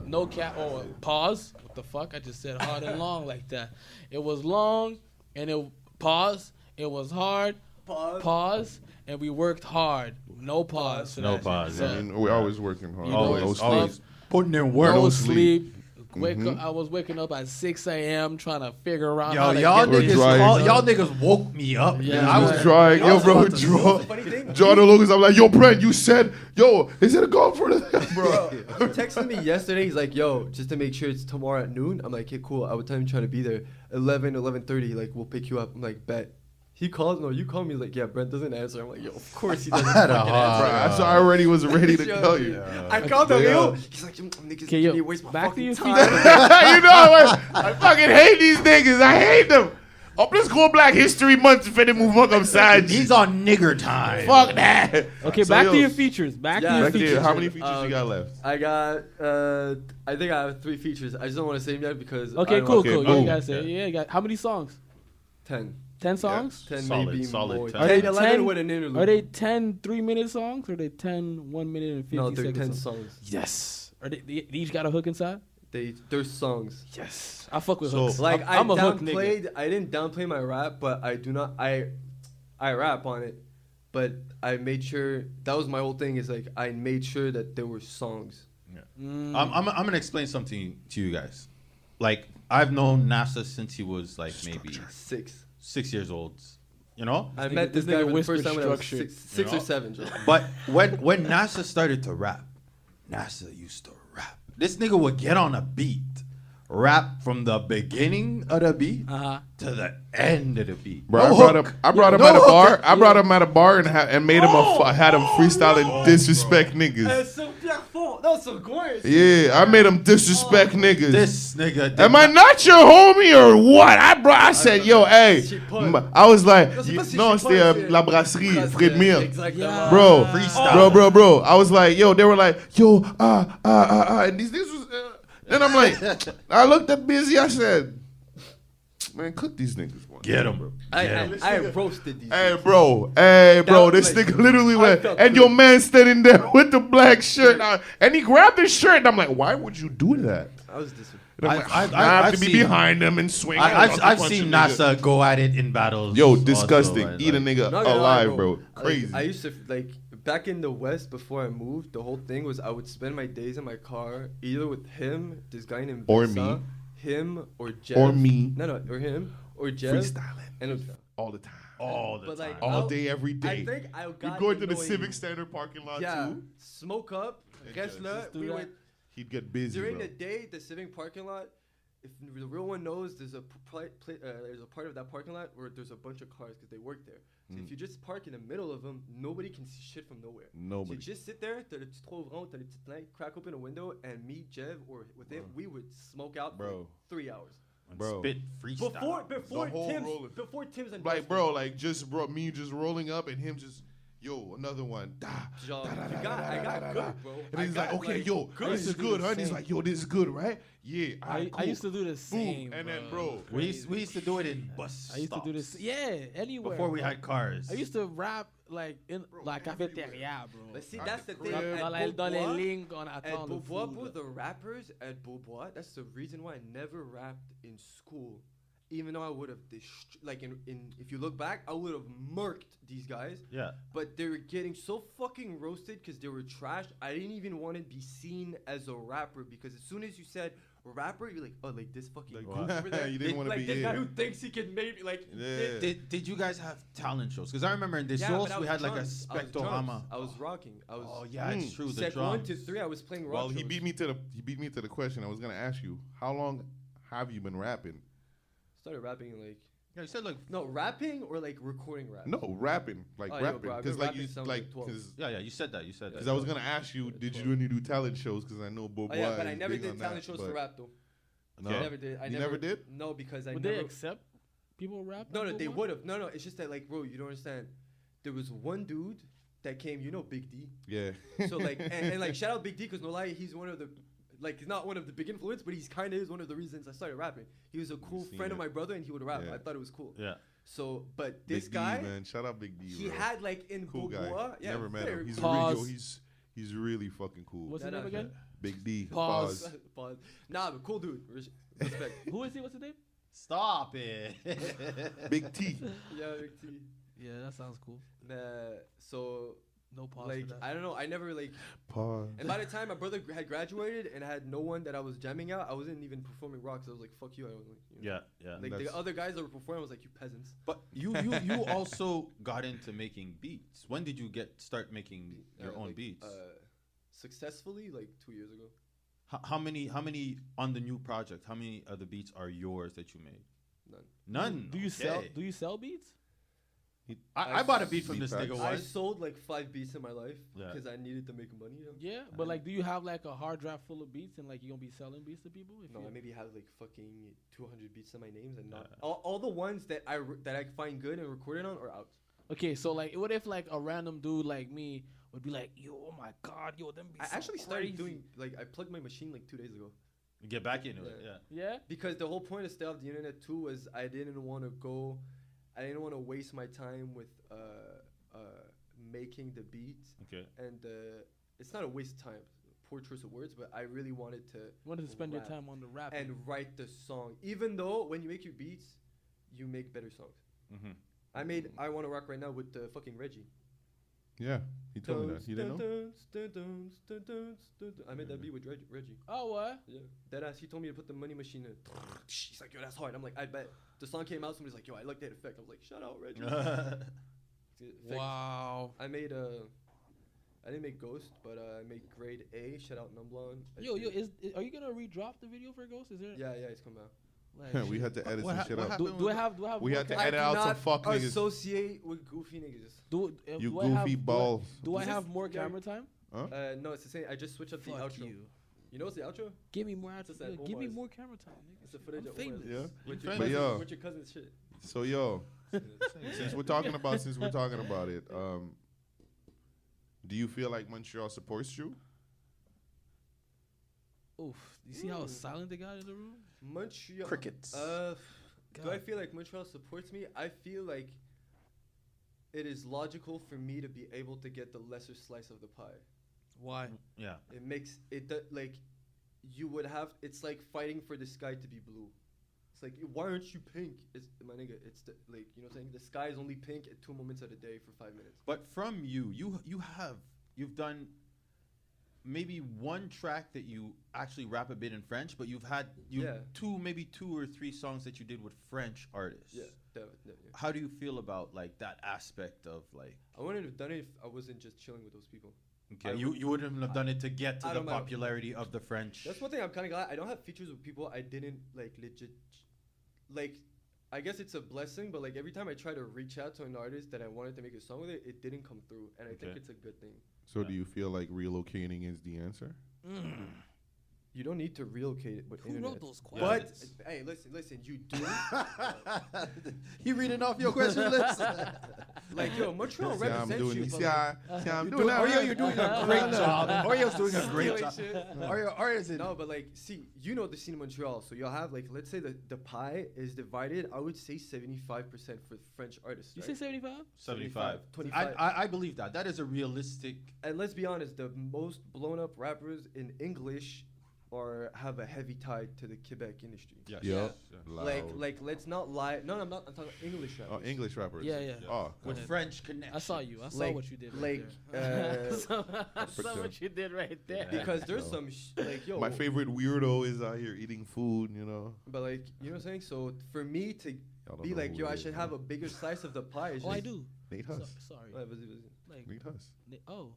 S1: No cap. Oh, pause. What the fuck? I just said hard and long like that. It was long and it pause. It was hard.
S4: Pause.
S1: Pause. And we worked hard. No pause. for
S5: No
S1: that shit.
S5: pause,
S2: I mean, we're always working hard.
S1: You know,
S5: Always,
S1: No
S5: always,
S1: sleep.
S5: putting in
S1: No,
S5: work.
S1: sleep.
S2: sleep.
S1: Wake
S5: Mm-hmm.
S1: up, I was waking up at 6 a.m. trying to figure out how
S5: Yo,
S1: to
S5: y'all
S1: get this
S2: We're dry.
S5: niggas, call, y'all niggas woke me up.
S1: Yeah.
S5: man.
S1: Yeah.
S5: I
S2: I
S5: was
S2: was trying. Yo, bro, draw.
S4: Funny thing,
S2: John and Lucas, I'm like, yo, Brad, you said, yo, is it a goal for the
S4: bro,
S2: bro?
S4: he texted me yesterday. He's like, "Yo, just to make sure it's tomorrow at noon." I'm like, "Okay, cool. I would tell him trying to be there 11, 11:30. Like, we'll pick you up." I'm like, "Bet." He calls. No, you call me. He's like, "Yeah, Brent doesn't answer." I'm like, "Yo, of course he doesn't
S5: had a
S4: fucking
S5: hard-
S4: answer."
S2: Bro, I, so I already was ready to tell you.
S4: I called him.
S2: Yeah.
S4: Yo, he's like, "Mm, "Niggas,
S1: Okay, yo,
S4: he waste my
S1: back to
S4: fucking
S1: your
S4: time."
S2: you know what? I fucking hate these niggas. I hate them. Up, let's go Black History Month for the movement upside.
S5: He's on nigger time.
S2: Fuck that.
S7: Okay,
S2: So,
S7: back
S2: yo,
S7: to your features. Back to
S4: Yeah.
S7: your
S2: Back to
S7: features.
S2: you. How many features
S4: Um,
S2: you got left?
S4: I got. Uh, I think I have three features. I just don't want to say them yet because. I
S7: Okay,
S4: don't
S7: cool,
S4: know.
S7: cool.
S2: boom.
S7: You guys say, yeah, you got how many songs?
S4: Ten.
S7: Ten songs?
S4: Ten
S5: Solid,
S4: maybe
S5: solid
S4: more.
S5: ten.
S4: Ten,
S7: Are they
S4: 11
S7: 10?
S4: with an interlude.
S7: Are they 10 three minute songs or are they 10 one minute and 50
S4: No, they're
S7: second
S4: ten
S7: songs?
S4: songs.
S7: Yes. Are they, they, they each got a hook inside?
S4: They they're songs.
S7: Yes. I fuck with
S5: So,
S7: hooks.
S4: Like I
S7: I'm, I'm a hook nigga.
S4: downplayed. I didn't downplay my rap, but I do not. I I rap on it, but I made sure that was my whole thing. Is like I made sure that there were songs.
S5: I'm, I'm, I'm gonna explain something to you guys. Like I've known NASA since he was like maybe
S4: Six.
S5: six years old. You know,
S4: I
S7: nigga-
S4: met this
S7: this
S4: guy
S7: nigga
S4: for the
S7: whispered
S4: first time when I was
S7: structure.
S4: six, six
S5: You
S4: or
S5: know?
S4: seven. Joe.
S5: But when when NASA started to rap, NASA used to rap. This nigga would get on a beat, rap from the beginning of the beat
S7: Uh-huh.
S5: to the end of the beat. Oh,
S2: Bro,
S5: No
S2: I brought
S5: hook.
S2: him. I brought him
S5: No
S2: at a
S5: hook.
S2: bar. I brought him at a bar and, ha- and made him a fu- had him freestyle and disrespect
S7: Eh,
S2: niggas. Yeah, I made him disrespect niggas.
S5: This nigga. did
S2: Am I
S5: not-
S2: not your homie or what? I brought. I said, yo, hey.
S4: she put-
S2: m- I was like,
S4: Je sais
S2: you-
S4: pas si
S2: no,
S4: je
S2: c'était
S4: sais
S2: uh,
S4: pas,
S2: la
S4: c'est-
S2: brasserie,
S4: Parce que-
S2: Fredmire.
S4: Exactement.
S2: Bro,
S4: Ah.
S5: Freestyle.
S2: bro, bro, bro. I was like, yo, they were like, yo, ah, ah, ah, ah, and these niggas was. Uh, then I'm like, I looked at Busy. I said, man, cook these niggas. One.
S5: Get him, bro.
S4: I,
S5: Get
S4: I,
S5: 'em.
S4: I roasted these.
S2: Hey bro, hey bro,
S4: was
S2: this
S4: like-
S2: nigga literally went,
S4: felt
S2: and your man standing there with the black shirt, on, and he grabbed his shirt, and I'm like, why would you do that?
S4: I was dis-
S2: And I'm
S5: I-
S2: like,
S5: I-
S2: I,
S5: I-
S2: have to
S5: I've
S2: be
S5: seen-
S2: behind him and swing.
S5: I,
S2: I'll
S5: I've, I've
S2: punch
S5: seen
S2: a nigga.
S5: NASA go at it in battles.
S2: Yo,
S5: also,
S2: disgusting.
S5: like-
S2: Eat a nigga
S4: Not gonna lie,
S2: alive, Oh, bro.
S4: Like,
S2: Crazy.
S4: I used to like back in the West before I moved. The whole thing was I would spend my days in my car either with him, this guy named
S2: Or
S4: Visa,
S2: me.
S4: him or Jeff,
S2: Or me.
S4: No, no, or him or Jeff.
S2: Freestyling
S4: And it was-
S2: all the time,
S5: all the
S4: But,
S5: time.
S4: like,
S2: all
S4: I'll-
S2: day, every day.
S4: I think I got.
S2: We'd go into the
S4: annoying.
S2: Civic Standard parking lot
S4: Yeah,
S2: too.
S4: smoke up. Guess what?
S7: do
S4: We
S7: that.
S4: would
S2: He'd get busy,
S4: during
S2: bro.
S4: the day the civic parking lot. If the real one knows, there's a p- pla- pla- uh, there's a part of that parking lot where there's a bunch of cars because they work there. So
S2: Mm.
S4: if you just park in the middle of them, nobody can see shit from nowhere.
S2: Nobody.
S4: So you just sit there, t'as le petit trou ouvrant, t'as le petit light, crack open a window, and me, Jev, or with him, we would smoke out for like
S2: Bro.
S4: three hours.
S2: bro.
S5: Spit freestyle.
S4: Before before
S2: whole
S4: Tim's
S2: roller.
S4: before Tim's and
S2: Like, bro, like just bro, me just rolling up and him just, yo, another one. Da,
S4: Yo,
S2: da, da,
S4: you
S2: da,
S4: got-
S2: da,
S4: I
S2: da,
S4: got
S2: da,
S4: good,
S2: da.
S4: bro. I
S2: And he's like,
S4: got,
S2: okay,
S4: like,
S2: yo,
S4: good. I
S2: this
S4: used
S2: is
S4: to do
S2: good,
S4: the
S2: huh? And he's
S4: same.
S2: like, yo, this is good, right? Yeah,
S7: I,
S2: alright,
S7: I
S2: cool.
S7: used to do the same.
S2: Boom. And then,
S7: bro.
S2: bro,
S5: we used, we used to do it in bus
S7: I used to do
S5: stops
S7: this. Yeah, anywhere.
S5: before we
S7: bro.
S5: had cars.
S7: I used to rap like in like cafeteria, bro.
S4: But see, that's the thing.
S7: Dans-
S4: at
S7: dans la- dans les
S4: Beaubois-
S7: lignes qu'on
S4: At
S7: attend le
S4: Beaubois,
S7: food,
S4: bro,
S7: là.
S4: the rappers at Beaubois, that's the reason why I never rapped in school. Even though I would have, dist- like, in, in if you look back, I would have murked these guys.
S5: Yeah.
S4: But they were getting so fucking roasted because they were trash. I didn't even want to be seen as a rapper because as soon as you said rapper, you're like, oh, like this fucking
S2: Like,
S4: goof over there.
S2: you didn't wanna
S4: like,
S2: be
S4: this guy
S2: here.
S4: who thinks he can maybe like.
S2: Yeah.
S5: Did, did you guys have talent shows? Because I remember in the
S4: Yeah,
S5: shows
S4: but I
S5: we
S4: was
S5: had like a
S4: drums. I was
S5: spectorama.
S4: drums. I was rocking. I was.
S5: Oh yeah, it's true. The
S4: Set one to
S5: drums.
S4: three. I was playing rock.
S2: well, Oh, he
S4: shows.
S2: beat me to the he beat me to the question. I was gonna ask you, how long have you been rapping?
S4: Started rapping in, like.
S5: Yeah, you said like
S4: No, rapping or like recording rap.
S2: No, rapping, like
S4: Oh, yo, bro,
S2: rapping,
S4: I've
S2: because
S4: been
S2: like
S4: rapping
S2: you
S4: since I was
S2: like
S4: like 12.
S2: because
S5: yeah, yeah. You said that. You said that.
S2: I was gonna ask you, did you do any do talent shows? Because I know Bob.
S4: Oh yeah, but I never did talent shows for rap though.
S2: No,
S4: I never did. I
S2: You never did?
S4: No, because I
S7: Would
S4: never.
S7: they accept people rap?
S4: no,
S7: at
S4: no, they
S7: Beaubois?
S4: would have. No, no, it's just that like, bro, you don't understand. There was one dude that came. You know, Big D.
S2: yeah.
S4: So like, and, and like, shout out Big D because no lie, he's one of the, like, he's not one of the big influence, but he's kind of is one of the reasons I started rapping. He was a cool
S2: seen
S4: friend of
S2: it.
S4: my brother, and he would rap.
S2: Yeah.
S4: I thought it was cool.
S5: Yeah.
S4: So, but
S2: Big
S4: this guy,
S2: D, man, shout out Big D.
S4: he
S2: bro.
S4: had like in
S2: cool guy.
S4: Beaubois- yeah,
S2: never met
S4: very
S2: him. He's
S4: cool.
S2: really, yo,
S7: Pause.
S2: he's he's really fucking cool.
S7: What's
S4: No,
S7: his
S4: no,
S7: name
S4: no.
S7: again?
S2: Big D.
S7: Pause.
S2: Pause.
S4: Pause. Nah, but cool dude. Res- Respect.
S7: Who is he? What's his name?
S5: Stop it.
S2: Big T.
S4: yeah, Big D.
S7: Yeah, that sounds cool.
S4: Nah, so
S7: No pause.
S4: like
S7: for that.
S4: I don't know. I never like.
S2: Pause.
S4: And by the time my brother gra- had graduated and I had no one that I was jamming out, I wasn't even performing rock. So I was like, "Fuck you!" I was like, you know.
S5: yeah, yeah.
S4: Like
S2: that's-
S4: the other guys that were performing, I was like, "You peasants."
S5: But you you you also got into making beats. When did you get start making your
S4: Uh,
S5: own
S4: like,
S5: beats?
S4: Uh, successfully, like two years ago.
S5: how, how many how many on the new project? How many of the beats are yours that you made?
S4: None.
S5: None.
S7: do you sell?
S5: okay.
S7: Do you sell beats?
S2: He-
S5: I, I bought a beat from this
S2: Beatbox.
S5: nigga
S4: I
S5: once.
S4: sold like five beats in my life
S5: Yeah.
S4: because I needed to make money. you know?
S1: Yeah, but like, do you have like a hard drive full of beats and like you gonna be selling beats to people? If
S4: No,
S1: you-
S4: I maybe have like fucking 200 beats in my names and not all, all the ones that I re- that I find good and recorded on are out.
S1: Okay, so like, what if like a random dude like me would be like, "Yo, oh my god, yo, them be."
S4: I
S1: so
S4: actually started
S1: crazy."
S4: doing like I plugged my machine like two days ago
S5: Get back into it.
S4: Yeah.
S5: Yeah.
S1: Yeah,
S4: because the whole point of stay off the internet too was I didn't want to go, I didn't want to waste my time with uh uh making the beats
S5: Okay.
S4: and uh it's not a waste of time, poor choice of words, but I really wanted to
S1: wanted to spend
S4: rap
S1: your time on the rap.
S4: and write the song. Even though when you make your beats, you make better songs.
S5: Mm-hmm.
S4: I
S1: Mm.
S4: made I Want to Rock Right Now with the fucking Reggie.
S2: Yeah, he told me that.
S4: Duns,
S2: You didn't know?
S4: duns, duns, duns, duns, duns, duns, duns. I made that beat with Reg- Reggie.
S1: oh what?
S4: Yeah. Deadass, he told me to put the money machine in. He's like, yo, that's hard. I'm like, I bet. The song came out, somebody's like, yo, I like that effect. I was like, shut out, Reggie.
S5: Mm-hmm.
S4: Effect.
S1: Wow.
S4: I made uh, I didn't make Ghost, but uh, I made Grade A. Shout out Numblon. I
S1: Yo, yo,
S4: did-
S1: is, is- are you gonna re-drop the video for Ghost? Is there?
S4: Yeah, yeah, it's coming out.
S1: Like,
S2: we
S1: shit.
S2: had to edit
S5: What
S2: some
S5: hap-
S2: shit
S5: what
S2: out.
S5: happened?
S1: Do, do I have? Do I have?
S2: We
S1: more
S2: had to
S1: ca-
S2: edit out some fuck niggas.
S4: associate with goofy niggas.
S1: Do, uh,
S2: You
S1: do I have,
S2: goofy balls.
S1: Do I
S4: This
S1: have
S4: is-
S1: more
S4: yeah.
S1: camera time?
S4: Uh, no, it's the same. I just switched up the
S1: Fuck
S4: outro.
S1: you.
S4: You know what's the outro?
S1: Give me more. Out-
S4: It's just that
S1: yeah, give me
S4: Omar's-
S1: more camera time. Nigga.
S4: It's the footage
S1: I'm
S4: of Omar's.
S1: famous.
S2: Yeah.
S4: With your,
S5: But
S4: cousin's,
S2: yeah.
S4: with your cousin's shit.
S2: So yo, since we're talking about since we're talking about it, um, do you feel like Montreal supports you?
S1: Oof. You see how silent they got in the room?
S4: Montreal.
S5: Crickets.
S4: Uh, do I
S1: God.
S4: feel like Montreal supports me? I feel like it is logical for me to be able to get the lesser slice of the pie.
S1: Why?
S5: Yeah.
S4: It makes it do- like you would have. It's like fighting for the sky to be blue. It's like why aren't you pink? It's my nigga. It's the, like you know what I'm saying. The sky is only pink at two moments of the day for five minutes.
S5: But from you, you you have you've done maybe one track that you actually rap a bit in French, but you've had you
S4: Yeah.
S5: two maybe two or three songs that you did with French artists.
S4: Yeah, that, that- yeah.
S5: How do you feel about like that aspect of like
S4: I wouldn't have done it if I wasn't just chilling with those people.
S5: okay, you you wouldn't have done it to get to
S4: I
S5: the
S4: don't know.
S5: popularity of the French?
S4: That's one thing I'm kind of glad. I don't have features with people I didn't like legit. Like, I guess it's a blessing, but like every time I try to reach out to an artist that I wanted to make a song with it, it didn't come through, and I think
S5: Okay.
S4: it's a good thing.
S2: So do you feel like relocating is the answer?
S4: You don't need to relocate it with
S1: Who
S4: internet.
S1: wrote those questions?
S4: But hey, listen, listen, you do.
S5: he reading off your question list.
S4: like yo, Montreal
S2: See how I'm
S4: represents
S2: doing.
S4: you.
S2: See
S4: but, like, oh,
S2: how, see how I'm
S5: You
S2: doing.
S5: doing- Oreo, you're doing a great job. Oreo's doing a great
S4: Stealing
S5: job.
S4: shit.
S5: Oreo, Oreo's in.
S4: No, but like, see, you know the scene in Montreal, so you'll have like, let's say the the pie is divided. I would say seventy five percent for French artists.
S1: You
S4: right?
S1: say seventy-five?
S5: 75.
S4: 25.
S5: I, I, I believe that. That is a realistic.
S4: and let's be honest, the most blown up rappers in English are have a heavy tie to the Quebec industry.
S5: Yes.
S2: Yep.
S4: Like,
S2: Loud.
S4: like, let's not lie. No, no, I'm not. I'm talking English rappers.
S2: oh, English rappers.
S1: Yeah, yeah.
S2: Oh,
S5: With French connection.
S1: I saw you. I saw
S4: Like-
S1: what you did.
S4: Like,
S1: right there.
S4: uh,
S1: I saw what you did right there.
S4: because there's some sh- like yo.
S2: my favorite weirdo is out here eating food. You know.
S4: But like, you know what I'm saying? So for me to
S2: don't
S4: be
S2: know
S4: like
S2: who
S4: yo,
S2: it
S4: I
S2: is,
S4: should
S2: huh?
S4: have a bigger slice of the pie. is
S1: Oh, I
S4: just-
S1: do.
S2: Nate
S1: So-
S2: Huss.
S1: sorry.
S4: Uh, was it- was it-
S1: Like,
S2: Nate Huss.
S1: ni- oh,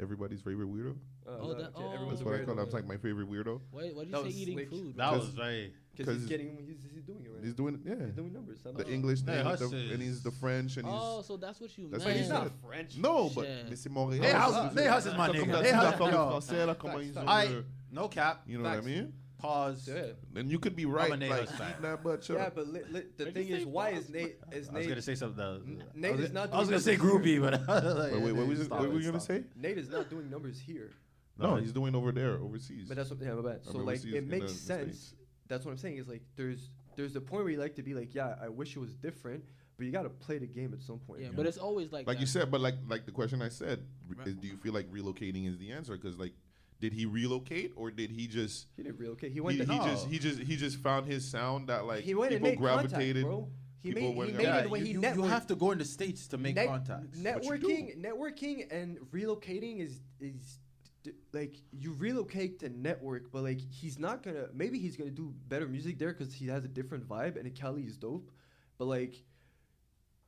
S2: Everybody's favorite weirdo.
S4: uh,
S1: Oh,
S4: no,
S1: that-
S4: okay,
S1: oh.
S4: everyone's
S2: That's
S4: a
S2: what I
S4: weirdo
S2: call. him.
S4: now.
S2: That's like my favorite weirdo.
S1: why? Why did
S4: That
S1: you say
S4: was
S1: eating
S4: slick.
S1: food?
S5: That
S1: bro?
S5: was very.
S4: Because he's
S2: 'Cause-
S4: getting, he's, he's doing it right
S2: He's
S4: now.
S2: doing
S4: He's
S2: yeah.
S4: doing numbers. I'm
S2: The
S4: not-
S2: English
S5: Nate
S2: name,
S5: Huss
S2: the-
S5: is-
S2: and he's the French, and
S1: Oh,
S2: he's
S1: so that's what you
S2: That's
S1: meant.
S2: what he
S4: He's not
S2: said.
S4: French.
S2: no, but
S1: Shit.
S2: mais c'est Montréal.
S5: Nate House,
S2: ça-
S5: Nate House is my
S2: ça
S5: nigga.
S2: commence
S5: Nate
S2: à
S5: House,
S2: parler
S5: yo.
S2: français, là, comment ils ont
S5: I
S2: le-
S5: no cap.
S2: You know what I
S4: Facts.
S2: mean?
S5: Pause.
S4: Yeah.
S2: And you could be
S5: a
S2: right,
S5: Nate
S2: like
S5: Hoss fan.
S2: eating that butt. shut
S4: Yeah,
S2: up.
S4: but li- li- the
S1: Why'd
S4: thing
S1: you
S4: is,
S1: say
S4: why
S1: pause?
S4: is Nate is
S5: I was gonna
S4: Nate
S5: say something.
S4: N- Nate
S5: I was,
S4: is not
S5: I was
S4: doing
S5: gonna say
S4: this this
S5: groovy, but like,
S2: Wait, wait, what was it-
S5: stop
S2: what
S5: it,
S2: were we gonna
S5: stop it.
S2: say?
S4: Nate is not doing numbers here,
S2: No, he's doing over there, overseas.
S4: but that's what yeah, my bad.
S2: I
S4: So
S2: mean, we
S4: like,
S2: see this
S4: it
S2: in
S4: makes
S2: the- the
S4: sense.
S2: States.
S4: That's what I'm saying. Is like, there's there's the point where you like to be like, yeah, I wish it was different, but you gotta play the game at some point.
S1: Yeah, but it's always like
S2: like
S1: that.
S2: you said, but like like the question I said, re- is do you feel like relocating is the answer? Because like, did he relocate or did he just
S4: he didn't relocate. He
S2: he,
S4: went.
S2: he
S4: to, no.
S2: just he just he just found his sound that like
S4: He went and
S2: people
S4: made contact,
S2: gravitated.
S4: bro. He
S2: people
S4: made- he
S2: went
S4: made
S2: and-
S4: it when
S5: you,
S4: he
S5: you- you
S4: networked.
S5: have to go into states to make
S4: Net-
S5: contacts.
S2: What you
S4: Networking, networking, and relocating is is d- like you relocate to network, but like he's not gonna. Maybe he's gonna do better music there because he has a different vibe, and Cali is dope. But like,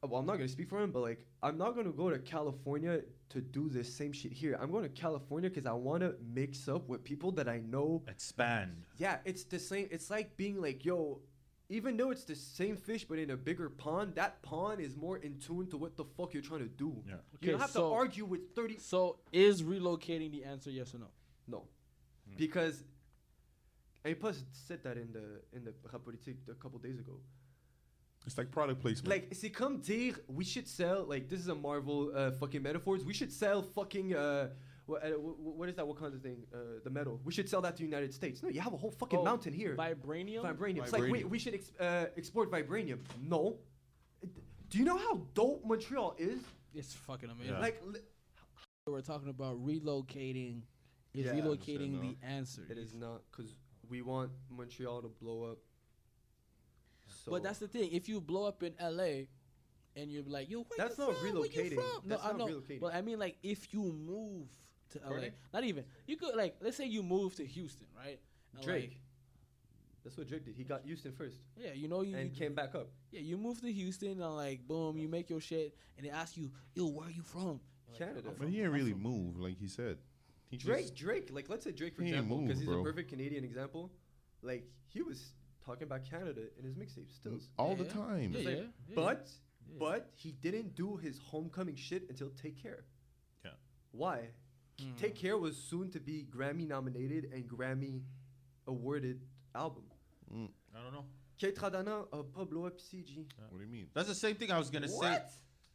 S4: uh, well, I'm not gonna speak for him, but like, I'm not gonna go to California to do this same shit here. I'm going to California because I wanna mix up with people that I know
S5: Expand.
S4: yeah, it's the same. It's like being like, yo, even though it's the same fish but in a bigger pond, that pond is more in tune to what the fuck you're trying to do.
S5: Yeah.
S4: you don't
S1: Okay,
S4: have
S1: so-
S4: to argue with 30.
S1: So is relocating the answer yes or no?
S4: No, because and plus said that in the in the politique a couple days ago.
S2: It's like product placement.
S4: Like, c'est comme dire we should sell like this is a Marvel uh, fucking metaphors. We should sell fucking uh, what, uh, wh- what is that? What kind of thing? Uh, the metal. We should sell that to the United States. No, you have a whole fucking
S1: Oh,
S4: mountain here.
S1: vibranium?
S4: Vibranium. It's like we, we should ex- uh, export vibranium. No. Do you know how dope Montreal is?
S1: It's fucking amazing.
S5: Yeah.
S1: Like
S4: Like. Li-
S1: we're talking about relocating is
S4: Yeah, I
S1: relocating
S2: understand,
S1: the answer.
S4: It is not because we want Montreal to blow up. So
S1: But that's the thing. If you blow up in LA and you're like, yo, where
S4: That's
S1: you
S4: not
S1: from? Where you
S4: relocating.
S1: from?
S4: That's
S1: no, I
S4: not
S1: know.
S4: relocating.
S1: But I mean, like, if you move to LA,
S2: Right.
S1: not even you could like, let's say you move to Houston, right? And,
S4: Drake.
S1: like,
S4: that's what Drake did. He got Houston first
S1: yeah, you know you.
S4: and came back up.
S1: yeah, you move to Houston and like, boom, you make your shit, and they ask you, yo, where are you from? You're like,
S4: Canada.
S2: but he didn't really move, like he said. He
S4: Drake,
S2: just-
S4: Drake, like let's say Drake for
S2: He ain't
S4: example, because
S2: moved,
S4: he's a
S2: bro.
S4: perfect Canadian example. Like he was talking about Canada in his mixtape still.
S2: all the
S1: Yeah.
S2: time.
S1: Yeah,
S4: It's like,
S1: yeah, yeah.
S4: But but he didn't do his homecoming shit until Take Care.
S5: Yeah.
S4: Why? Take Care was soon to be Grammy nominated and Grammy awarded album.
S5: I don't know.
S4: Ketradana a Pablo Epsigi.
S2: What do you mean?
S5: That's the same thing I was gonna say.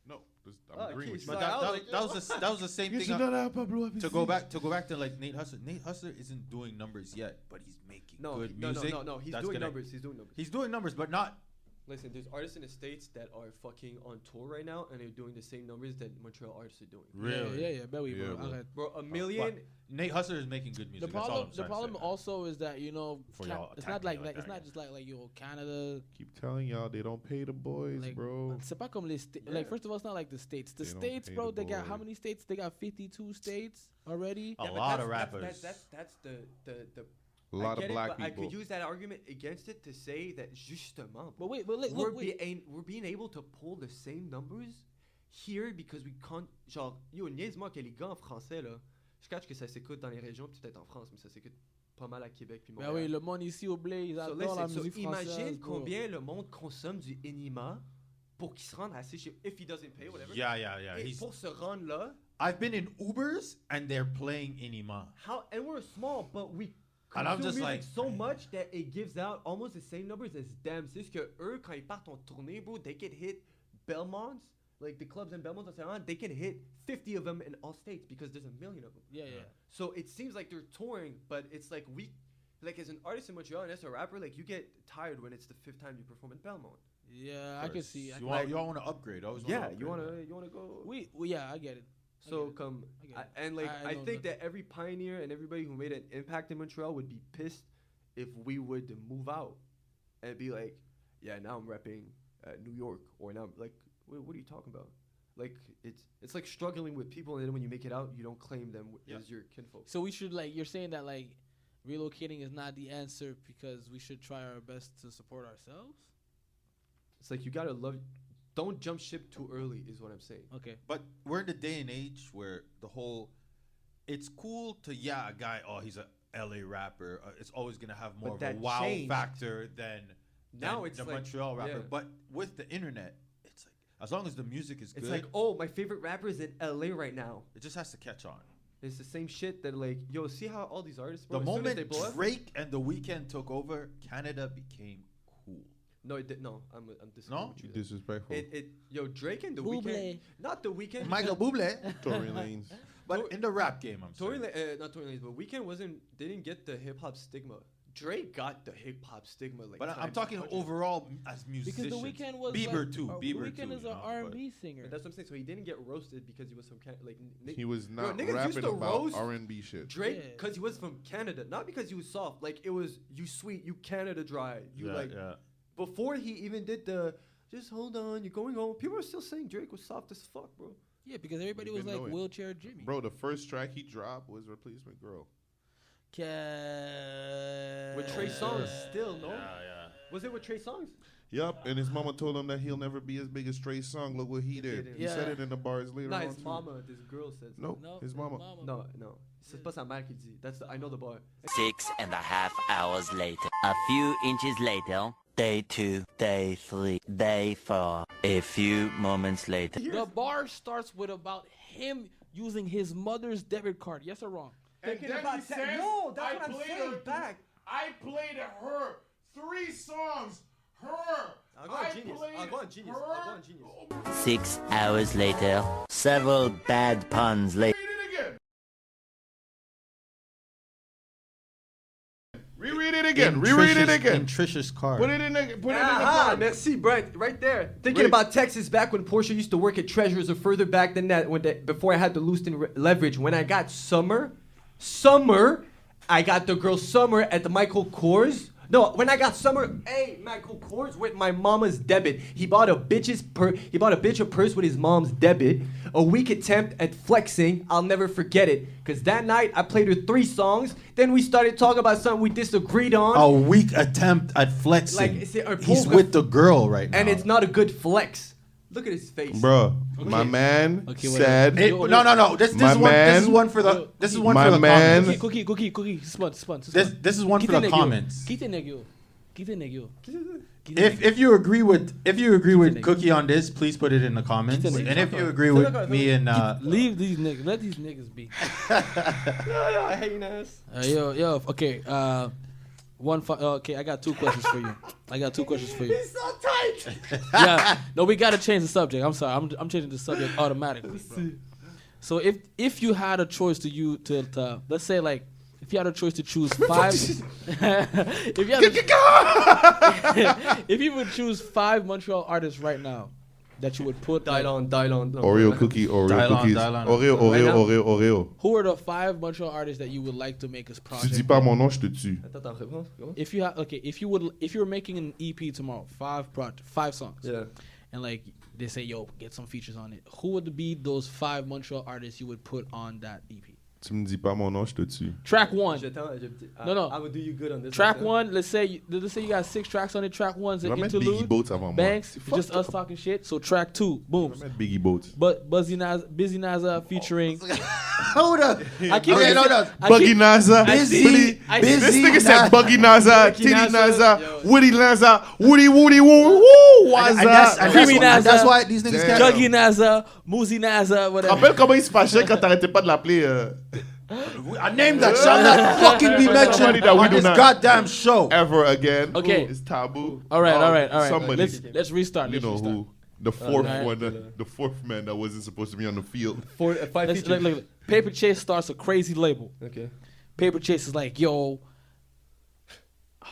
S2: No, this- I'm
S4: Oh,
S2: agreeing
S4: okay,
S2: with you.
S5: But
S4: Sorry,
S5: that,
S4: I
S5: that,
S4: was
S5: was, that was the, that was the same
S2: You
S5: thing.
S2: should
S5: I-
S2: not have Pablo
S5: to go back to go back to like Nate Hustler. Nate Hustler isn't doing numbers yet, but he's making
S4: No,
S5: good
S4: he- no, no,
S5: music.
S4: no, no, he's
S5: That's
S4: doing
S5: gonna-
S4: numbers, he's doing numbers.
S5: He's doing numbers, but not.
S4: Listen, there's artists in the states that are fucking on tour right now and they're doing the same numbers that Montreal artists are doing.
S5: Really?
S1: Yeah, yeah, yeah. Bet we,
S2: Yeah,
S1: bro.
S2: bro.
S1: Okay.
S4: Bro, a
S5: But
S4: million
S5: Nate Hustler is making good music.
S1: The problem,
S5: That's
S1: the
S5: all I'm trying to
S1: problem
S5: say.
S1: also is that you know,
S5: For
S1: Ca-
S5: y'all
S1: it's not
S5: attacking
S1: like,
S5: me
S1: like
S5: like
S1: it's
S5: that,
S1: not
S5: yeah.
S1: just like like yo Canada.
S2: Keep telling y'all they don't pay the boys,
S1: Like,
S2: bro.
S1: C'est pas comme les sta- Like, first of all, it's not like the states. The
S2: They don't
S1: states,
S2: pay
S1: bro,
S2: the
S1: they got how
S2: boy.
S1: many states? They got 52 states already.
S5: A
S4: Yeah, but
S5: lot
S4: that's-
S5: of
S4: that's-
S5: rappers.
S4: That's that's, that's the the the.
S2: A lot
S4: I
S2: of
S4: get it,
S2: black
S4: but I could
S2: people.
S4: use that argument against it to say that justement.
S1: But wait, but look-
S4: we're
S1: look, wait.
S4: being we're being able to pull the same numbers here because we can't. Genre, yo, niaise-moi que les gars en français là. Je catch que ça s'écoute dans les régions, puis peut-être en France, mais ça s'écoute pas mal à Québec puis
S1: Ben
S4: Montréal.
S1: oui, le monde ici au blé, ils
S4: So
S1: adorent
S4: listen,
S1: la
S4: so
S1: musique française.
S4: imagine
S1: bro.
S4: combien le monde consomme du Enima pour qu'il se rende assez chez. If he doesn't pay, whatever.
S5: Yeah, yeah, yeah.
S4: Et
S5: He's,
S4: pour se rendre là,
S5: I've been in Ubers and they're playing Inima.
S4: how and we're small, but we
S5: And I'm
S4: consume
S5: just
S4: music
S5: like-
S4: so much that it gives out almost the same numbers as them. C'est juste que eux, quand ils partent en tournée, bro, they can hit Belmonts, like the clubs in Belmont, they can hit 50 of them in all states because there's a million of them.
S1: Yeah, yeah.
S4: So it seems like they're touring, but it's like we, like as an artist in Montreal and as a rapper, like you get tired when it's the fifth time you perform in Belmont.
S1: Yeah, I can see. I
S5: You
S1: can,
S5: all, you all want to upgrade. I always wanna
S4: Yeah,
S5: upgrade.
S4: you wanna you wanna go.
S1: we, we, yeah, I get it. I
S4: So
S1: get it.
S4: come
S1: I get
S4: I-
S1: it.
S4: and like
S1: I- I
S4: I,
S1: know
S4: think
S1: that-
S4: that every pioneer and everybody who made an impact in Montreal would be pissed if we would move out and be like, yeah, now I'm repping uh, New York or now like what, what are you talking about? Like it's it's like struggling with people and then when you make it out, you don't claim them w-
S5: Yeah.
S4: as your kinfolk.
S1: So we should, like, you're saying that, like, relocating is not the answer because we should try our best to support ourselves?
S4: It's like you gotta love. Don't jump ship too early is what I'm saying.
S1: Okay.
S5: But we're in the day and age where the whole, it's cool to yeah, a guy. Oh, he's a LA rapper. Uh, it's always gonna have more
S4: But
S5: of a
S4: that
S5: wow
S4: changed.
S5: factor than
S4: Now
S5: than
S4: it's
S5: the
S4: like-
S5: Montreal rapper.
S4: yeah.
S5: But with the internet, it's like as long as the music is
S4: It's
S5: good,
S4: like, oh, my favorite rapper is in LA right now.
S5: it just has to catch on.
S4: It's the same shit that like, yo, see how all these artists.
S5: The
S4: bro, as soon as
S5: moment
S4: they blow up-
S5: Drake and The Weeknd took over, Canada became cool.
S4: No, it did, no, I'm I'm disagreeing
S5: No?
S4: with you.
S2: You
S4: there.
S2: disrespectful.
S4: It, it, yo, Drake and the
S1: Buble.
S4: weekend, not the weekend.
S5: Michael Bublé,
S2: Tory Lanez.
S5: but in the rap game, I'm
S4: Tory,
S5: sorry.
S4: Lane- uh, not Tory Lanez, but weekend wasn't didn't get the hip hop stigma. Drake got the hip hop stigma. Like,
S5: But I- I'm
S4: times
S5: talking
S4: 100.
S5: overall as
S1: Because
S5: musicians.
S1: the weekend was
S5: Bieber
S1: like,
S5: too.
S1: uh,
S5: Bieber
S1: Weeknd
S5: too.
S1: is
S5: you
S1: an
S5: know,
S1: R and
S5: but-
S1: B singer.
S4: But that's what I'm saying. So he didn't get roasted because he was from Canada. Like ni-
S2: He was
S4: Bro,
S2: not
S4: niggas used
S2: rapping
S4: to
S2: about
S4: roast
S2: R and B shit.
S4: Drake
S1: Yeah.
S4: because he was from Canada, not because he was soft. Like it was you sweet, you Canada dry, you
S5: Yeah,
S4: like.
S5: yeah.
S4: Before he even did the, just hold on, you're going home. People are still saying Drake was soft as fuck, bro.
S1: yeah, because everybody was
S2: Even
S1: like
S2: though it-
S1: wheelchair Jimmy.
S2: Bro, the first track he dropped was Replacement Girl.
S1: Ca-
S4: With Trey Songz, still no.
S5: Yeah, yeah.
S4: Was it with Trey Songz?
S2: Yep, and his mama told him that he'll never be as big as Trey Song. Look what he did. He said
S1: Yeah.
S2: it in the bars later
S4: Nah,
S2: on.
S4: his
S2: too.
S4: mama, this girl says.
S2: Nope,
S1: No,
S2: his mama.
S4: No, no. C'est pas sa mère qui dit. That's the, I know the bar.
S8: Six and a half hours later, a few inches later, day two, day three, day four, a few moments later.
S1: The bar starts with about him using his mother's debit card. Yes or wrong?
S4: Thinking
S2: then
S4: about
S2: he
S4: sex.
S2: says,
S4: No, that's
S2: I
S4: what I'm
S2: played
S4: saying,
S2: her-
S4: back.
S2: I played her three songs. Her.
S4: I'll go on Genius. I'll go on Genius. I'll go on Genius.
S8: Six hours later, several bad puns later.
S2: Read it again. Reread it again. Reread it again.
S3: Trisha's car.
S2: Put it in the. Put it
S4: Aha,
S2: in the. Box.
S4: merci, Brent. Right there. Thinking
S2: Right.
S4: about Texas back when Porsche used to work at Treasures or further back than that when they, before I had the Lewiston re- leverage. When I got Summer, Summer, I got the girl Summer at the Michael Kors. No, when I got Summer, hey, Michael Kors with my mama's debit. He bought a bitch's per he bought a bitch a purse with his mom's debit. A weak attempt at flexing, I'll never forget it. Cause that night I played her three songs. Then we started talking about something we disagreed on.
S3: a weak attempt at flexing.
S4: Like, is it a
S3: He's
S4: poker-
S3: with the girl right now.
S4: and it's not a good flex. Look at his face.
S2: Bro, my man
S1: Okay, whatever.
S2: said.
S3: It- no, no, no. This,
S2: My
S3: this is one. This is
S2: man-
S3: one for the. This is one
S2: My
S3: for the
S2: man-
S3: comments.
S1: Cookie, cookie, cookie, cookie. Spun, spun, spun.
S3: This, this is one for the comments.
S1: Kite negyo. Kite negyo.
S3: If if you agree with if you agree with Cookie on this, please put it in the comments.
S1: Keep the nigga.
S3: And if you agree with me and uh,
S1: Leave these niggas. Let these niggas be.
S4: I hate ass.
S1: Uh, yo, yo. Okay. Uh, one. Fi- oh, okay, I got two questions for you. I got two questions for you.
S4: He's so tight.
S1: yeah. No, we gotta change the subject. I'm sorry. I'm, I'm changing the subject automatically. Bro. So if if you had a choice to you to, to let's say like if you had a choice to choose five, if you had a- if you would choose five Montreal artists right now that you would put, like,
S4: Dylon, Dylon. no.
S2: Oreo cookie, Oreo
S3: Dial on,
S2: cookies.
S3: dial on.
S2: Oreo, Oreo,
S4: now?
S2: Oreo, Oreo.
S1: who are the five Montreal artists that you would like to make as
S2: Tu dis
S1: project?
S2: pas mon nom, je te tue.
S4: Attends, attends, réponse. comment?
S1: If you have okay, if you would if you were making an EP tomorrow, five project, five songs,
S4: Yeah.
S1: and like they say, yo, get some features on it. Who would be those five Montreal artists you would put on that EP?
S2: Tu me dis pas mon nom, je te tue.
S1: Track one.
S4: J'attends, je petit.
S1: No, no.
S4: I will do you good on this.
S1: Track
S4: one.
S1: one, let's say let's say you got six tracks on it. Track one's
S2: Je
S1: an
S2: vais mettre Biggie
S1: interlude.
S2: Boats avant moi.
S1: Banks,
S2: C'est fuck-
S1: just us talking shit. So track two, boom.
S2: Je vais mettre Biggie Boats.
S1: But Buzzy Naza, Busy Naza featuring.
S3: hold up.
S1: I keep
S3: Okay, no, no.
S1: I
S2: Buggy
S1: keep-
S2: Naza.
S1: Busy-
S2: Billy-
S1: I-
S2: This
S3: Busy
S2: nigga said
S3: Naza.
S2: Buggy Naza, Titty
S4: Naza,
S2: Naza,
S4: yo.
S2: Woody Naza, Woody Woody Woo Woo
S3: And that's,
S2: Waza.
S3: and that's,
S1: Creamy
S3: why, and
S1: Naza.
S3: that's why these niggas
S2: Damn.
S3: can't.
S1: Juggy Naza, Muzi Naza, whatever.
S2: Rappelle comment il se fâchait quand t'arrêtais pas de l'appeler. euh,
S3: A name that shall not fucking be
S2: Somebody
S3: mentioned
S2: that we
S3: on
S2: do
S3: this
S2: not-
S3: goddamn show.
S2: Ever again.
S1: Okay.
S2: It's taboo.
S1: All right,
S2: Um,
S1: all right, all right.
S2: Somebody.
S1: Let's let's restart.
S2: you
S1: Let's
S2: know
S1: restart.
S2: who? The fourth
S1: right.
S2: one, uh, the fourth man that wasn't supposed to be on the field.
S4: Four, uh, five
S1: Let's,
S4: features.
S1: look, look, look. Paper Chase starts a crazy label.
S4: Okay.
S1: Paper Chase is like, yo. Oh,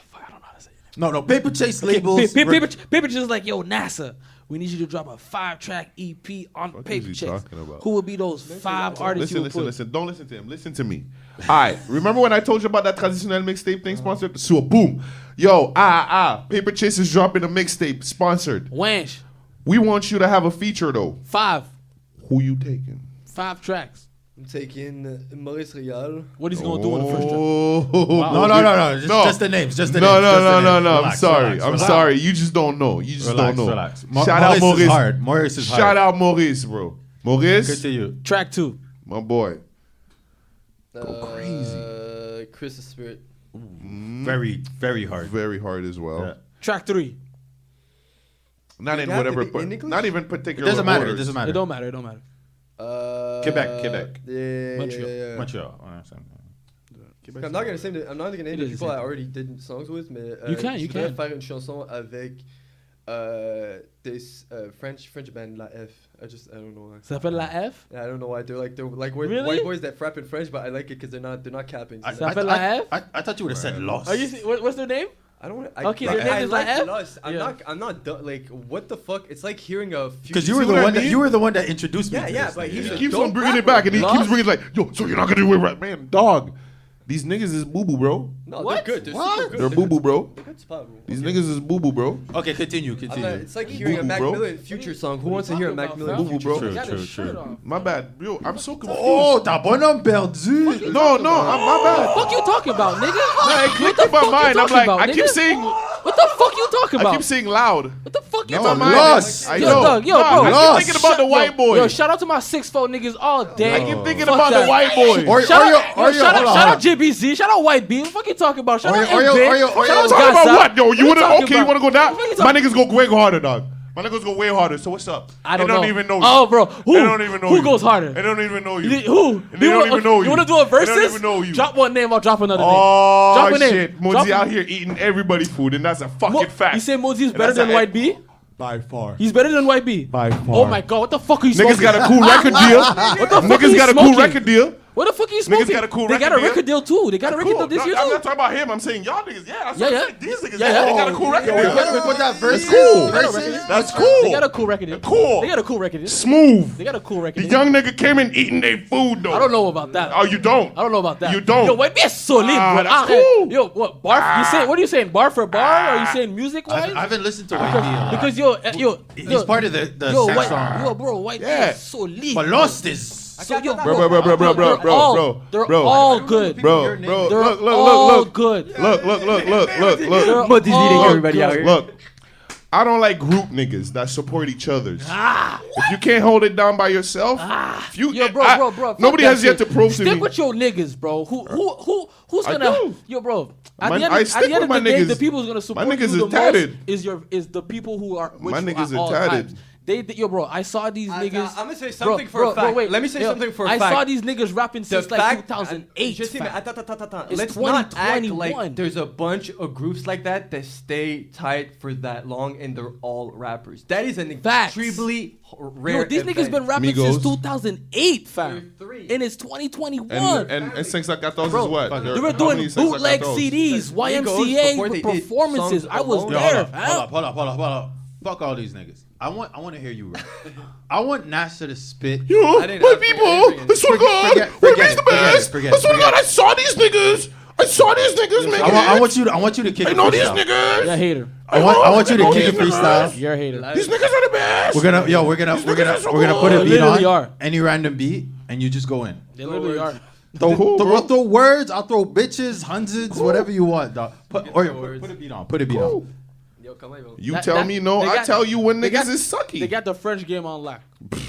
S1: fuck, I don't know how to say it.
S3: No, no. Paper chase
S1: P-
S3: labels.
S1: P- Paper, Ch- Paper Chase is like, yo, NASA, we need you to drop a five track EP on
S2: What is
S1: Paper
S2: he
S1: Chase.
S2: talking about?
S1: Who would be those five artists you
S2: Listen,
S1: would
S2: listen,
S1: put?
S2: listen. Don't listen to him. Listen to me. All right. Remember when I told you about that traditional mixtape thing
S1: Uh-huh.
S2: sponsored? So boom. Yo, ah, ah. Paper Chase is dropping a mixtape sponsored.
S1: Wanch,
S2: We want you to have a feature though.
S1: five,
S2: Who you taking?
S1: five tracks.
S4: I'm taking uh, Maurice Rial.
S1: What is he gonna do on the first track?
S2: Oh.
S3: No, no, no, no. Just, just the names. Just the
S2: No,
S3: names.
S2: no,
S3: just the
S2: no, no,
S3: names.
S2: no. I'm
S3: Relax,
S2: sorry.
S3: relax,
S2: I'm
S3: relax.
S2: sorry. You just don't know. You just
S3: Relax,
S2: don't know.
S3: relax. Mo-
S2: Shout
S3: Maurice
S2: out
S3: is
S2: Maurice.
S3: hard. Maurice is hard.
S2: Shout out Maurice, bro.
S3: Good
S2: Maurice,
S3: to you.
S1: Track two.
S2: my boy.
S4: Go crazy. Uh, Chris the Spirit.
S5: Mm.
S3: Very, very hard.
S2: Very hard as well.
S3: Yeah.
S1: Track three.
S2: Not in
S4: have to
S2: whatever,
S4: be
S2: but
S4: in English?
S2: not even
S3: It
S2: particular.
S3: doesn't matter. It
S2: orders.
S3: doesn't
S1: It
S3: matter.
S1: don't matter. It don't matter.
S4: Uh,
S3: Quebec, Quebec.
S4: Yeah, yeah,
S1: Montreal.
S4: yeah, yeah.
S3: Montreal. I understand.
S4: I'm not gonna say the, I'm not gonna name
S1: It
S4: the
S1: is the
S4: people
S1: same
S4: I already did songs with, mais euh,
S1: You can,
S4: je
S1: you
S4: voudrais
S1: can.
S4: faire une chanson avec euh, this euh, French French band La F. I just I don't know why.
S1: Ça s'appelle La F.
S4: Yeah, I don't know why they're like they're like white,
S1: Really?
S4: white boys that frap in French, but I like it because they're not they're not capping.
S3: I,
S4: So
S1: S'appelle
S3: I-
S1: la F?
S3: I, I thought you would have said lost.
S1: Are you? se- What, what's their name?
S4: I don't. want
S1: Okay,
S4: I,
S1: their name
S4: I
S1: is La
S4: like
S1: F?
S4: Lost. I'm
S1: Yeah.
S4: not. I'm not done. Like what the fuck? It's like hearing a. few-
S3: Because you were
S4: See
S3: the
S4: what I
S3: one that
S4: mean?
S3: you were the one that introduced me.
S4: Yeah,
S3: to
S4: yeah,
S3: this
S4: but
S3: nigga.
S4: he's
S2: He
S4: a
S2: keeps
S4: dope
S2: on bringing it
S4: rapper.
S2: back, and he keeps bringing it like, yo, so you're not gonna do it right, man, dog. These niggas is boo boo, bro.
S4: No,
S1: What?
S4: they're good. They're
S3: What?
S4: super good.
S2: They're boo boo, bro.
S4: They're good spot, bro.
S2: These niggas is boo boo, bro.
S3: okay. Continue,
S4: I'm
S3: continue.
S4: not, it's like hearing a
S2: Boo-boo,
S4: Mac
S2: bro.
S4: Miller Future song. Who wants to hear a Mac Miller?
S2: Boo boo, bro.
S3: True,
S1: Got
S3: true,
S1: his shirt
S3: true.
S1: off.
S2: My bad, yo. I'm so confused.
S3: Oh, ta bonhomme perdu.
S2: no, no, I'm, my bad.
S1: Fuck you talking about, nigga?
S2: I
S1: What
S2: clicked
S1: the
S2: in my
S1: fuck you
S2: mind. I'm
S1: talking
S2: like,
S1: about,
S2: I keep
S1: nigga?
S2: saying
S1: What the fuck you talking
S2: I
S1: about?
S2: keep saying loud.
S1: what the fuck you
S2: No,
S1: talking about?
S2: lost. I
S1: Yo,
S2: know.
S1: Doug, yo,
S2: Nah,
S1: bro.
S2: I keep
S1: Lost.
S2: thinking about the
S1: Yo,
S2: white boy.
S1: Yo, shout out to my six four niggas all day.
S2: I keep thinking
S1: Fuck
S2: about the
S1: that.
S2: white boy.
S3: Or, or,
S1: Shout
S3: your,
S1: out,
S3: or
S1: yo,
S3: your,
S1: shout out,
S3: hold on,
S1: shout
S3: hold
S1: out JBZ, shout out White B. What the fuck you talking about? Shout
S3: Or
S1: out
S3: yo, or
S1: M
S3: yo,
S1: Big,
S3: or yo, or yo,
S1: shout out
S3: talking
S2: Talking about
S1: Gaza.
S2: what, yo?
S1: What
S2: You wanna go?
S1: talking
S2: Okay, you
S1: about?
S2: wanna go down?
S1: What the fuck you
S2: My
S1: talking-
S2: niggas go way harder, dog. My niggas go way harder. So what's up?
S1: I don't
S2: they
S1: know.
S2: don't even know.
S1: Oh,
S2: you.
S1: bro, who?
S2: They don't even know
S1: Who
S2: you.
S1: goes harder?
S2: They don't even know you.
S1: Li- Who?
S2: And They
S1: You
S2: don't
S1: want-
S2: even know you.
S1: You want to do a versus?
S2: They don't even know you.
S1: Drop one name, I'll drop another
S2: Oh
S1: name. Drop a
S2: shit,
S1: name. Drop
S2: Mozi
S1: a-
S2: out here eating everybody food, and that's a fucking
S1: Mo-
S2: fact.
S1: You say Mozi's
S2: And
S1: better
S2: that's
S1: than
S2: a-
S1: White B?
S3: By far.
S1: He's better than White B.
S3: By
S1: Oh
S3: far.
S1: my god, what the fuck are you smoking?
S2: Niggas got a cool record deal.
S1: What the fuck are
S2: Niggas
S1: you
S2: got a
S1: smoking?
S2: cool record deal.
S1: What the fuck are you smoking?
S2: got a cool
S1: they got a
S2: record
S1: record deal too. They got a record deal
S2: Cool.
S1: this
S2: No,
S1: year
S2: I'm
S1: too.
S2: not talking about him. I'm saying y'all niggas. Yeah, that's
S1: Yeah,
S2: what
S1: yeah.
S2: I'm saying. These niggas,
S1: Yeah,
S2: yeah,
S1: yeah.
S2: they got a cool record
S3: Yo, we
S2: deal.
S3: put, we put that versus.
S2: cool.
S3: versus-
S2: That's cool.
S1: They got a cool record deal.
S2: Cool.
S1: They got a cool record deal.
S2: Smooth.
S1: They got a cool record
S2: The
S1: deal.
S2: young nigga came in eating their food though.
S1: I don't know about that.
S2: Oh, you don't.
S1: I don't know about that.
S2: You don't.
S1: Yo, White B is solid,
S2: Ah,
S1: bro.
S2: that's
S1: Ah,
S2: cool. Ah.
S1: Yo, what barf? you saying? What are you saying? Bar for bar? Are you saying music
S5: I,
S1: wise?
S5: I haven't listened to White B. a lot.
S1: because yo, eh, yo,
S5: he's
S1: yo,
S5: part of the the
S1: yo,
S5: sex
S1: white,
S5: song.
S1: yo, bro, White
S2: Yeah.
S1: B is solid.
S5: But Lost is.
S1: So, yo,
S2: Bro, bro, bro, bro, bro, bro,
S1: they're
S2: bro,
S1: all-
S2: bro,
S1: They're
S2: bro.
S1: all good.
S2: Bro, bro,
S1: They're
S2: look, look,
S1: all
S2: look, look,
S1: good.
S2: look, look, look, look, look,
S1: They're
S2: look.
S4: Muddy's
S1: all
S4: eating
S1: good.
S4: everybody out here.
S2: Look, I don't like group niggas that support each other's. if you can't hold it down by yourself, if you,
S1: Yo, bro,
S2: I-
S1: bro, bro. fuck
S2: nobody
S1: that
S2: has yet to
S1: shit.
S2: prove
S1: stick
S2: to me.
S1: with your niggas, bro. Who, who, who, who's
S2: I
S1: gonna?
S2: do.
S1: Yo, bro. At
S2: My-
S1: the end,
S2: I
S1: of, at
S2: stick
S1: the end
S2: with
S1: of
S2: my
S1: the day,
S2: niggas.
S1: the people's gonna support
S2: niggas
S1: you
S2: is
S1: the
S2: tatted.
S1: most is your is the people who are with
S2: My
S1: you
S2: niggas
S1: at
S2: is
S1: all
S2: tatted.
S1: times. They, they- yo, bro. I saw these
S4: I-
S1: niggas.
S4: I'm gonna say
S1: Bro,
S4: something for a
S1: bro, bro,
S4: fact.
S1: wait.
S4: Let me say
S1: Yo,
S4: something for a
S1: I
S4: fact.
S1: saw these niggas rapping
S4: The
S1: since like
S4: fact-
S1: 2008.
S4: Just
S1: fact.
S4: even- ta- ta- ta- ta- ta.
S1: It's
S4: Let's not act
S1: 2021.
S4: like there's a bunch of groups like that that stay tight for that long and they're all rappers. That is an
S1: Facts.
S4: extremely h- rare.
S1: Yo, these niggas
S4: event.
S1: been rapping since
S2: Migos.
S1: 2008, fam.
S4: They're three.
S1: And it's 2021.
S2: and, and, and Sex I Got Those is what?
S1: they were doing bootleg CDs,
S4: before they
S1: YMCA
S4: did
S1: performances.
S4: songs
S1: I was
S4: alone.
S5: Yo,
S1: there,
S5: hold, up, hold
S1: fam.
S5: up, hold up, hold up, hold up. Fuck all these niggas. I want, I want to hear you rap. I want NASA to spit.
S2: Yo,
S4: didn't
S2: my
S4: ask for anything.
S2: people, I swear to God,
S5: forget-
S2: we're
S5: forget
S2: the
S5: it, forget
S2: best.
S5: it, forget
S2: I
S5: it,
S2: swear to God,
S5: forget
S2: I saw these niggas. I saw these niggas,
S5: I want, I
S2: nigga.
S5: want you to, I want you to kick.
S2: I
S5: it
S2: know these
S5: freestyle.
S2: niggas.
S1: You're a hater.
S5: I want, I want you to
S2: know
S5: kick
S2: these
S5: it freestyle.
S1: You're a hater.
S2: These niggas are the best.
S5: We're gonna, yo, we're gonna, we're gonna,
S2: niggas are
S5: we're gonna put
S2: cool.
S5: a
S1: They
S5: beat on
S1: literally are.
S5: any random beat, and you just go in.
S1: They literally are.
S5: Throw,
S2: Cool,
S5: throw,
S2: bro.
S5: throw words. I'll throw bitches, hundreds, whatever you want, dog. Put, or, put,
S4: words.
S5: put a beat on. Put a beat
S2: Cool.
S5: on.
S4: Yo, come on, yo.
S2: You
S1: That-
S2: tell
S1: that-
S2: me no,
S1: they
S2: I
S1: got-
S2: tell you when
S1: they
S2: niggas
S1: got-
S2: is sucky.
S1: They got the French game on lock.
S2: they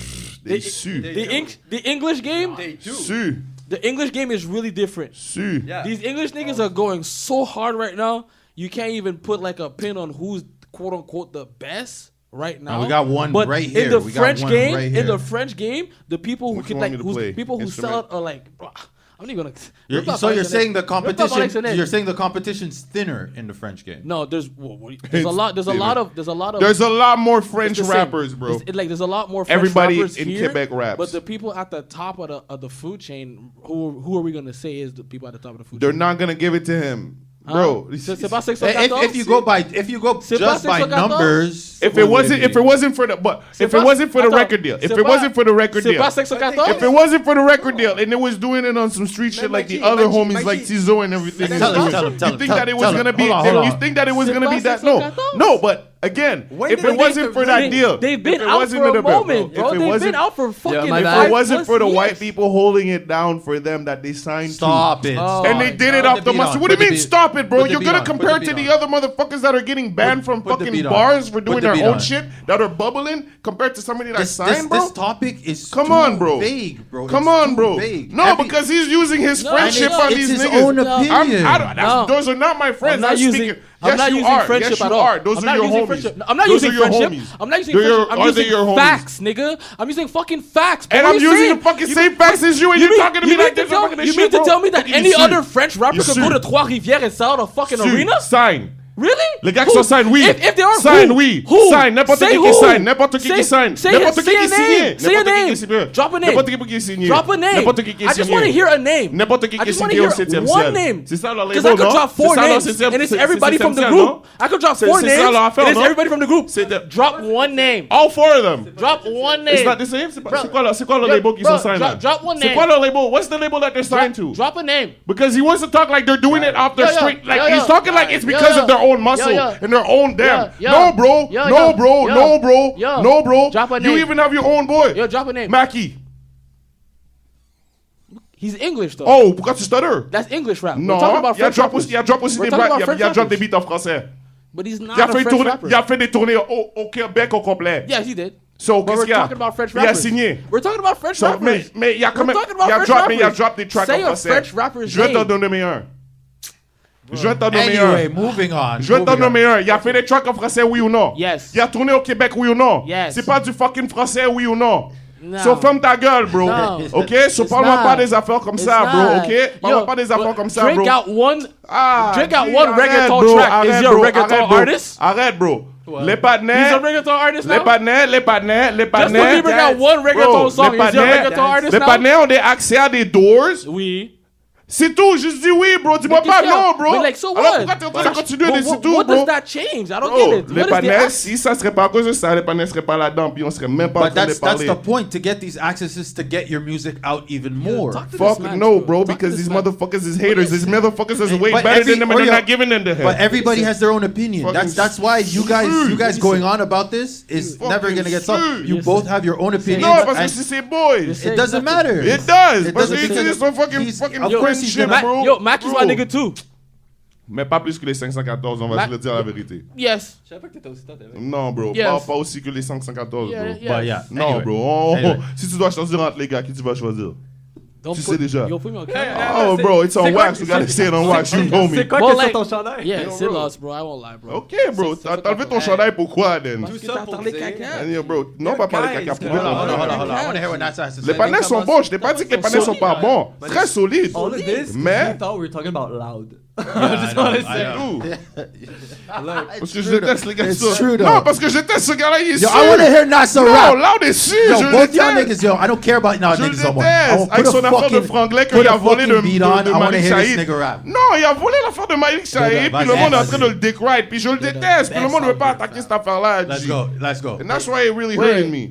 S1: The,
S2: su,
S1: Eng- the English game,
S4: They do.
S2: su,
S1: the English game is really different.
S2: su.
S4: Yeah.
S1: These English niggas are going so hard right now. You can't even put like a pin on who's quote unquote the best right now.
S5: we got one
S1: but
S5: right
S1: In
S5: here.
S1: the
S5: We got
S1: French
S5: one
S1: game,
S5: right
S1: in the
S5: here.
S1: French game, the people who
S2: Which
S1: can
S2: one
S1: like
S2: you to
S1: who's-
S2: play?
S1: people who sell
S2: Instrument?
S1: out are like, "Bruh, I'm not even gonna.
S5: You're-
S1: Let's not
S5: so
S1: talk
S5: you're
S1: about
S5: saying the
S1: Let's not talk about
S5: competition,
S1: Exonex.
S5: you're saying the competition's thinner in the French game.
S1: no, there's well, what- there's a lot, there's a lot of, there's a lot of,
S2: There's a lot more
S1: it's
S2: French
S1: the same.
S2: rappers, bro.
S1: It's- it- like there's a lot more. French
S2: Everybody
S1: rappers
S2: in
S1: here,
S2: Quebec raps.
S1: but the people at the top of the of the food chain, who who are we gonna say is the people at the top of the food?
S2: They're
S1: chain?
S2: not gonna give it to him, bro.
S1: C'est- c'est pas
S2: If
S1: 614?
S5: If, if you go by, if you go
S1: C'est
S5: just
S1: pas
S5: by
S1: 614?
S5: numbers,
S2: it wasn't, if it wasn't for the, but
S1: C'est
S2: if
S1: pas-
S2: it wasn't for the
S1: Attends,
S2: record deal, if
S1: c'est
S2: it
S1: pas-
S2: wasn't for the record
S1: C'est
S2: deal,
S1: pas 614?
S2: if it wasn't for the record deal, and it was doing it on some street shit
S4: Man,
S2: like
S4: my
S2: the
S4: G,
S2: other
S4: my G,
S2: homies
S4: my
S2: like
S4: G.
S2: Tizo and everything,
S5: Tell him, tell him, tell
S2: you
S5: him,
S2: think
S5: tell
S2: that it
S5: him,
S2: was
S5: tell him.
S2: gonna be,
S5: Hold on, hold
S2: you
S5: on.
S2: think that it was
S1: C'est
S2: gonna
S1: pas
S2: be that? No,
S1: 614?
S2: no, but again,
S4: When
S2: if
S4: did
S2: it
S4: they
S2: wasn't
S4: get
S2: for that
S1: They-
S2: deal,
S1: They've
S2: if
S1: been
S2: it
S1: out
S2: wasn't
S1: for
S2: the
S1: a
S2: bro,
S1: moment,
S2: if
S1: bro.
S2: it
S1: They've been
S2: wasn't-
S1: out for fucking.
S4: my
S1: five
S4: bad.
S2: If it wasn't
S1: plus
S2: for the
S1: years.
S2: white people holding it down for them that they signed to.
S5: stop
S1: Oh.
S5: it. stop
S2: And
S5: it.
S2: they did it
S5: Put
S2: off
S5: the
S2: the
S5: beat
S2: mustard.
S5: on,
S2: What do you
S5: put the
S2: mean,
S5: beat-
S2: stop it, bro?
S5: put the
S2: You're
S5: beat
S2: gonna
S5: on, put the
S2: compare it to
S5: beat
S2: the
S5: on.
S2: other motherfuckers that are getting banned from
S5: put the
S2: fucking
S5: beat on.
S2: bars for
S5: Put
S2: doing
S5: the
S2: their
S5: beat
S2: own
S5: on.
S2: shit that are bubbling compared to somebody that
S5: This, this,
S2: signed, bro.
S5: this topic is
S2: Come
S5: too
S2: on, bro.
S5: Vague, bro.
S2: Come
S5: It's
S2: on,
S5: too
S2: bro.
S5: vague.
S2: No,
S5: Every-
S2: because he's using his
S1: No,
S2: friendship
S1: and it's-
S2: on
S1: it's
S2: these
S5: his
S2: niggas.
S5: own opinion.
S2: I'm, I don't, that's,
S1: No.
S2: Those are not my friends.
S1: I'm not
S2: I'm
S1: using.
S2: speaking.
S1: I'm
S2: yes,
S1: not
S2: you
S1: using
S2: are.
S1: friendship
S2: yes, you
S1: at all.
S2: Are. Those
S1: I'm
S2: are
S1: not
S2: your
S1: using
S2: homies.
S1: friendship. No, I'm not
S2: Those
S1: using
S2: are your
S1: friendship.
S2: homies.
S1: I'm not using
S2: They're
S1: friendship.
S2: your-
S1: I'm
S2: are they
S1: using
S2: your homies?
S1: facts, nigga. I'm using fucking facts. bro.
S2: And
S1: What
S2: I'm
S1: are you
S2: using
S1: saying?
S2: the fucking
S1: You-
S2: same facts as you, and
S1: You
S2: you're
S1: mean,
S2: talking to
S1: you
S2: me
S1: mean
S2: like
S1: to
S2: this.
S1: tell,
S2: fucking
S1: you
S2: shit,
S1: mean to
S2: bro.
S1: tell me that
S2: You
S1: any
S2: see.
S1: other French rapper
S2: You
S1: could
S2: see.
S1: go to Trois Rivières and sell out a fucking
S2: Si,
S1: arena?
S2: Sign.
S1: Really?
S2: Les gars qui sont
S1: Who?
S2: sign, oui.
S1: If, if they are,
S2: Sign,
S1: who?
S2: oui.
S1: Who?
S2: Sign, n'importe
S1: Say
S2: qui
S1: who?
S2: qui sign, n'importe qui
S1: Say-
S2: qui sign,
S1: say-
S2: n'importe qui
S1: say
S2: qui
S1: a
S2: signe,
S1: name. Say a
S2: n'importe qui
S1: name.
S2: qui signe,
S1: Drop a name.
S2: n'importe qui qui signe,
S1: Drop a name.
S2: n'importe qui qui
S1: I just
S2: signe.
S1: want to hear a name.
S2: N'importe qui
S1: I
S2: qui
S1: just wanna
S2: signe au
S1: hear
S2: septième
S1: one
S2: ciel.
S1: name.
S2: C'est ça leur
S1: Because I
S2: label,
S1: could
S2: non?
S1: drop
S2: C'est
S1: four
S2: ça leur
S1: names,
S2: septième-
S1: and it's
S2: c'est-
S1: everybody
S2: c'est
S1: from the
S2: septième ciel,
S1: group.
S2: non?
S1: I could drop
S2: C'est-
S1: four
S2: c'est
S1: names,
S2: ça leur affaire,
S1: and it's
S2: non?
S1: everybody from the group.
S2: C'est de-
S1: Drop one name.
S2: All four of them.
S1: Drop one name.
S2: It's not the same. C'est pas- c'est quoi leur- c'est quoi leur
S1: Yo,
S2: label qu'ils
S1: bro,
S2: sont signed
S1: drop-
S2: à?
S1: drop one
S2: C'est
S1: name.
S2: quoi leur label? What's the label that they're signed to?
S1: Drop a name.
S2: Because he wants to talk like they're doing it off their
S1: Yo, yo,
S2: straight. Like
S1: yo, yo.
S2: he's talking like it's
S1: Yo,
S2: because
S1: yo.
S2: of their own muscle
S1: Yo, yo.
S2: and their own damn.
S1: Yo, yo.
S2: No, bro.
S1: Yo,
S2: no,
S1: yo.
S2: bro.
S1: Yo.
S2: No, bro.
S1: Yo.
S2: No, bro.
S1: Drop a
S2: You
S1: name.
S2: even have your own boy.
S1: Yo, drop a name.
S2: Mackie.
S1: He's English though.
S2: Oh, pourquoi tu stutter?
S1: That's English rap. We're
S2: Non.
S1: talking about
S2: Il y a
S1: French
S2: drop
S1: rappers.
S2: aussi, il y a drop aussi
S1: We're
S2: des
S1: talking about
S2: blagues. Il y a- il
S1: French
S2: y a drop des
S1: rappers.
S2: beats en français.
S1: But he's not
S2: Il a
S1: a
S2: fait,
S1: French
S2: une tournée-
S1: rapper.
S2: il a fait des tournées au, au Québec au complet.
S1: Yeah, he did.
S2: So,
S1: But
S2: qu'est-ce
S1: we're
S2: qu'il y a?
S1: talking about French
S2: Il a
S1: rappers.
S2: signé.
S1: We're talking about French
S2: So,
S1: rappers.
S2: mais, mais il y a quand
S1: We're
S2: même.
S1: talking about
S2: Il a
S1: French
S2: drop, mais il a
S1: rappers.
S2: drop des tracks
S1: Say a
S2: en français.
S1: French rapper's
S2: Je vais t'en
S1: name.
S2: donner un. Je vais t'en donner
S5: Anyway,
S2: un.
S5: moving on.
S2: Je vais t'en
S5: moving on.
S2: nommer un. Il a fait des tracks en français, oui ou non?
S1: Yes.
S2: Il a tourné au Québec, oui ou non?
S1: Yes.
S2: C'est pas du fucking français, oui ou non?
S1: No.
S2: So ferme ta gueule, bro.
S1: No.
S2: Ok? So
S1: It's
S2: parle-moi
S1: not.
S2: pas des affaires comme
S1: It's
S2: ça, bro.
S1: not.
S2: Ok? Parle-moi
S1: Yo,
S2: pas des affaires
S1: but
S2: comme ça,
S1: Drake
S2: bro.
S1: got one.
S2: Ah,
S1: Drake got
S2: gee,
S1: one
S2: arrête,
S1: reggaeton
S2: bro,
S1: track. Is
S2: arrête,
S1: he a
S2: bro,
S1: reggaeton
S2: arrête, bro.
S1: artist?
S2: Arrête, bro. Les partenaires.
S1: He's a reggaeton artist
S2: Les
S1: now.
S2: panais, les panais, les panais.
S1: Justin Bieber got one reggaeton
S2: Bro,
S1: song.
S2: Les
S1: Is he a
S2: panais,
S1: reggaeton artist
S2: les
S1: now?
S2: panais ont des accès à des doors.
S1: Oui.
S2: C'est tout. Juste dis oui, bro. Dis-moi
S1: But
S2: pas
S1: this-
S2: non, bro.
S1: But like, so
S2: Alors
S1: what?
S2: pourquoi t'es en train de
S1: But-
S2: continuer
S1: but
S2: des c'est
S1: what-
S2: tout,
S1: What
S2: bro?
S1: does that change? I don't
S2: Bro,
S1: get it.
S2: les
S1: What is the
S2: panais,
S1: act-
S2: si ça serait pas à cause de ça, les panais seraient pas là-dedans, puis on serait même pas en
S5: But
S2: train de
S5: that's that's
S2: parler.
S5: the point to get these accesses to get your music out even more.
S1: Talk to
S2: Fuck
S1: this man,
S2: no, bro,
S1: Talk to
S2: because
S1: this
S2: these
S1: man.
S2: motherfuckers is haters. These motherfuckers is
S5: Hey,
S2: way
S5: but
S2: better
S5: every-
S2: than them, and
S5: or
S2: they're
S5: yo-
S2: not giving them to
S5: But
S2: him.
S5: everybody has their own opinion. That's
S2: Fucking
S5: that's why you guys you
S2: suit.
S5: guys going on about this is
S2: Fucking
S5: never gonna get
S2: suit.
S5: solved. You
S1: Yes,
S5: both have your own opinions.
S2: No, parce que
S5: and
S2: c'est ces boys.
S5: it doesn't matter.
S2: It does, parce
S5: doesn't
S2: que
S5: because
S2: c'est son fucking
S5: he's-
S2: fucking
S5: of course he's
S2: friendship,
S5: gonna-
S2: bro.
S1: Yo, Mac is my
S2: Bro.
S1: nigga too.
S2: Mais pas plus que les 514, on va
S4: Bah-
S1: Ma-
S2: se le dire la vérité.
S1: Yes.
S2: Non, bro,
S1: Yes.
S2: pas, pas aussi que les 514,
S1: Yeah,
S2: bro. Bah,
S1: yeah.
S5: But yeah,
S2: Non,
S5: anyway.
S2: bro. on-
S5: Anyway.
S2: Si tu dois choisir entre les gars, qui tu vas choisir?
S1: Don't
S2: Tu
S1: put-
S2: sais déjà.
S1: Yo, put me on camera.
S2: Oh, bro, it's on
S4: Ah, bah, c'est quoi-
S2: wax. You gotta say it on wax. You know me.
S4: C'est quoi
S1: Bon,
S4: que c'est
S1: like-
S4: ton chandail?
S1: Yeah,
S2: Yo,
S1: c'est
S2: bro.
S1: lost, bro. I won't lie, bro.
S2: Ok, bro, t'as t'as enlevé ton chandail, pourquoi, then?
S1: Parce que
S4: Tout ça
S1: t'as
S4: pour
S1: parlé
S4: dire-
S1: caca.
S2: And yo, bro, non, pas parler
S4: guys,
S2: caca. poubelle,
S4: guys.
S5: Hold on, hold on, hold on, hold on. I
S1: Yeah.
S5: want to hear what Natsa has to say.
S2: Les panels sont bons. Je t'ai pas dit que les panels sont pas bons. Très solides.
S4: All of this, 'cause
S2: Mais-
S4: we thought we were talking about loud.
S5: I know,
S4: wanna
S5: I know.
S2: Ooh.
S4: Like,
S2: Parce que je déteste les gars
S3: It's
S2: ça.
S3: true, though.
S2: Non, parce que je déteste ce gars-là, il est
S3: Yo,
S2: sûr.
S3: I want to hear Nasa
S2: Non,
S3: rap.
S2: là, on est sûr.
S3: Yo,
S2: je
S3: both y'all niggas,
S2: déteste.
S3: yo, I don't care about y'all
S2: Je le
S3: niggas no more. I
S2: déteste.
S3: won't
S2: Avec
S3: Oh, put a
S2: son affaire de
S3: fucking-
S2: franglais
S3: put
S2: qu'il
S3: a
S2: a volé de,
S3: fucking
S2: de,
S3: beat on.
S2: de
S3: I wanna
S2: Malik
S3: hear this
S2: Saïd.
S3: nigga rap.
S2: Non, il a volé l'affaire de Malik Saïd.
S5: vas-y,
S2: Puis le monde est en
S5: vas-y.
S2: train de le décrire. Puis je le déteste. Puis le monde ne veut pas attaquer cette affairlà.
S5: Let's
S2: G.
S5: go. Let's go.
S2: And that's why it really hurting me.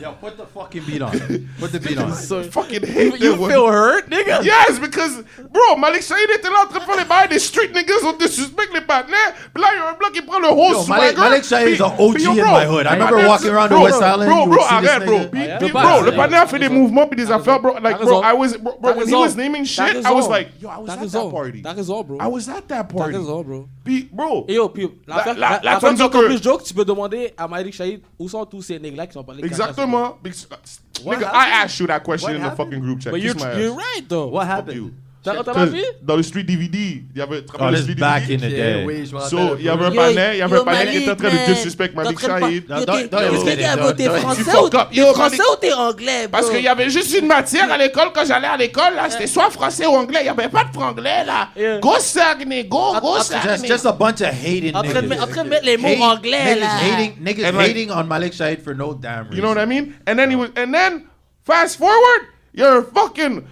S5: Yo, put the fucking beat on. Put the beat on.
S2: I fucking hate
S1: You
S2: that one.
S1: feel hurt, nigga?
S2: Yes, because, bro, Malik Saïd était là en train de faire les bails des street niggas, on disrespect les partenaires. Puis là, il y a un blanc qui prend le whole
S3: Yo,
S2: swagger.
S3: Malik- Malik Saïd
S2: Puis-
S3: is an OG
S2: puis yo,
S3: in
S2: bro,
S3: my hood. I
S2: le
S3: remember
S2: partenaire,
S3: walking
S2: c'est-
S3: around the
S2: bro,
S3: West Island,
S2: Bro,
S3: you
S2: bro,
S3: would see this
S2: arrête, bro.
S3: nigga.
S2: Puis-
S1: Ah,
S2: puis,
S1: yeah.
S2: bro, le
S1: T'as
S2: partenaire fait des mouvements puis des affaires, bro. Like,
S1: T'as
S2: bro,
S1: raison.
S2: I was, bro, bro,
S1: T'as
S2: when he was
S1: raison.
S2: naming shit,
S1: T'as
S2: I was
S1: raison.
S2: like, yo, I was
S1: T'as
S2: at
S1: raison.
S2: that party.
S1: T'as raison, bro.
S2: I was at that
S1: T'as
S2: party.
S1: raison, bro.
S2: Puis, bro,
S1: Et yo, puis l'affaire
S2: la-
S1: la,
S2: la
S1: la,
S2: femme
S1: qui a
S2: que-
S1: plus de jokes, tu peux demander à Maïrik Shahid où sont tous ces niggas là qui sont parlés caca sur-
S2: exactement. Because- uh, Nigga, I
S4: happened?
S2: asked you that question
S4: What
S2: in the
S4: happened?
S2: fucking group chat.
S1: But
S2: Kiss
S1: you're,
S2: my ass.
S1: you're right, though.
S4: what
S2: Fuck you.
S4: happened?
S1: T'as rentré la
S2: Cause
S1: vie?
S2: Dans le street DVD, il y avait, tu te
S5: Oh,
S2: rappelles le
S5: this
S2: street
S5: back
S2: DVD?
S5: in the
S4: Yeah,
S5: day.
S4: oui, je m'en
S2: So,
S4: rappelle.
S2: il y avait un
S1: Yo,
S2: panel, il y avait un
S1: Bah, ben, yo,
S2: panel qui était en train de
S1: Malik,
S2: disrespect
S1: man,
S2: Malik
S1: t'es en train de
S2: Shahid.
S1: pas-
S5: Non,
S1: Yo,
S5: don't-
S1: t'es-
S5: don't
S1: yo,
S5: even
S1: Est-ce que
S5: get
S1: t'es
S5: it,
S1: à
S5: don't-
S1: voter
S5: don't-
S1: français
S2: Fuck
S1: ou
S2: up.
S1: t'es
S2: Yo,
S1: français
S2: quand-
S1: ou t'es anglais, bro?
S2: Parce qu'il y avait juste une matière à l'école. Quand j'allais à l'école, là, c'était soit français ou anglais. Il n'y avait pas de franglais, là.
S1: Euh. Yeah.
S2: Go Saguenay, go, go
S5: Just,
S2: Saguenay.
S5: just a bunch of hating
S1: En train de
S5: niggas.
S1: me- en train de mettre les mots
S5: Hate-
S1: anglais,
S5: niggas
S1: là.
S5: hating, niggas
S2: And like-
S5: hating on Malik Shahid for no damn reason.
S2: You know what I mean? And then he was, and then, fast forward, you're a fucking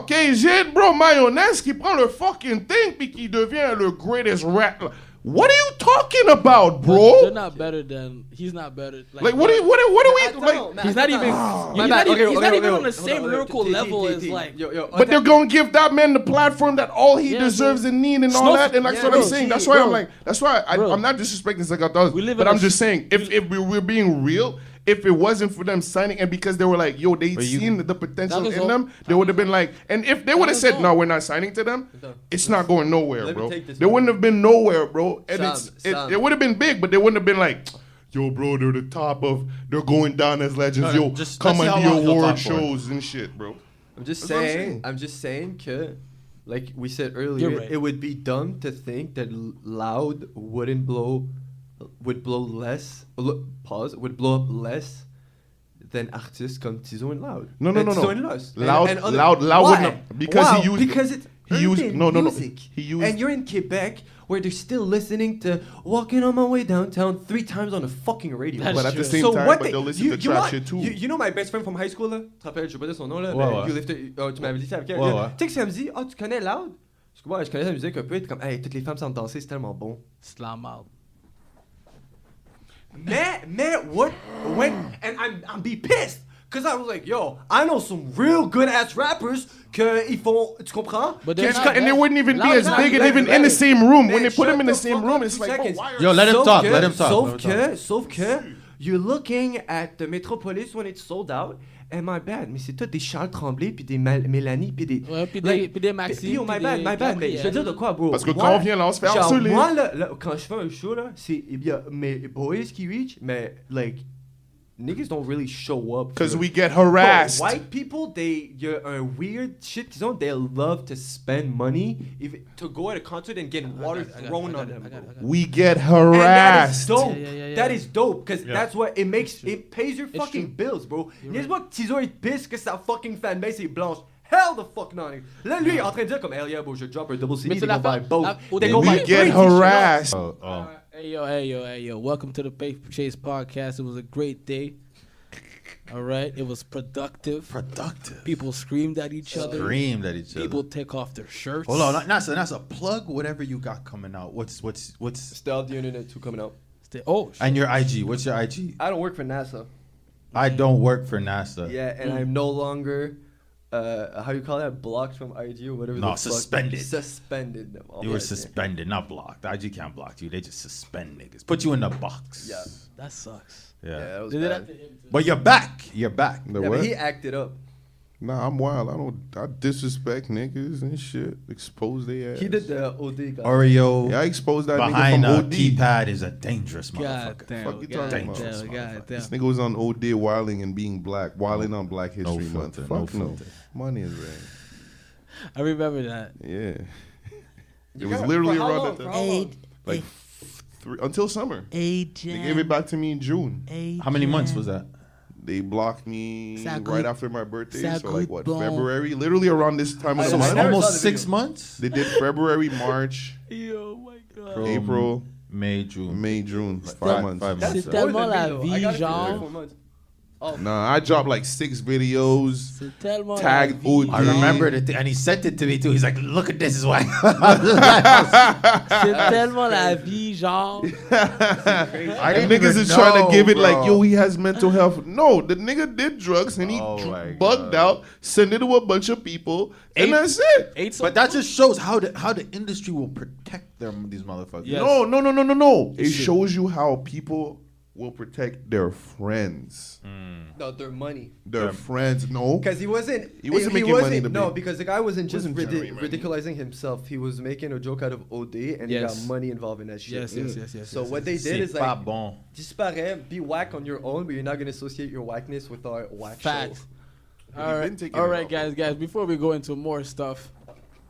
S2: Caucasian, bro, mayonnaise, qui prend le fucking thing, puis qui devient le greatest rap. What are you talking about,
S1: They're
S2: bro?
S1: not better than. He's not better.
S2: Like, what are you, what are, what are we, like,
S1: He's not even.
S4: My
S1: He's
S4: bad.
S1: not even,
S4: Okay,
S1: he's
S4: okay,
S1: not
S4: okay,
S1: even on
S4: okay.
S1: the same
S4: Hold on, hold
S1: lyrical
S4: on. T- T-
S1: level
S4: T-
S1: as
S4: T.
S1: like.
S4: Yo, yo,
S2: But
S4: okay.
S2: they're gonna give that man the platform that all he
S1: Yeah,
S2: deserves and need and all
S1: Snow-
S2: that, and that's
S1: yeah,
S2: what I'm
S1: bro.
S2: saying. That's why I'm
S1: Bro.
S2: like, that's why I,
S1: Bro.
S2: I'm not disrespecting Zagatos,
S1: We live
S2: but
S1: in a
S2: I'm just
S1: sh-
S2: saying if if we were being real, if it wasn't for them signing and because they were like, yo, they seen the potential
S1: That was
S2: in
S1: all-
S2: them, they would have been like, and if they would have
S1: was
S2: said
S1: all.
S2: no, we're not signing to them, it's not going nowhere,
S4: Let me
S2: bro.
S4: take this
S2: They
S4: one.
S2: wouldn't have been nowhere, bro. And
S4: Sam,
S2: it's it,
S4: Sam.
S2: it would have been big, but they wouldn't have been like. Yo, bro, they're the top of. They're going down as legends.
S5: No, no,
S2: Yo,
S5: just-
S2: come
S5: let's see
S2: on
S5: how
S2: the
S5: long he'll
S2: award
S5: talk for.
S2: shows and shit, bro.
S4: I'm just
S2: That's what I'm saying.
S4: saying. I'm just saying, que, like we said earlier,
S1: You're right.
S4: it would be dumb to think that L- loud wouldn't blow, would blow less. Look, pause. Would blow up less than artists come Tizo and Loud.
S2: No, no,
S4: and
S2: no, no.
S4: Tizo and Loud.
S2: Loud- Loud- Loud
S4: Why?
S2: wouldn't have- because he
S4: Wow,
S2: used-
S4: because it's
S2: he used-
S4: urban
S2: no, no, no.
S4: music.
S2: He used-
S4: and you're in Quebec where they're still listening to "Walking on My Way Downtown" three times on a fucking radio.
S2: But at the same
S4: so
S2: time,
S4: what
S2: but
S4: they-
S2: they'll listen
S4: you,
S2: to
S4: you
S2: trap
S4: want-
S2: shit too.
S4: You, you know my best friend from high school là? Tu te rappelles, je sais pas de son nom là.
S5: Ouais,
S4: mais
S5: ouais.
S4: You lifted, euh, tu m'avais dit ça avec elle.
S5: Ouais,
S4: là.
S5: ouais.
S4: Tu sais que ça me dit, ah tu connais Loud? Parce que ouais, je connais la musique un peu. T'es comme, hey, toutes les femmes savent danser, c'est tellement bon.
S1: Slam out.
S4: Mais, mais, what, when, and I'm, I'm be pissed. Cause I was like, yo, I know some real good ass rappers que ils font, tu comprends?
S1: But
S4: Que-
S1: they're
S2: And,
S1: not-
S2: and they wouldn't even be
S1: Loud
S2: as
S1: is not
S2: big and
S1: better,
S2: even in
S4: better.
S2: the same room. When
S4: Man,
S2: they put them in the
S4: shut the
S2: same
S4: fuck
S2: room,
S4: up
S2: it's
S4: two
S2: like, bro,
S4: seconds.
S2: why are
S5: Yo, let him
S4: Sauf
S5: talk.
S4: que-
S5: Let him talk.
S4: Sauf
S5: let him
S4: que, sauf que, you're looking at the Metropolis when it's sold out, and my bad. Mais c'est tout des Charles Tremblay, puis des Mal- Mélanie, puis des.
S1: Ouais, puis des- puis des Maxime,
S4: Puis, yo, my
S1: puis
S4: bad,
S1: des
S4: my bad. Mais je veux
S1: Gabriel.
S4: dire de quoi, bro?
S2: Parce que
S4: Moi,
S2: quand on vient là, on se fait
S4: genre,
S2: harceler.
S4: Moi, là, là, quand je fais un show, là, c'est. Il y a mes boys qui reach, mais, like, niggas don't really show up.
S2: Because
S4: for-
S2: we get
S4: Bro,
S2: harassed.
S4: white people, they y a a weird shit qu'ils ont. They love to spend money if, to go at a concert and get water thrown on them. bro.
S2: We get
S4: And that is
S2: harassed.
S4: dope.
S1: Yeah, yeah, yeah,
S4: That
S1: yeah.
S4: is dope because that's what it makes. It pays your fucking
S1: true.
S4: bills, bro. N'est-ce pas que Tizo est pisse que sa fucking fanbase est blanche? Hell the fuck non. nigga. Là, lui, il est en train de dire comme, hell yeah, bro, je drop un double CD,
S1: Mais c'est
S4: they
S1: la
S4: gonna buy
S1: fa-
S4: both.
S1: la- au
S4: They
S1: début-
S4: gonna buy
S2: We
S1: Oh,
S2: get
S4: three t-shirts.
S2: harassed.
S5: Oh,
S1: Hey yo, hey yo, hey yo! Welcome to the Faith Chase podcast. It was a great day. All right, it was productive.
S5: Productive.
S1: People screamed at each other.
S5: Screamed at each other.
S1: People take off their shirts.
S5: Hold on, NASA, NASA, plug whatever you got coming out. What's what's what's
S4: Style of the Internet 2 coming out.
S1: Stay- oh, shit.
S5: and your IG? What's your IG?
S4: I don't work for NASA.
S5: I don't work for NASA.
S4: Yeah, and I'm no longer. Uh, how you call that? Blocked from IG or whatever.
S5: No,
S4: the fuck.
S5: suspended.
S4: Suspended. them. All
S5: You were
S4: right, yeah.
S5: suspended, not blocked. IG can't block you. They just suspend niggas. Put you in the box.
S4: Yeah.
S1: that sucks.
S5: Yeah.
S4: Yeah, that was
S1: Did it
S4: bad.
S1: have to him too?
S5: But you're back. You're back.
S2: The
S4: Yeah, but
S2: what?
S4: he acted up.
S2: Nah, I'm wild. I don't. I disrespect niggas and shit. Expose their ass.
S4: He did the OD. guy.
S5: Oreo
S2: Yeah, I exposed that
S5: behind uh, a
S2: nigga from OD.
S5: keypad is a dangerous
S1: God
S5: motherfucker.
S1: damn!
S2: Fuck you
S1: God
S2: talking
S1: damn!
S2: about?
S1: God damn!
S2: This nigga was on OD wilding and being black, wilding on Black History Month.
S5: filter, no
S2: Fuck no,
S5: filter.
S2: money is right.
S1: I remember that.
S2: Yeah, it
S4: got
S2: was
S4: it.
S2: literally
S4: For how
S2: around
S4: long?
S2: that
S4: For
S2: time.
S4: how long?
S2: like f- three, until summer. They gave it back to me in June.
S5: How many months was that?
S2: They blocked me
S1: Sac
S2: right
S1: good-
S2: after my birthday,
S1: sac
S2: so like
S1: good
S2: what
S1: bon.
S2: February, literally around this time of
S4: I
S2: the
S5: So
S4: never saw
S2: month.
S5: it's
S4: the
S5: almost six
S4: video.
S5: months.
S2: They did February, March,
S1: Yo, my God.
S5: From
S2: April,
S5: May, June.
S2: May, June. Five,
S5: five-
S2: months.
S5: five
S4: That's
S5: months.
S1: C'est
S4: more
S1: tellement
S4: than me,
S1: la
S4: though.
S1: vie,
S4: I got it for
S1: genre.
S4: three, four months.
S2: Nah, I dropped like six videos.
S1: C'est tellement
S2: Tag
S1: la vie.
S2: OD.
S5: I remembered it, and he sent it to me too. He's like, "Look at this, is why."
S1: C'est tellement la vie, genre.
S5: I
S2: And
S5: didn't
S2: niggas
S5: even
S2: is trying
S5: know,
S2: to give it like,
S5: bro.
S2: yo, he has mental health. No, the nigga did drugs and he
S5: Oh
S2: dr-
S5: my
S2: bugged
S5: God.
S2: out, sent it to a bunch of people, and
S5: Eight-
S2: that's it.
S1: Ate some
S5: But that just shows how the how the industry will protect them these motherfuckers.
S1: Yes.
S2: No, no, no, no, no, no. It shows you how people will protect their friends.
S5: Mm.
S4: No, their money.
S2: Their friends, no.
S4: Because he wasn't.
S2: He wasn't making money to
S4: No,
S2: be-
S4: because the guy wasn't just
S2: wasn't
S4: ridi-
S2: generating money.
S4: ridiculizing himself. He was making a joke out of OD, and he
S1: Yes.
S4: got money involved in that shit.
S1: Yes, yes, yes, yes,
S4: So
S1: yes,
S4: what they did
S5: C'est
S4: is
S5: pas
S4: like,
S5: bon.
S4: disparais, be whack on your own, but you're not gonna associate your whackness with our whack
S1: facts.
S4: show.
S1: All
S2: been
S1: right,
S2: taking
S1: all
S2: it
S1: right,
S2: off.
S1: guys, guys. Before we go into more stuff,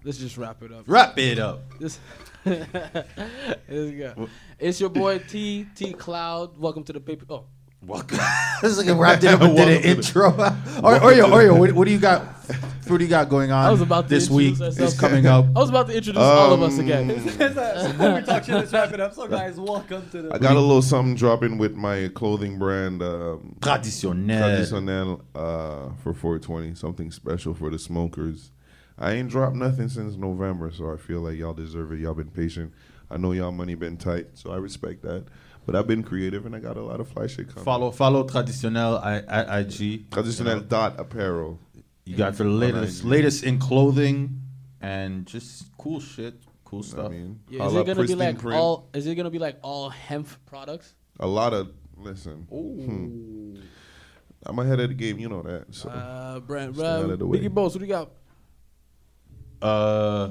S1: let's just wrap it up.
S5: Wrap it up.
S1: This, Let's go. It's your boy T T Cloud. Welcome to the paper. Oh,
S5: Welcome. this is like wrapped it up and did
S2: Welcome
S5: an
S2: to the-
S5: intro. or, Oreo, Oreo, what, what do you got? What do you got going on
S1: I was about to
S5: this week?
S1: introduce
S5: Is
S1: ourselves.
S5: coming up.
S1: I was about to introduce all of us
S2: Um,
S1: again.
S4: so before we talk shit, let's wrap it up. So guys, welcome to
S2: I
S4: the.
S2: got a little something dropping with my clothing brand, um,
S5: Traditionnel.
S2: Traditionnel, uh, for 420, something special for the smokers. I ain't dropped nothing since November, so I feel like y'all deserve it. Y'all been patient. I know y'all money been tight, so I respect that. But I've been creative and I got a lot of fly shit coming.
S5: Follow follow Traditionnel I, at IG.
S2: Traditionnel dot apparel.
S5: You got the latest latest in clothing and just cool shit, cool
S2: I
S5: stuff.
S2: mean,
S1: Uh, Yeah,
S2: a
S1: is
S2: lot
S1: it gonna be
S2: pristine
S1: like
S2: print,
S1: all? Is it gonna be like all hemp products?
S2: a lot of listen? hmm. I'm ahead of the game, you know that. So
S1: Uh, Brent,
S2: Stay out
S1: Rev,
S2: of the way.
S1: Biggie Boss, what do you got?
S5: Uh,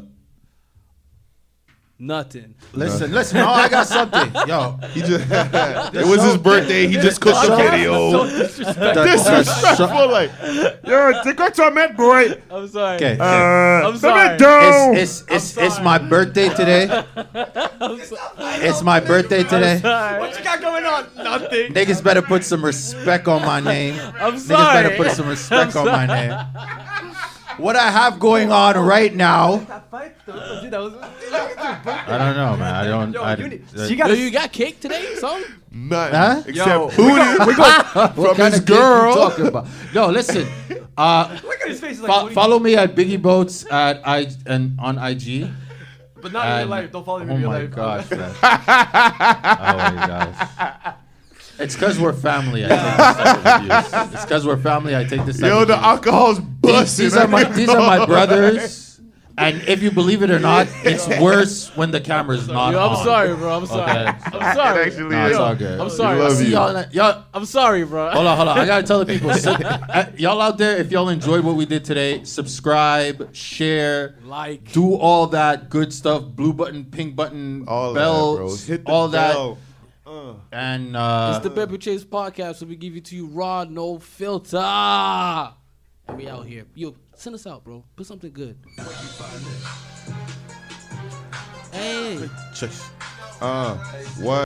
S1: Nothing.
S5: listen, listen. No, I got something, yo.
S2: he just it was his birthday. He just cooked Oh, a video. Disrespectful, like
S6: Yo, take out your met, boy.
S1: I'm sorry.
S5: Okay, okay.
S2: Uh,
S1: I'm
S6: Let me
S1: sorry.
S6: down.
S5: It's it's it's, it's my birthday today. it's my birthday today.
S1: Sorry.
S4: What you got going on? Nothing.
S5: Niggas better put some respect on my name.
S1: I'm
S5: Niggas better
S1: sorry.
S5: put some respect on my name. What I have going on right now, I don't know, man. I don't.
S4: Yo,
S5: I,
S4: you need-
S5: uh,
S4: she
S1: Yo,
S4: got.
S1: you got cake today, son?
S2: nothing
S5: Huh?
S2: except booty.
S5: what
S2: from
S5: kind
S2: his
S5: of kid you
S2: girl.
S5: talking about? No, listen. Uh,
S4: Look at his face. He's like,
S5: fo-
S4: what are you-
S5: follow me at Biggie Boats at I and on IG.
S4: but not in real
S5: and-
S4: life. Don't follow him
S5: Oh
S4: in real
S5: my
S4: life.
S5: gosh. man. oh my gosh. It's because we're family. I take this type of abuse. It's because we're family. I take this. Type
S2: Yo,
S5: of
S2: the
S5: abuse.
S2: alcohol's
S5: These-
S2: busting.
S5: These are my these are my brothers, And if you believe it or not, it's worse when the camera's not
S1: Yo, I'm
S5: on.
S1: sorry, bro. I'm sorry.
S5: Okay.
S1: I'm sorry.
S2: actually
S5: Nah,
S2: is.
S5: it's all good.
S1: I'm sorry.
S2: love
S5: See
S2: you.
S5: y'all, y'all,
S1: I'm sorry, bro.
S5: Hold on, hold on. I gotta tell the people, sub- uh, y'all out there, if y'all enjoyed what we did today, subscribe, share,
S1: Like.
S5: do all that good stuff. Blue button, pink button,
S2: All
S5: bell,
S2: that, bro. Hit the
S5: all that,
S2: bell.
S5: and uh,
S1: It's the Pepper Chase podcast, so we give it to you raw, no filter. And we out here. Yo, send us out, bro. Put something good. Hey.
S2: Uh, what?